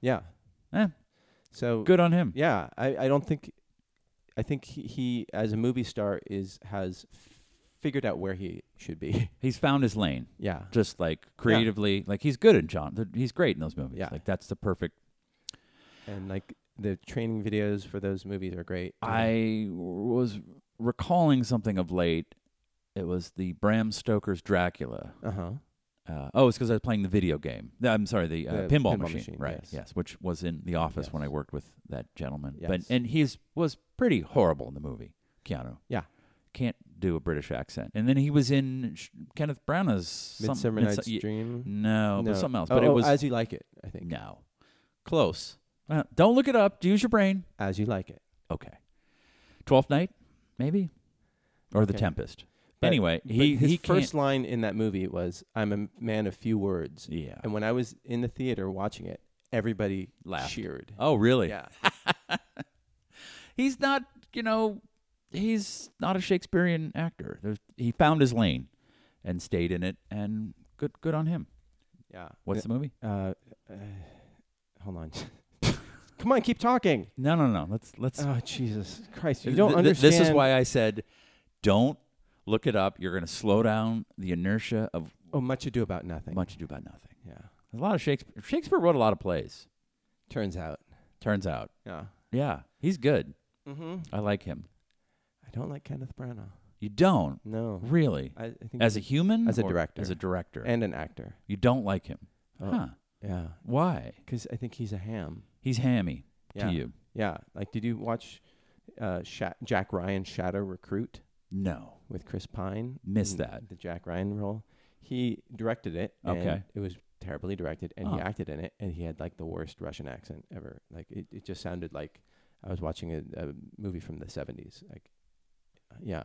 S2: yeah.
S3: Eh.
S2: So
S3: good on him.
S2: Yeah, I, I don't think, I think he, he as a movie star is has f- figured out where he should be. (laughs)
S3: He's found his lane.
S2: yeah,
S3: just like creatively like he's good in john th- he's great in those movies
S2: Yeah.
S3: like that's the perfect
S2: and like the training videos for those movies are great.
S3: i was recalling something of late it was the bram stoker's dracula
S2: uh huh.
S3: uh, oh it's because i was playing the video game No, i'm sorry the, uh,
S2: The
S3: pinball,
S2: pinball
S3: machine,
S2: machine,
S3: right
S2: yes.
S3: which was in the office when i
S2: Yes.
S3: worked with that gentleman but
S2: Yes.
S3: and he's was pretty horrible in the movie keanu
S2: Yeah.
S3: can't do a british accent and then he was in Sh- kenneth branagh's some-
S2: Midsummer
S3: Midsu-
S2: Night's
S3: y-
S2: Dream.
S3: no, but something else
S2: Oh,
S3: but it
S2: oh,
S3: was
S2: as you like it. I think
S3: No. Close. Uh, don't look it up. Use your brain.
S2: as you like it.
S3: Okay. Twelfth Night, maybe? Or The
S2: Okay.
S3: Tempest.
S2: But-
S3: anyway,
S2: But
S3: he,
S2: his
S3: he
S2: 1st
S3: can't-
S2: line in that movie was, "I'm a man of few words."
S3: Yeah.
S2: And when I was in the theater watching it, everybody
S3: Laughed.
S2: cheered.
S3: Oh, really?
S2: Yeah.
S3: He's not, you know, he's not a Shakespearean actor. There's, he found his lane and stayed in it, and good good on him.
S2: Yeah.
S3: What's the movie?
S2: uh, uh, hold on. (laughs) Come on, keep talking.
S3: No, no, no. Let's let's
S2: Oh Jesus Christ! You
S3: Th-
S2: don't
S3: th- th-
S2: understand.
S3: This is why I said, don't look it up. You're going to slow down the inertia of
S2: Oh, much ado about nothing.
S3: Much Ado About Nothing.
S2: Yeah.
S3: There's a lot of Shakespeare. Shakespeare wrote a lot of plays.
S2: Turns out.
S3: Turns out,
S2: Yeah.
S3: yeah, he's good.
S2: Mm-hmm.
S3: I like him.
S2: I don't like Kenneth Branagh.
S3: You don't
S2: No.
S3: really,
S2: I, I think
S3: as a
S2: he's-
S3: human,
S2: as a
S3: or
S2: director.
S3: as a director,
S2: and an actor.
S3: you don't like him.
S2: Oh.
S3: Huh?
S2: Yeah.
S3: Why?
S2: Because I think he's a ham.
S3: He's hammy
S2: Yeah.
S3: to you.
S2: Yeah. Like, did you watch uh, Sha- Jack Ryan Shadow Recruit
S3: No,
S2: with Chris Pine?
S3: Missed
S2: in
S3: that.
S2: The Jack Ryan role. He directed it. and
S3: Okay.
S2: It was terribly directed, and
S3: Oh.
S2: he acted in it, and he had like the worst Russian accent ever. Like it, it just sounded like I was watching a, a movie from the seventies. Like, yeah,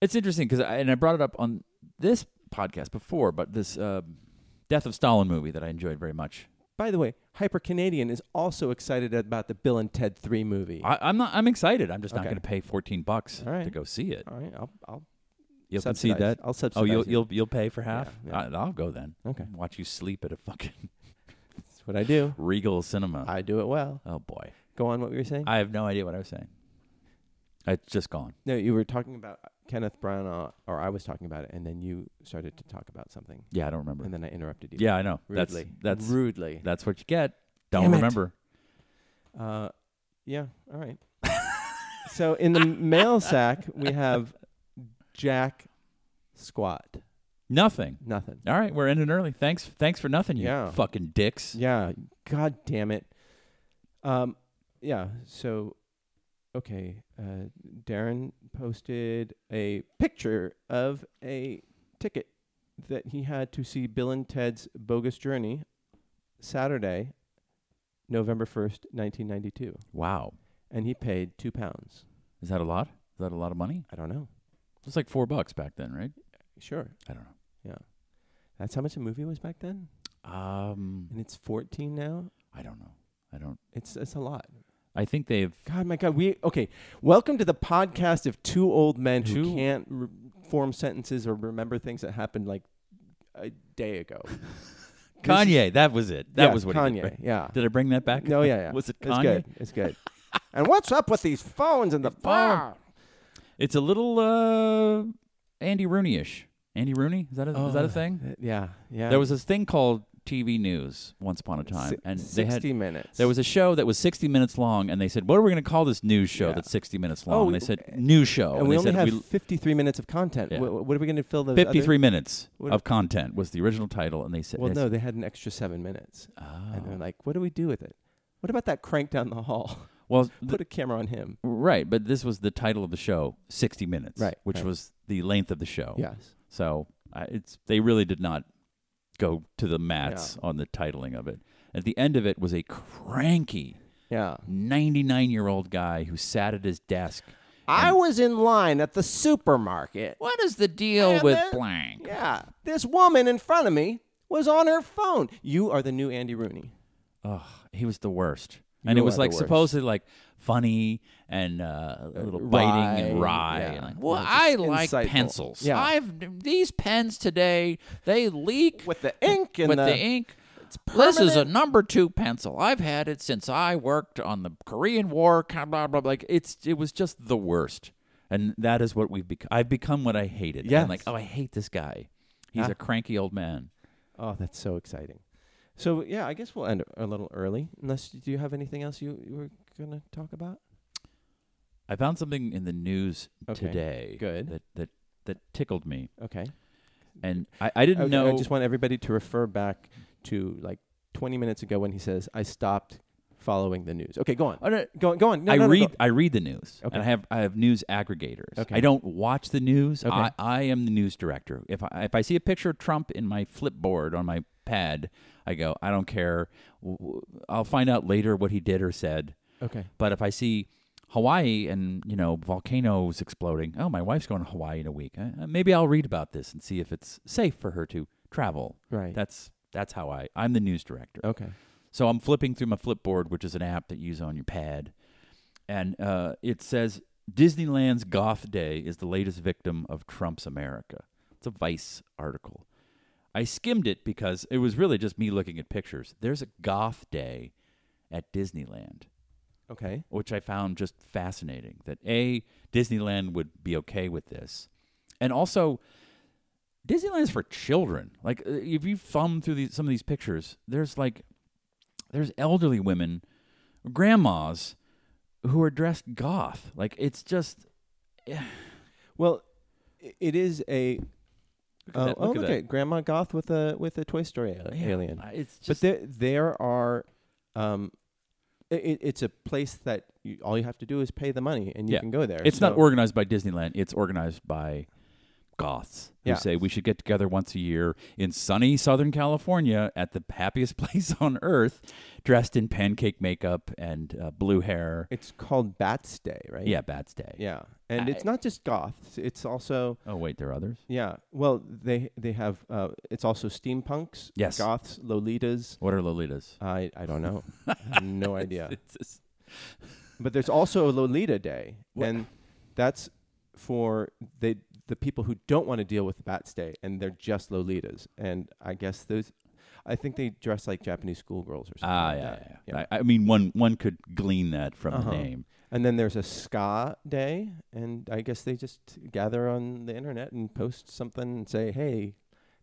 S3: it's interesting because I, and I brought it up on this podcast before, but this uh, Death of Stalin movie that I enjoyed very much.
S2: By the way, Hyper Canadian is also excited about the Bill and Ted 3 movie.
S3: I, I'm not. I'm excited. I'm just not
S2: Okay.
S3: going to pay 14 bucks
S2: All right.
S3: to go see it.
S2: All right, I'll, I'll
S3: You'll
S2: subsidize-
S3: concede that.
S2: I'll subsidize.
S3: Oh, you'll
S2: it.
S3: you'll you'll pay for half.
S2: yeah.
S3: I, I'll go then.
S2: Okay.
S3: Watch you sleep at a fucking (laughs)
S2: That's what I do.
S3: Regal Cinema.
S2: I do it well.
S3: oh boy,
S2: Go on what we were saying.
S3: I have no idea what I was saying. It's just gone.
S2: no, you were talking about uh, Kenneth Branagh, or I was talking about it, and then you started to talk about something,
S3: Yeah, I don't remember.
S2: and then I interrupted you.
S3: Yeah, I know.
S2: rudely.
S3: That's that's
S2: rudely.
S3: that's what you get.
S2: Damn
S3: Don't
S2: it.
S3: remember.
S2: Uh, yeah. All
S3: (laughs)
S2: right. so in the mail sack we have Jack Squat.
S3: Nothing.
S2: Nothing.
S3: All right, we're ending early. Thanks, thanks for nothing. You
S2: Yeah.
S3: fucking dicks.
S2: Yeah. God damn it. Um. Yeah. So, okay. Uh, Darren posted a picture of a ticket that he had to see Bill and Ted's Bogus Journey, Saturday, November first, nineteen ninety two,
S3: Wow,
S2: and he paid two pounds.
S3: is that a lot? Is that a lot of money?
S2: I don't know.
S3: It was like four bucks back then, right?
S2: Sure.
S3: I don't know.
S2: That's how much a movie was back then, and
S3: Um,
S2: it's fourteen now.
S3: I don't know. I don't.
S2: It's it's a lot.
S3: I think they've.
S2: God, my God, we okay. Welcome to the podcast of two old men who
S3: Two-
S2: can't re- form sentences or remember things that happened like a day ago. This is-
S3: Kanye, that was it. That
S2: yeah,
S3: was what he
S2: Kanye.
S3: did, right?
S2: Yeah.
S3: Did I bring that back?
S2: (laughs) No, yeah, yeah.
S3: (laughs) was it
S2: It's
S3: Kanye?
S2: good. It's good. and what's up with these phones
S3: (laughs)
S2: in the bar?
S3: It's a little uh, Andy Rooney-ish. Andy Rooney is that a, is that a thing?
S2: Yeah, yeah.
S3: There was this thing called TV News once upon a time,
S2: Si-
S3: and they had
S2: sixty minutes.
S3: there was a show that was 60 minutes long, and they said, "What are we going to call this news show
S2: Yeah.
S3: that's 60 minutes
S2: Oh,
S3: long?"
S2: we-
S3: and they said, "News show,"
S2: and we
S3: oh, they
S2: only
S3: said,
S2: have fifty-three minutes of content.
S3: Yeah.
S2: Wh- wh- What are we going to fill those? other-
S3: 53 minutes
S2: What-
S3: of content was the original title, and they said,
S2: Well,
S3: they
S2: no,
S3: said,
S2: they had an extra seven minutes, and
S3: "Oh."
S2: they're like, "What do we do with it? What about that crank down the hall?
S3: well,
S2: Put a camera on him."
S3: right, but this was the title of the show, 60 minutes,
S2: Right,
S3: which
S2: right.
S3: Oh. was the length of the show.
S2: Yes.
S3: So I it's they really did not go to the mats on the titling of it. At the end of it was a cranky
S2: Yeah.
S3: 99 year old guy who sat at his desk.
S2: I was in line at the supermarket.
S3: What is the deal
S2: Yeah,
S3: with
S2: that-
S3: blank?
S2: Yeah. This woman in front of me was on her phone. You are the new Andy Rooney.
S3: Ugh, he was the worst. and
S2: You
S3: it was
S2: are the
S3: like
S2: worst.
S3: supposedly like funny and uh, a little biting and
S2: wry,
S3: wry.
S2: yeah.
S3: and like, well,
S2: Yeah,
S3: I
S2: just
S3: like
S2: insightful.
S3: pencils.
S2: Yeah.
S3: I've these pens today they leak
S2: With
S3: (laughs)
S2: the ink and
S3: with
S2: the,
S3: the, ink. This is a
S2: permanent.
S3: number two pencil. I've had it since I worked on the Korean War. Blah blah blah. Like it's it was just the worst, and that is what we've become. I've become what I hated. Yeah,
S2: Yes.
S3: like oh, I hate this guy. He's
S2: Yeah.
S3: a cranky old man.
S2: Oh, that's so exciting. So yeah, I guess we'll end a little early. Unless do you have anything else you, you were gonna talk about?
S3: I found something in the news
S2: Okay,
S3: today
S2: good.
S3: that that that tickled me,
S2: Okay.
S3: and I, I didn't
S2: Okay,
S3: know.
S2: I just want everybody to refer back to like 20 minutes ago when he says, "I stopped following the news." Okay, go on.
S3: Oh, no,
S2: Go on. Go on. No,
S3: I
S2: no, no, go-
S3: read I read the news,
S2: Okay.
S3: and I have I have news aggregators.
S2: Okay.
S3: I don't watch the news.
S2: Okay.
S3: I, I am the news director. If I if I see a picture of Trump in my flipboard on my pad, I go I don't care. W- w- I'll find out later what he did or said.
S2: Okay.
S3: But if I see Hawaii and you know volcanoes exploding, oh my wife's going to Hawaii in a week. Uh, uh, maybe I'll read about this and see if it's safe for her to travel.
S2: Right. Oh.
S3: That's that's how I I'm the news director.
S2: okay.
S3: So I'm flipping through my Flipboard, which is an app that you use on your pad, and uh, it says Disneyland's Goth Day is the latest victim of Trump's America. It's a Vice article. I skimmed it because it was really just me looking at pictures. There's a Goth Day at Disneyland
S2: Okay.
S3: which I found just fascinating that A, Disneyland would be okay with this. And also, Disneyland is for children. Like, uh, if you thumb through these, some of these pictures, there's like, there's elderly women, grandmas, who are dressed goth. Like, it's just,
S2: Well, i- it is a.
S3: at
S2: oh,
S3: that,
S2: oh,
S3: look at that.
S2: Grandma Goth with a with a Toy Story a-
S3: yeah,
S2: alien.
S3: I- It's
S2: but
S3: just,
S2: there there are, um, it, it's a place that you, all you have to do is pay the money and you
S3: Yeah.
S2: can go there.
S3: it's not
S2: So-
S3: organized by Disneyland. It's organized by goths who
S2: Yeah.
S3: say we should get together once a year in sunny Southern California at the happiest (laughs) place on earth, dressed in pancake makeup and uh, blue hair.
S2: It's called Bats Day, right?
S3: Yeah, Bats Day.
S2: Yeah, and it's
S3: I-
S2: not just goths. It's also
S3: Oh wait, there are others.
S2: yeah. Well, they they have. Uh, it's also steampunks.
S3: Yes.
S2: Goths, lolitas.
S3: What are Lolitas?
S2: I I don't know. I have
S3: (laughs)
S2: no idea.
S3: It's just-
S2: But there's also a Lolita Day,
S3: What-
S2: and that's for the the people who don't want to deal with Bats Day, and they're just Lolitas. And I guess those, I think they dress like Japanese schoolgirls or something.
S3: ah,
S2: like
S3: yeah,
S2: that.
S3: yeah. yeah. I, I mean, one one could glean that from
S2: Uh-huh.
S3: the name.
S2: And then there's a ska day, and I guess they just gather on the internet and post something and say, "Hey,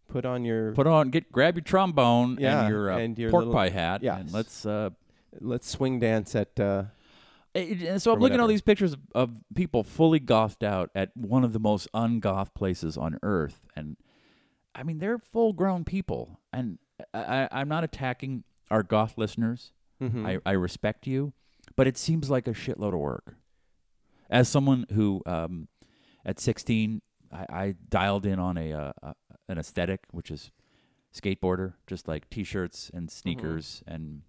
S2: put on your
S3: Put on, get grab your trombone
S2: Yeah,
S3: and your, uh,
S2: and your
S3: pork
S2: little-
S3: pie hat,
S2: yes.
S3: and let's uh,
S2: let's swing dance at." Uh,
S3: It- it- and so
S2: Or
S3: I'm looking at all
S2: whatever.
S3: these pictures of, of people fully gothed out at one of the most ungoth places on earth, and I mean they're full grown people. And I, I, I'm not attacking our goth listeners.
S2: mhm.
S3: I, I respect you, but it seems like a shitload of work. As someone who, um, at 16, I, I dialed in on a, uh, a an aesthetic which is skateboarder, just like t-shirts and sneakers, and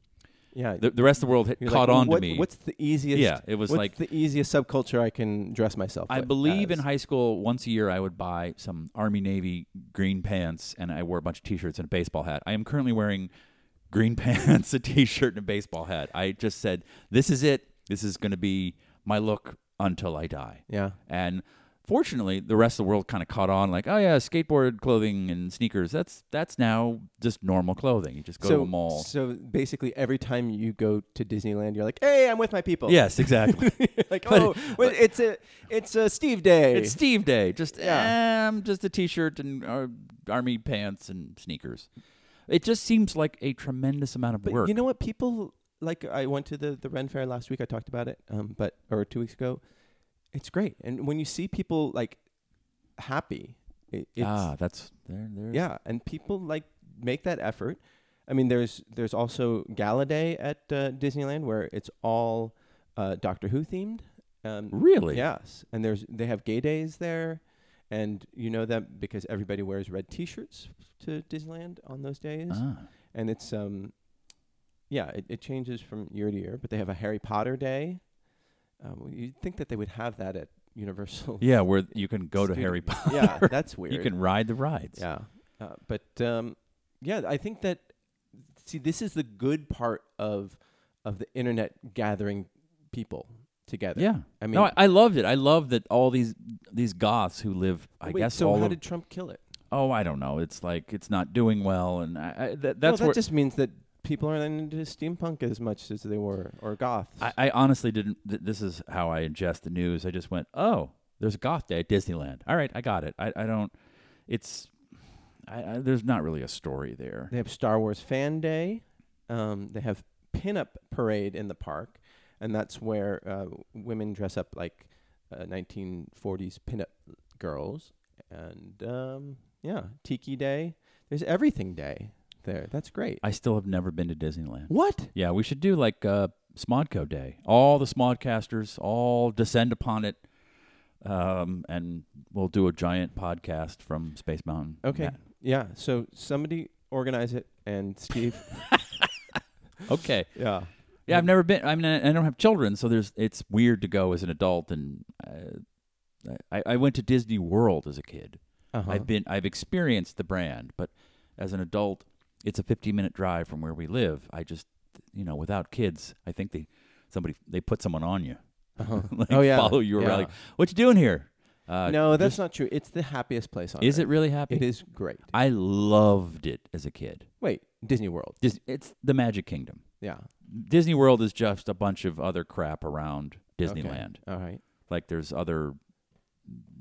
S2: yeah,
S3: the, the rest of the world had
S2: Mm-hmm. you're like,
S3: caught on
S2: "What-
S3: to me.
S2: What's the easiest?
S3: yeah, it was
S2: what's
S3: like
S2: the easiest subculture I can dress myself.
S3: I
S2: with
S3: believe in
S2: as?"
S3: high school, once a year, I would buy some Army Navy green pants, and I wore a bunch of T-shirts and a baseball hat. I am currently wearing green (laughs) pants, a T-shirt, and a baseball hat. I just said, "This is it. This is going to be my look until I die."
S2: Yeah,
S3: And fortunately, the rest of the world kind of caught on. Like, oh yeah, skateboard clothing and sneakers. That's that's now just normal clothing. You just go
S2: so
S3: to a mall.
S2: so basically every time you go to Disneyland, you're like, "Hey, I'm with my people."
S3: Yes, exactly.
S2: (laughs) like
S3: (laughs) But-
S2: oh, wait, it's a it's a Steve Day.
S3: it's Steve Day. Just
S2: Yeah.
S3: um, just a t-shirt and uh, army pants and sneakers. It just seems like a tremendous amount of
S2: But
S3: work.
S2: you know what? People like I went to the the Ren Fair last week. I talked about it, um, but or two weeks ago. It's great, and when you see people like happy, it, it's
S3: ah, that's there. There's
S2: yeah, and people like make that effort. I mean, there's there's also Gala Day at uh, Disneyland where it's all uh, Doctor Who themed. Um,
S3: really.
S2: Yes, and there's they have gay days there, and you know that because everybody wears red T-shirts to Disneyland on those days,
S3: Ah.
S2: and it's um, yeah, it, it changes from year to year. But they have a Harry Potter day. Um, you'd think that they would have that at Universal.
S3: (laughs) Yeah, where you can go to
S2: Studio-
S3: Harry Potter.
S2: yeah, that's weird.
S3: (laughs) you can ride the rides.
S2: Yeah. Uh, but um, yeah, I think that see this is the good part of of the internet gathering people together.
S3: Yeah.
S2: I mean,
S3: no, I, I loved it. I love that all these these goths who live, I
S2: wait,
S3: guess,
S2: so.
S3: all
S2: how
S3: of,
S2: did Trump kill it?
S3: oh, I don't know. It's like it's not doing well, and I, I, that,
S2: Well,
S3: that's
S2: that
S3: where
S2: just means that people aren't into steampunk as much as they were or goths.
S3: I, I honestly didn't. Th- this is how I ingest the news. I just went, oh, there's a goth day at Disneyland. All right, I got it. I, I don't. It's I, I, there's not really a story there.
S2: They have Star Wars Fan Day. Um, they have Pinup Parade in the park, and that's where uh, women dress up like uh, 1940s pinup girls. And um, yeah, Tiki Day. There's everything day there. That's great.
S3: I still have never been to Disneyland.
S2: what?
S3: Yeah, we should do like uh, Smodco Day. All the Smodcasters all descend upon it, um, and we'll do a giant podcast from Space Mountain.
S2: Okay. Yeah. So somebody organize it, and
S3: (laughs)
S2: Steve.
S3: Yeah. Okay.
S2: yeah.
S3: Yeah, I've never been. I mean, I I don't have children, so there's. It's weird to go as an adult, and uh, I, I went to Disney World as a kid.
S2: Uh-huh.
S3: I've been I've experienced the brand, but as an adult, it's a 15 minute drive from where we live. I just you know, without kids, I think they somebody they put someone on you. (laughs)
S2: Uh-huh.
S3: like
S2: Oh, yeah.
S3: follow you
S2: Yeah.
S3: around like, "What you doing here?" Uh
S2: no, that's not true. It's the happiest place on
S3: Is
S2: earth.
S3: it really happy?
S2: It is great.
S3: I loved it as a kid.
S2: Wait, Disney World.
S3: Dis- it's the Magic Kingdom.
S2: Yeah.
S3: Disney World is just a bunch of other crap around
S2: Okay.
S3: Disneyland.
S2: All right.
S3: Like there's other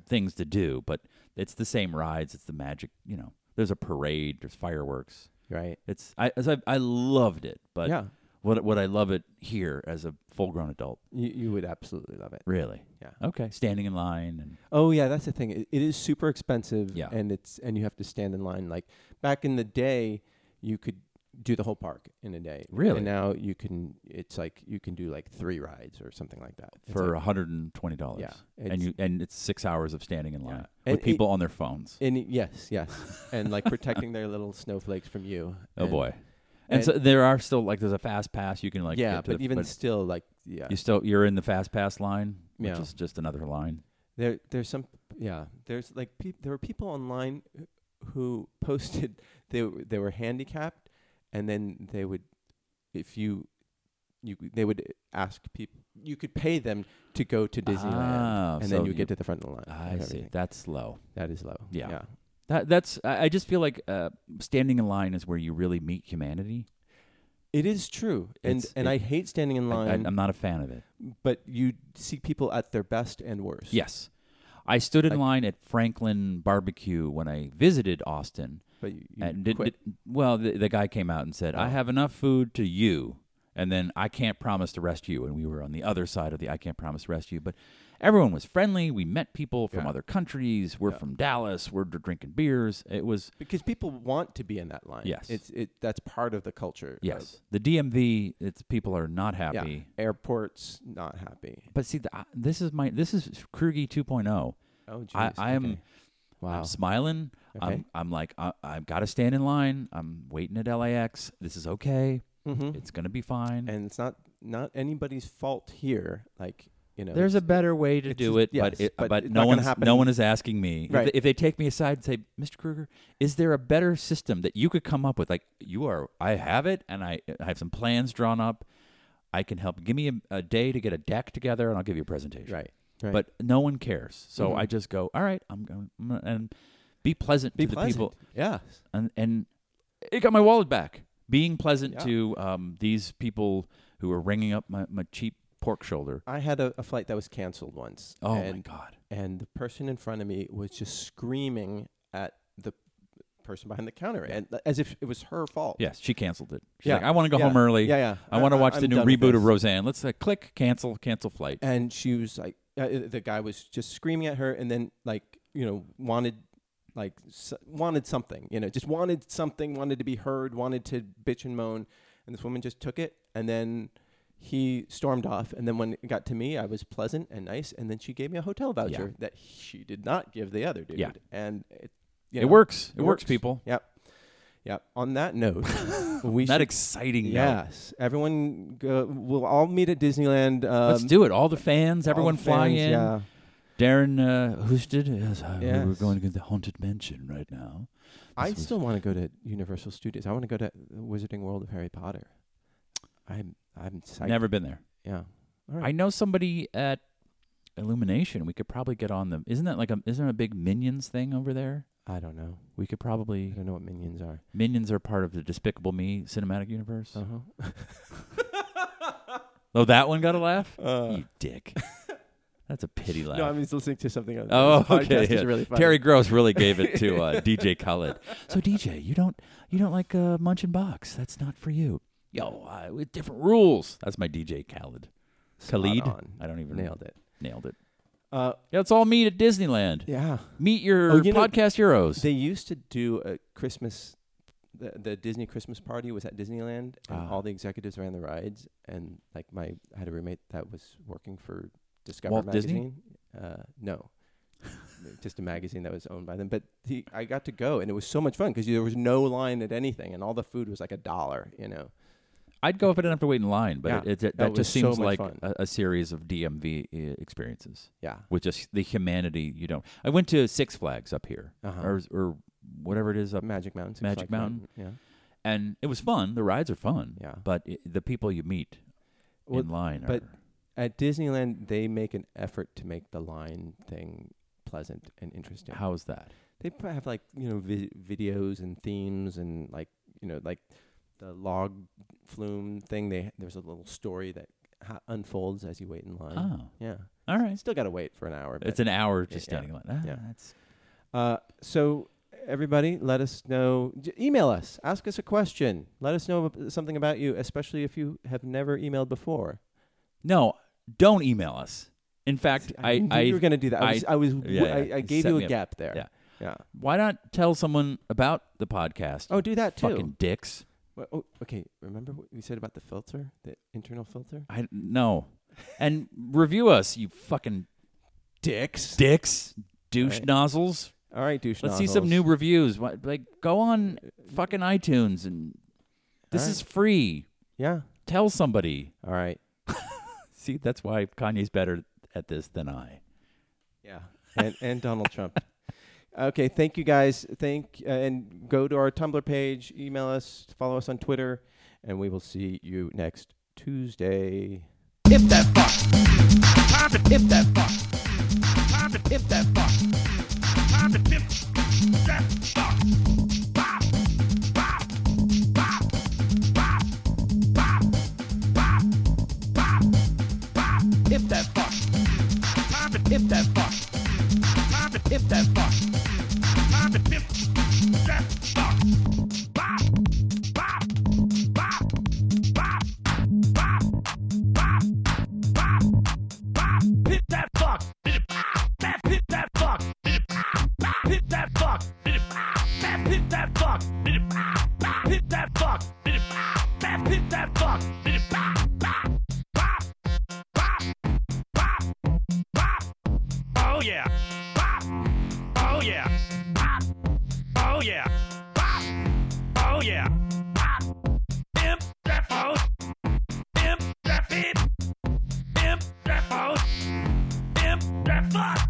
S3: things to do, but it's the same rides, it's the magic, you know. There's a parade, there's fireworks.
S2: Right.
S3: It's I as I I loved it, but
S2: yeah.
S3: what what I love it here as a full grown adult.
S2: You, you would absolutely love it.
S3: Really?
S2: Yeah.
S3: Okay. Standing in line and
S2: Oh yeah, that's the thing. It, it is super expensive.
S3: Yeah.
S2: And it's and you have to stand in line. Like back in the day, you could do the whole park in a day.
S3: Really?
S2: And now you can. It's like you can do like three rides or something like that It's
S3: for
S2: like-
S3: hundred and twenty dollars.
S2: yeah.
S3: And
S2: it's-
S3: you and it's six hours of standing in line
S2: And
S3: with
S2: it-
S3: people on their phones.
S2: And y- yes, yes, and
S3: (laughs)
S2: like protecting their little snowflakes from you.
S3: oh
S2: And-
S3: boy. And,
S2: and-
S3: so there are still like there's a fast pass you can like
S2: yeah,
S3: get to
S2: but
S3: the-
S2: even still, like yeah,
S3: you still you're in the fast pass line, which
S2: Yeah.
S3: is just another line.
S2: there there's some yeah there's like peop there were people online who (laughs) posted they w- they were handicapped and then they would if you you could- they would ask people you could pay them to go to Disneyland
S3: Ah,
S2: and
S3: so
S2: then you
S3: you-
S2: get to the front of the line
S3: Ah, I
S2: and
S3: see.
S2: everything.
S3: That's low.
S2: that is low
S3: Yeah.
S2: yeah
S3: That that's I, I just feel like uh, standing in line is where you really meet humanity.
S2: it is true and
S3: It's-
S2: and
S3: it-
S2: I hate standing in
S3: I- I,
S2: line
S3: I'm not a fan of it.
S2: but you see people at their best and worst
S3: Yes. I stood in
S2: Like-
S3: line at Franklin Barbecue when I visited Austin.
S2: but you, you
S3: And did,
S2: quit.
S3: did- well, the, the guy came out and said, I
S2: Oh.
S3: have enough food to you, and then I can't promise to rest you. And we were on the other side of the I can't promise to rest you. But everyone was friendly. We met people from
S2: Yeah.
S3: other countries. We're
S2: Yeah.
S3: from Dallas. We're d- drinking beers. It was,
S2: because people want to be in that line
S3: Yes.
S2: it's it that's part of the culture of
S3: yes, the DMV, it's people are not
S2: Yeah.
S3: happy.
S2: Airports not happy.
S3: But see, the, I- this is my, this is Krugi 2.0.
S2: Oh, geez.
S3: I, I am,
S2: okay. wow.
S3: I'm smiling.
S2: Okay.
S3: I'm, I'm like, I, I've got to stand in line. I'm waiting at LAX. This is okay.
S2: Mhm.
S3: It's going to be fine.
S2: and it's not not anybody's fault here. Like you know,
S3: There's a
S2: it's-
S3: better way to
S2: it's
S3: do
S2: just-
S3: it, but,
S2: yes,
S3: it,
S2: but
S3: but,
S2: it's not
S3: no
S2: gonna
S3: one's
S2: happen.
S3: no one is asking me. If
S2: Right.
S3: they- If, they take me aside and say, "Mr. Kruger, is there a better system that you could come up with?" Like you are, I have it, and I, I have some plans drawn up. I can help. Give me a, a day to get a deck together, and I'll give you a presentation.
S2: right. Right.
S3: But no one cares, so
S2: Mhm.
S3: I just go. All right, I'm going I'm gonna- and be pleasant
S2: Be
S3: to
S2: pleasant.
S3: the people,
S2: Yeah.
S3: and and it got my wallet back. Being pleasant
S2: Yeah.
S3: to um, these people who are ringing up my, my cheap pork shoulder.
S2: I had a, a flight that was canceled once.
S3: Oh
S2: and,
S3: my god!
S2: And the person in front of me was just screaming at the person behind the counter, and as if it was her fault.
S3: Yes, she canceled it. She's
S2: Yeah.
S3: like, I want to go
S2: Yeah.
S3: home early.
S2: Yeah, yeah.
S3: I, want to watch
S2: I'm
S3: the new
S2: done with
S3: reboot
S2: this."
S3: of Roseanne. Let's uh, click cancel, cancel flight.
S2: and she was like uh, uh, the guy was just screaming at her and then like you know wanted like s wanted something you know just wanted something wanted to be heard wanted to bitch and moan and this woman just took it and then he stormed off and then when it got to me i was pleasant and nice and then she gave me a hotel voucher
S3: Yeah.
S2: that she did not give the other dude
S3: Yeah.
S2: and it, you
S3: It
S2: know,
S3: works. It,
S2: it
S3: works,
S2: works.
S3: people.
S2: yep yep on that
S3: (laughs)
S2: note we
S3: That
S2: should
S3: exciting. note.
S2: yes everyone go, we'll all meet at disneyland um,
S3: Let's do it. All the fans,
S2: all
S3: everyone
S2: the
S3: fly
S2: fans,
S3: in.
S2: yeah
S3: Darren uh, Husted. Yes, uh, we're
S2: Yes.
S3: going to the haunted mansion right now.
S2: i
S3: This was-
S2: still want to go to universal studios i want to go to the wizarding world of harry potter i'm i'm psyched.
S3: Never been there.
S2: yeah all
S3: I know somebody at Illumination. We could probably get on them. Isn't that like a isn't there a big Minions thing over there?
S2: i don't know
S3: We could
S2: i
S3: probably
S2: don't know what minions are
S3: Minions are part of the Despicable Me cinematic universe.
S2: uh-huh
S3: Oh, that one got a laugh.
S2: Uh,
S3: you
S2: (laughs)
S3: dick. That's a pity laugh.
S2: No, I was listening to something else.
S3: Oh,
S2: This podcast
S3: okay,
S2: is
S3: yeah.
S2: really funny.
S3: Terry Gross really gave it
S2: (laughs)
S3: to uh, DJ Khaled. So DJ, you don't you don't like uh, Munch and Box? That's not for you. Yo, uh, with different rules. That's my DJ Khaled.
S2: Spot
S3: Khalid?
S2: on.
S3: I don't even
S2: nailed it.
S3: nailed it.
S2: Uh,
S3: Yeah, it's all meet at Disneyland.
S2: yeah,
S3: Meet your
S2: Oh, you know-
S3: podcast heroes.
S2: they used to do a Christmas. The, the Disney Christmas party was at Disneyland, and
S3: Ah.
S2: all the executives ran the rides. And like my, I had a roommate that was working for Discover
S3: Walt Disney?
S2: magazine. Uh, no, (laughs) just a magazine that was owned by them. But the, I got to go, and it was so much fun because there was no line at anything, and all the food was like a dollar. You know,
S3: I'd go if I didn't have to wait in line, but
S2: Yeah,
S3: it, it, that,
S2: that was
S3: just
S2: so
S3: seems
S2: much
S3: like
S2: fun.
S3: a, a series of DMV uh, experiences
S2: yeah,
S3: with just the humanity you don't. I went to Six Flags up here,
S2: Uh-huh.
S3: or or whatever it is up,
S2: Magic Mountain, Six
S3: Magic
S2: Flags
S3: Mountain.
S2: Mountain,
S3: and it was fun. The rides are fun,
S2: yeah, yeah.
S3: but i the people you meet
S2: Well,
S3: in line
S2: but-
S3: are.
S2: at Disneyland, they make an effort to make the line thing pleasant and interesting.
S3: How's that?
S2: They pr- have like you know vi- videos and themes and like you know like the log flume thing. They there's a little story that ha- unfolds as you wait in line.
S3: Oh,
S2: Yeah,
S3: all right.
S2: still got to wait for an hour. But,
S3: It's an hour
S2: Yeah,
S3: just
S2: yeah.
S3: standing in line. Ah,
S2: Yeah.
S3: that's
S2: uh, so everybody, let us know. J- email us. Ask us a question. Let us know ab- something about you, especially if you have never emailed before.
S3: no. Don't email us. In fact,
S2: See,
S3: I,
S2: knew
S3: I,
S2: you were gonna do that.
S3: I-
S2: I was. I, was
S3: yeah, yeah.
S2: I, I
S3: You
S2: gave
S3: set
S2: you
S3: me
S2: a
S3: up.
S2: gap there.
S3: Yeah.
S2: Yeah.
S3: why not tell someone about the podcast?
S2: Oh, do that too.
S3: fucking dicks.
S2: Well, oh, okay. Remember what we said about the filter, the internal filter?
S3: I no. And review us, you fucking
S2: Dicks.
S3: dicks, douche
S2: Right.
S3: nozzles.
S2: All right, douche.
S3: Let's see some new
S2: nozzles.
S3: reviews. What, like, go on fucking iTunes and this
S2: All right.
S3: is free.
S2: Yeah.
S3: Tell somebody.
S2: All right.
S3: See, that's why Kanye's better at this than I.
S2: Yeah. And and Donald Trump. Okay. Thank you guys. Thank uh, and go to our Tumblr page. Email us. Follow us on Twitter, and we will see you next Tuesday.
S4: If that box. Time to tip that box. Time to tip that box. Time to tip that box. Bop, bop, bop, bop, bop, bop, bop, bop. Tip that box. Time to tip that box. Time to tip that box. Time to tip that box. Bop, bop, bop, bop, bop, bop bop, bop, hit that fuck, hit it, bop, bop, hit that fuck, hit it, bop, bop, hit that fuck, hit it, bop, bop, hit that fuck, hit it, bop, bop, hit that fuck, hit it, bop, bop, hit that fuck, hit it, bop, bop, bop, bop, bop, bop, oh yeah, bop, oh yeah, bop, oh yeah, bop, oh yeah, bop, imp that phone, imp that fit. Imp that phone. Imp that fuck.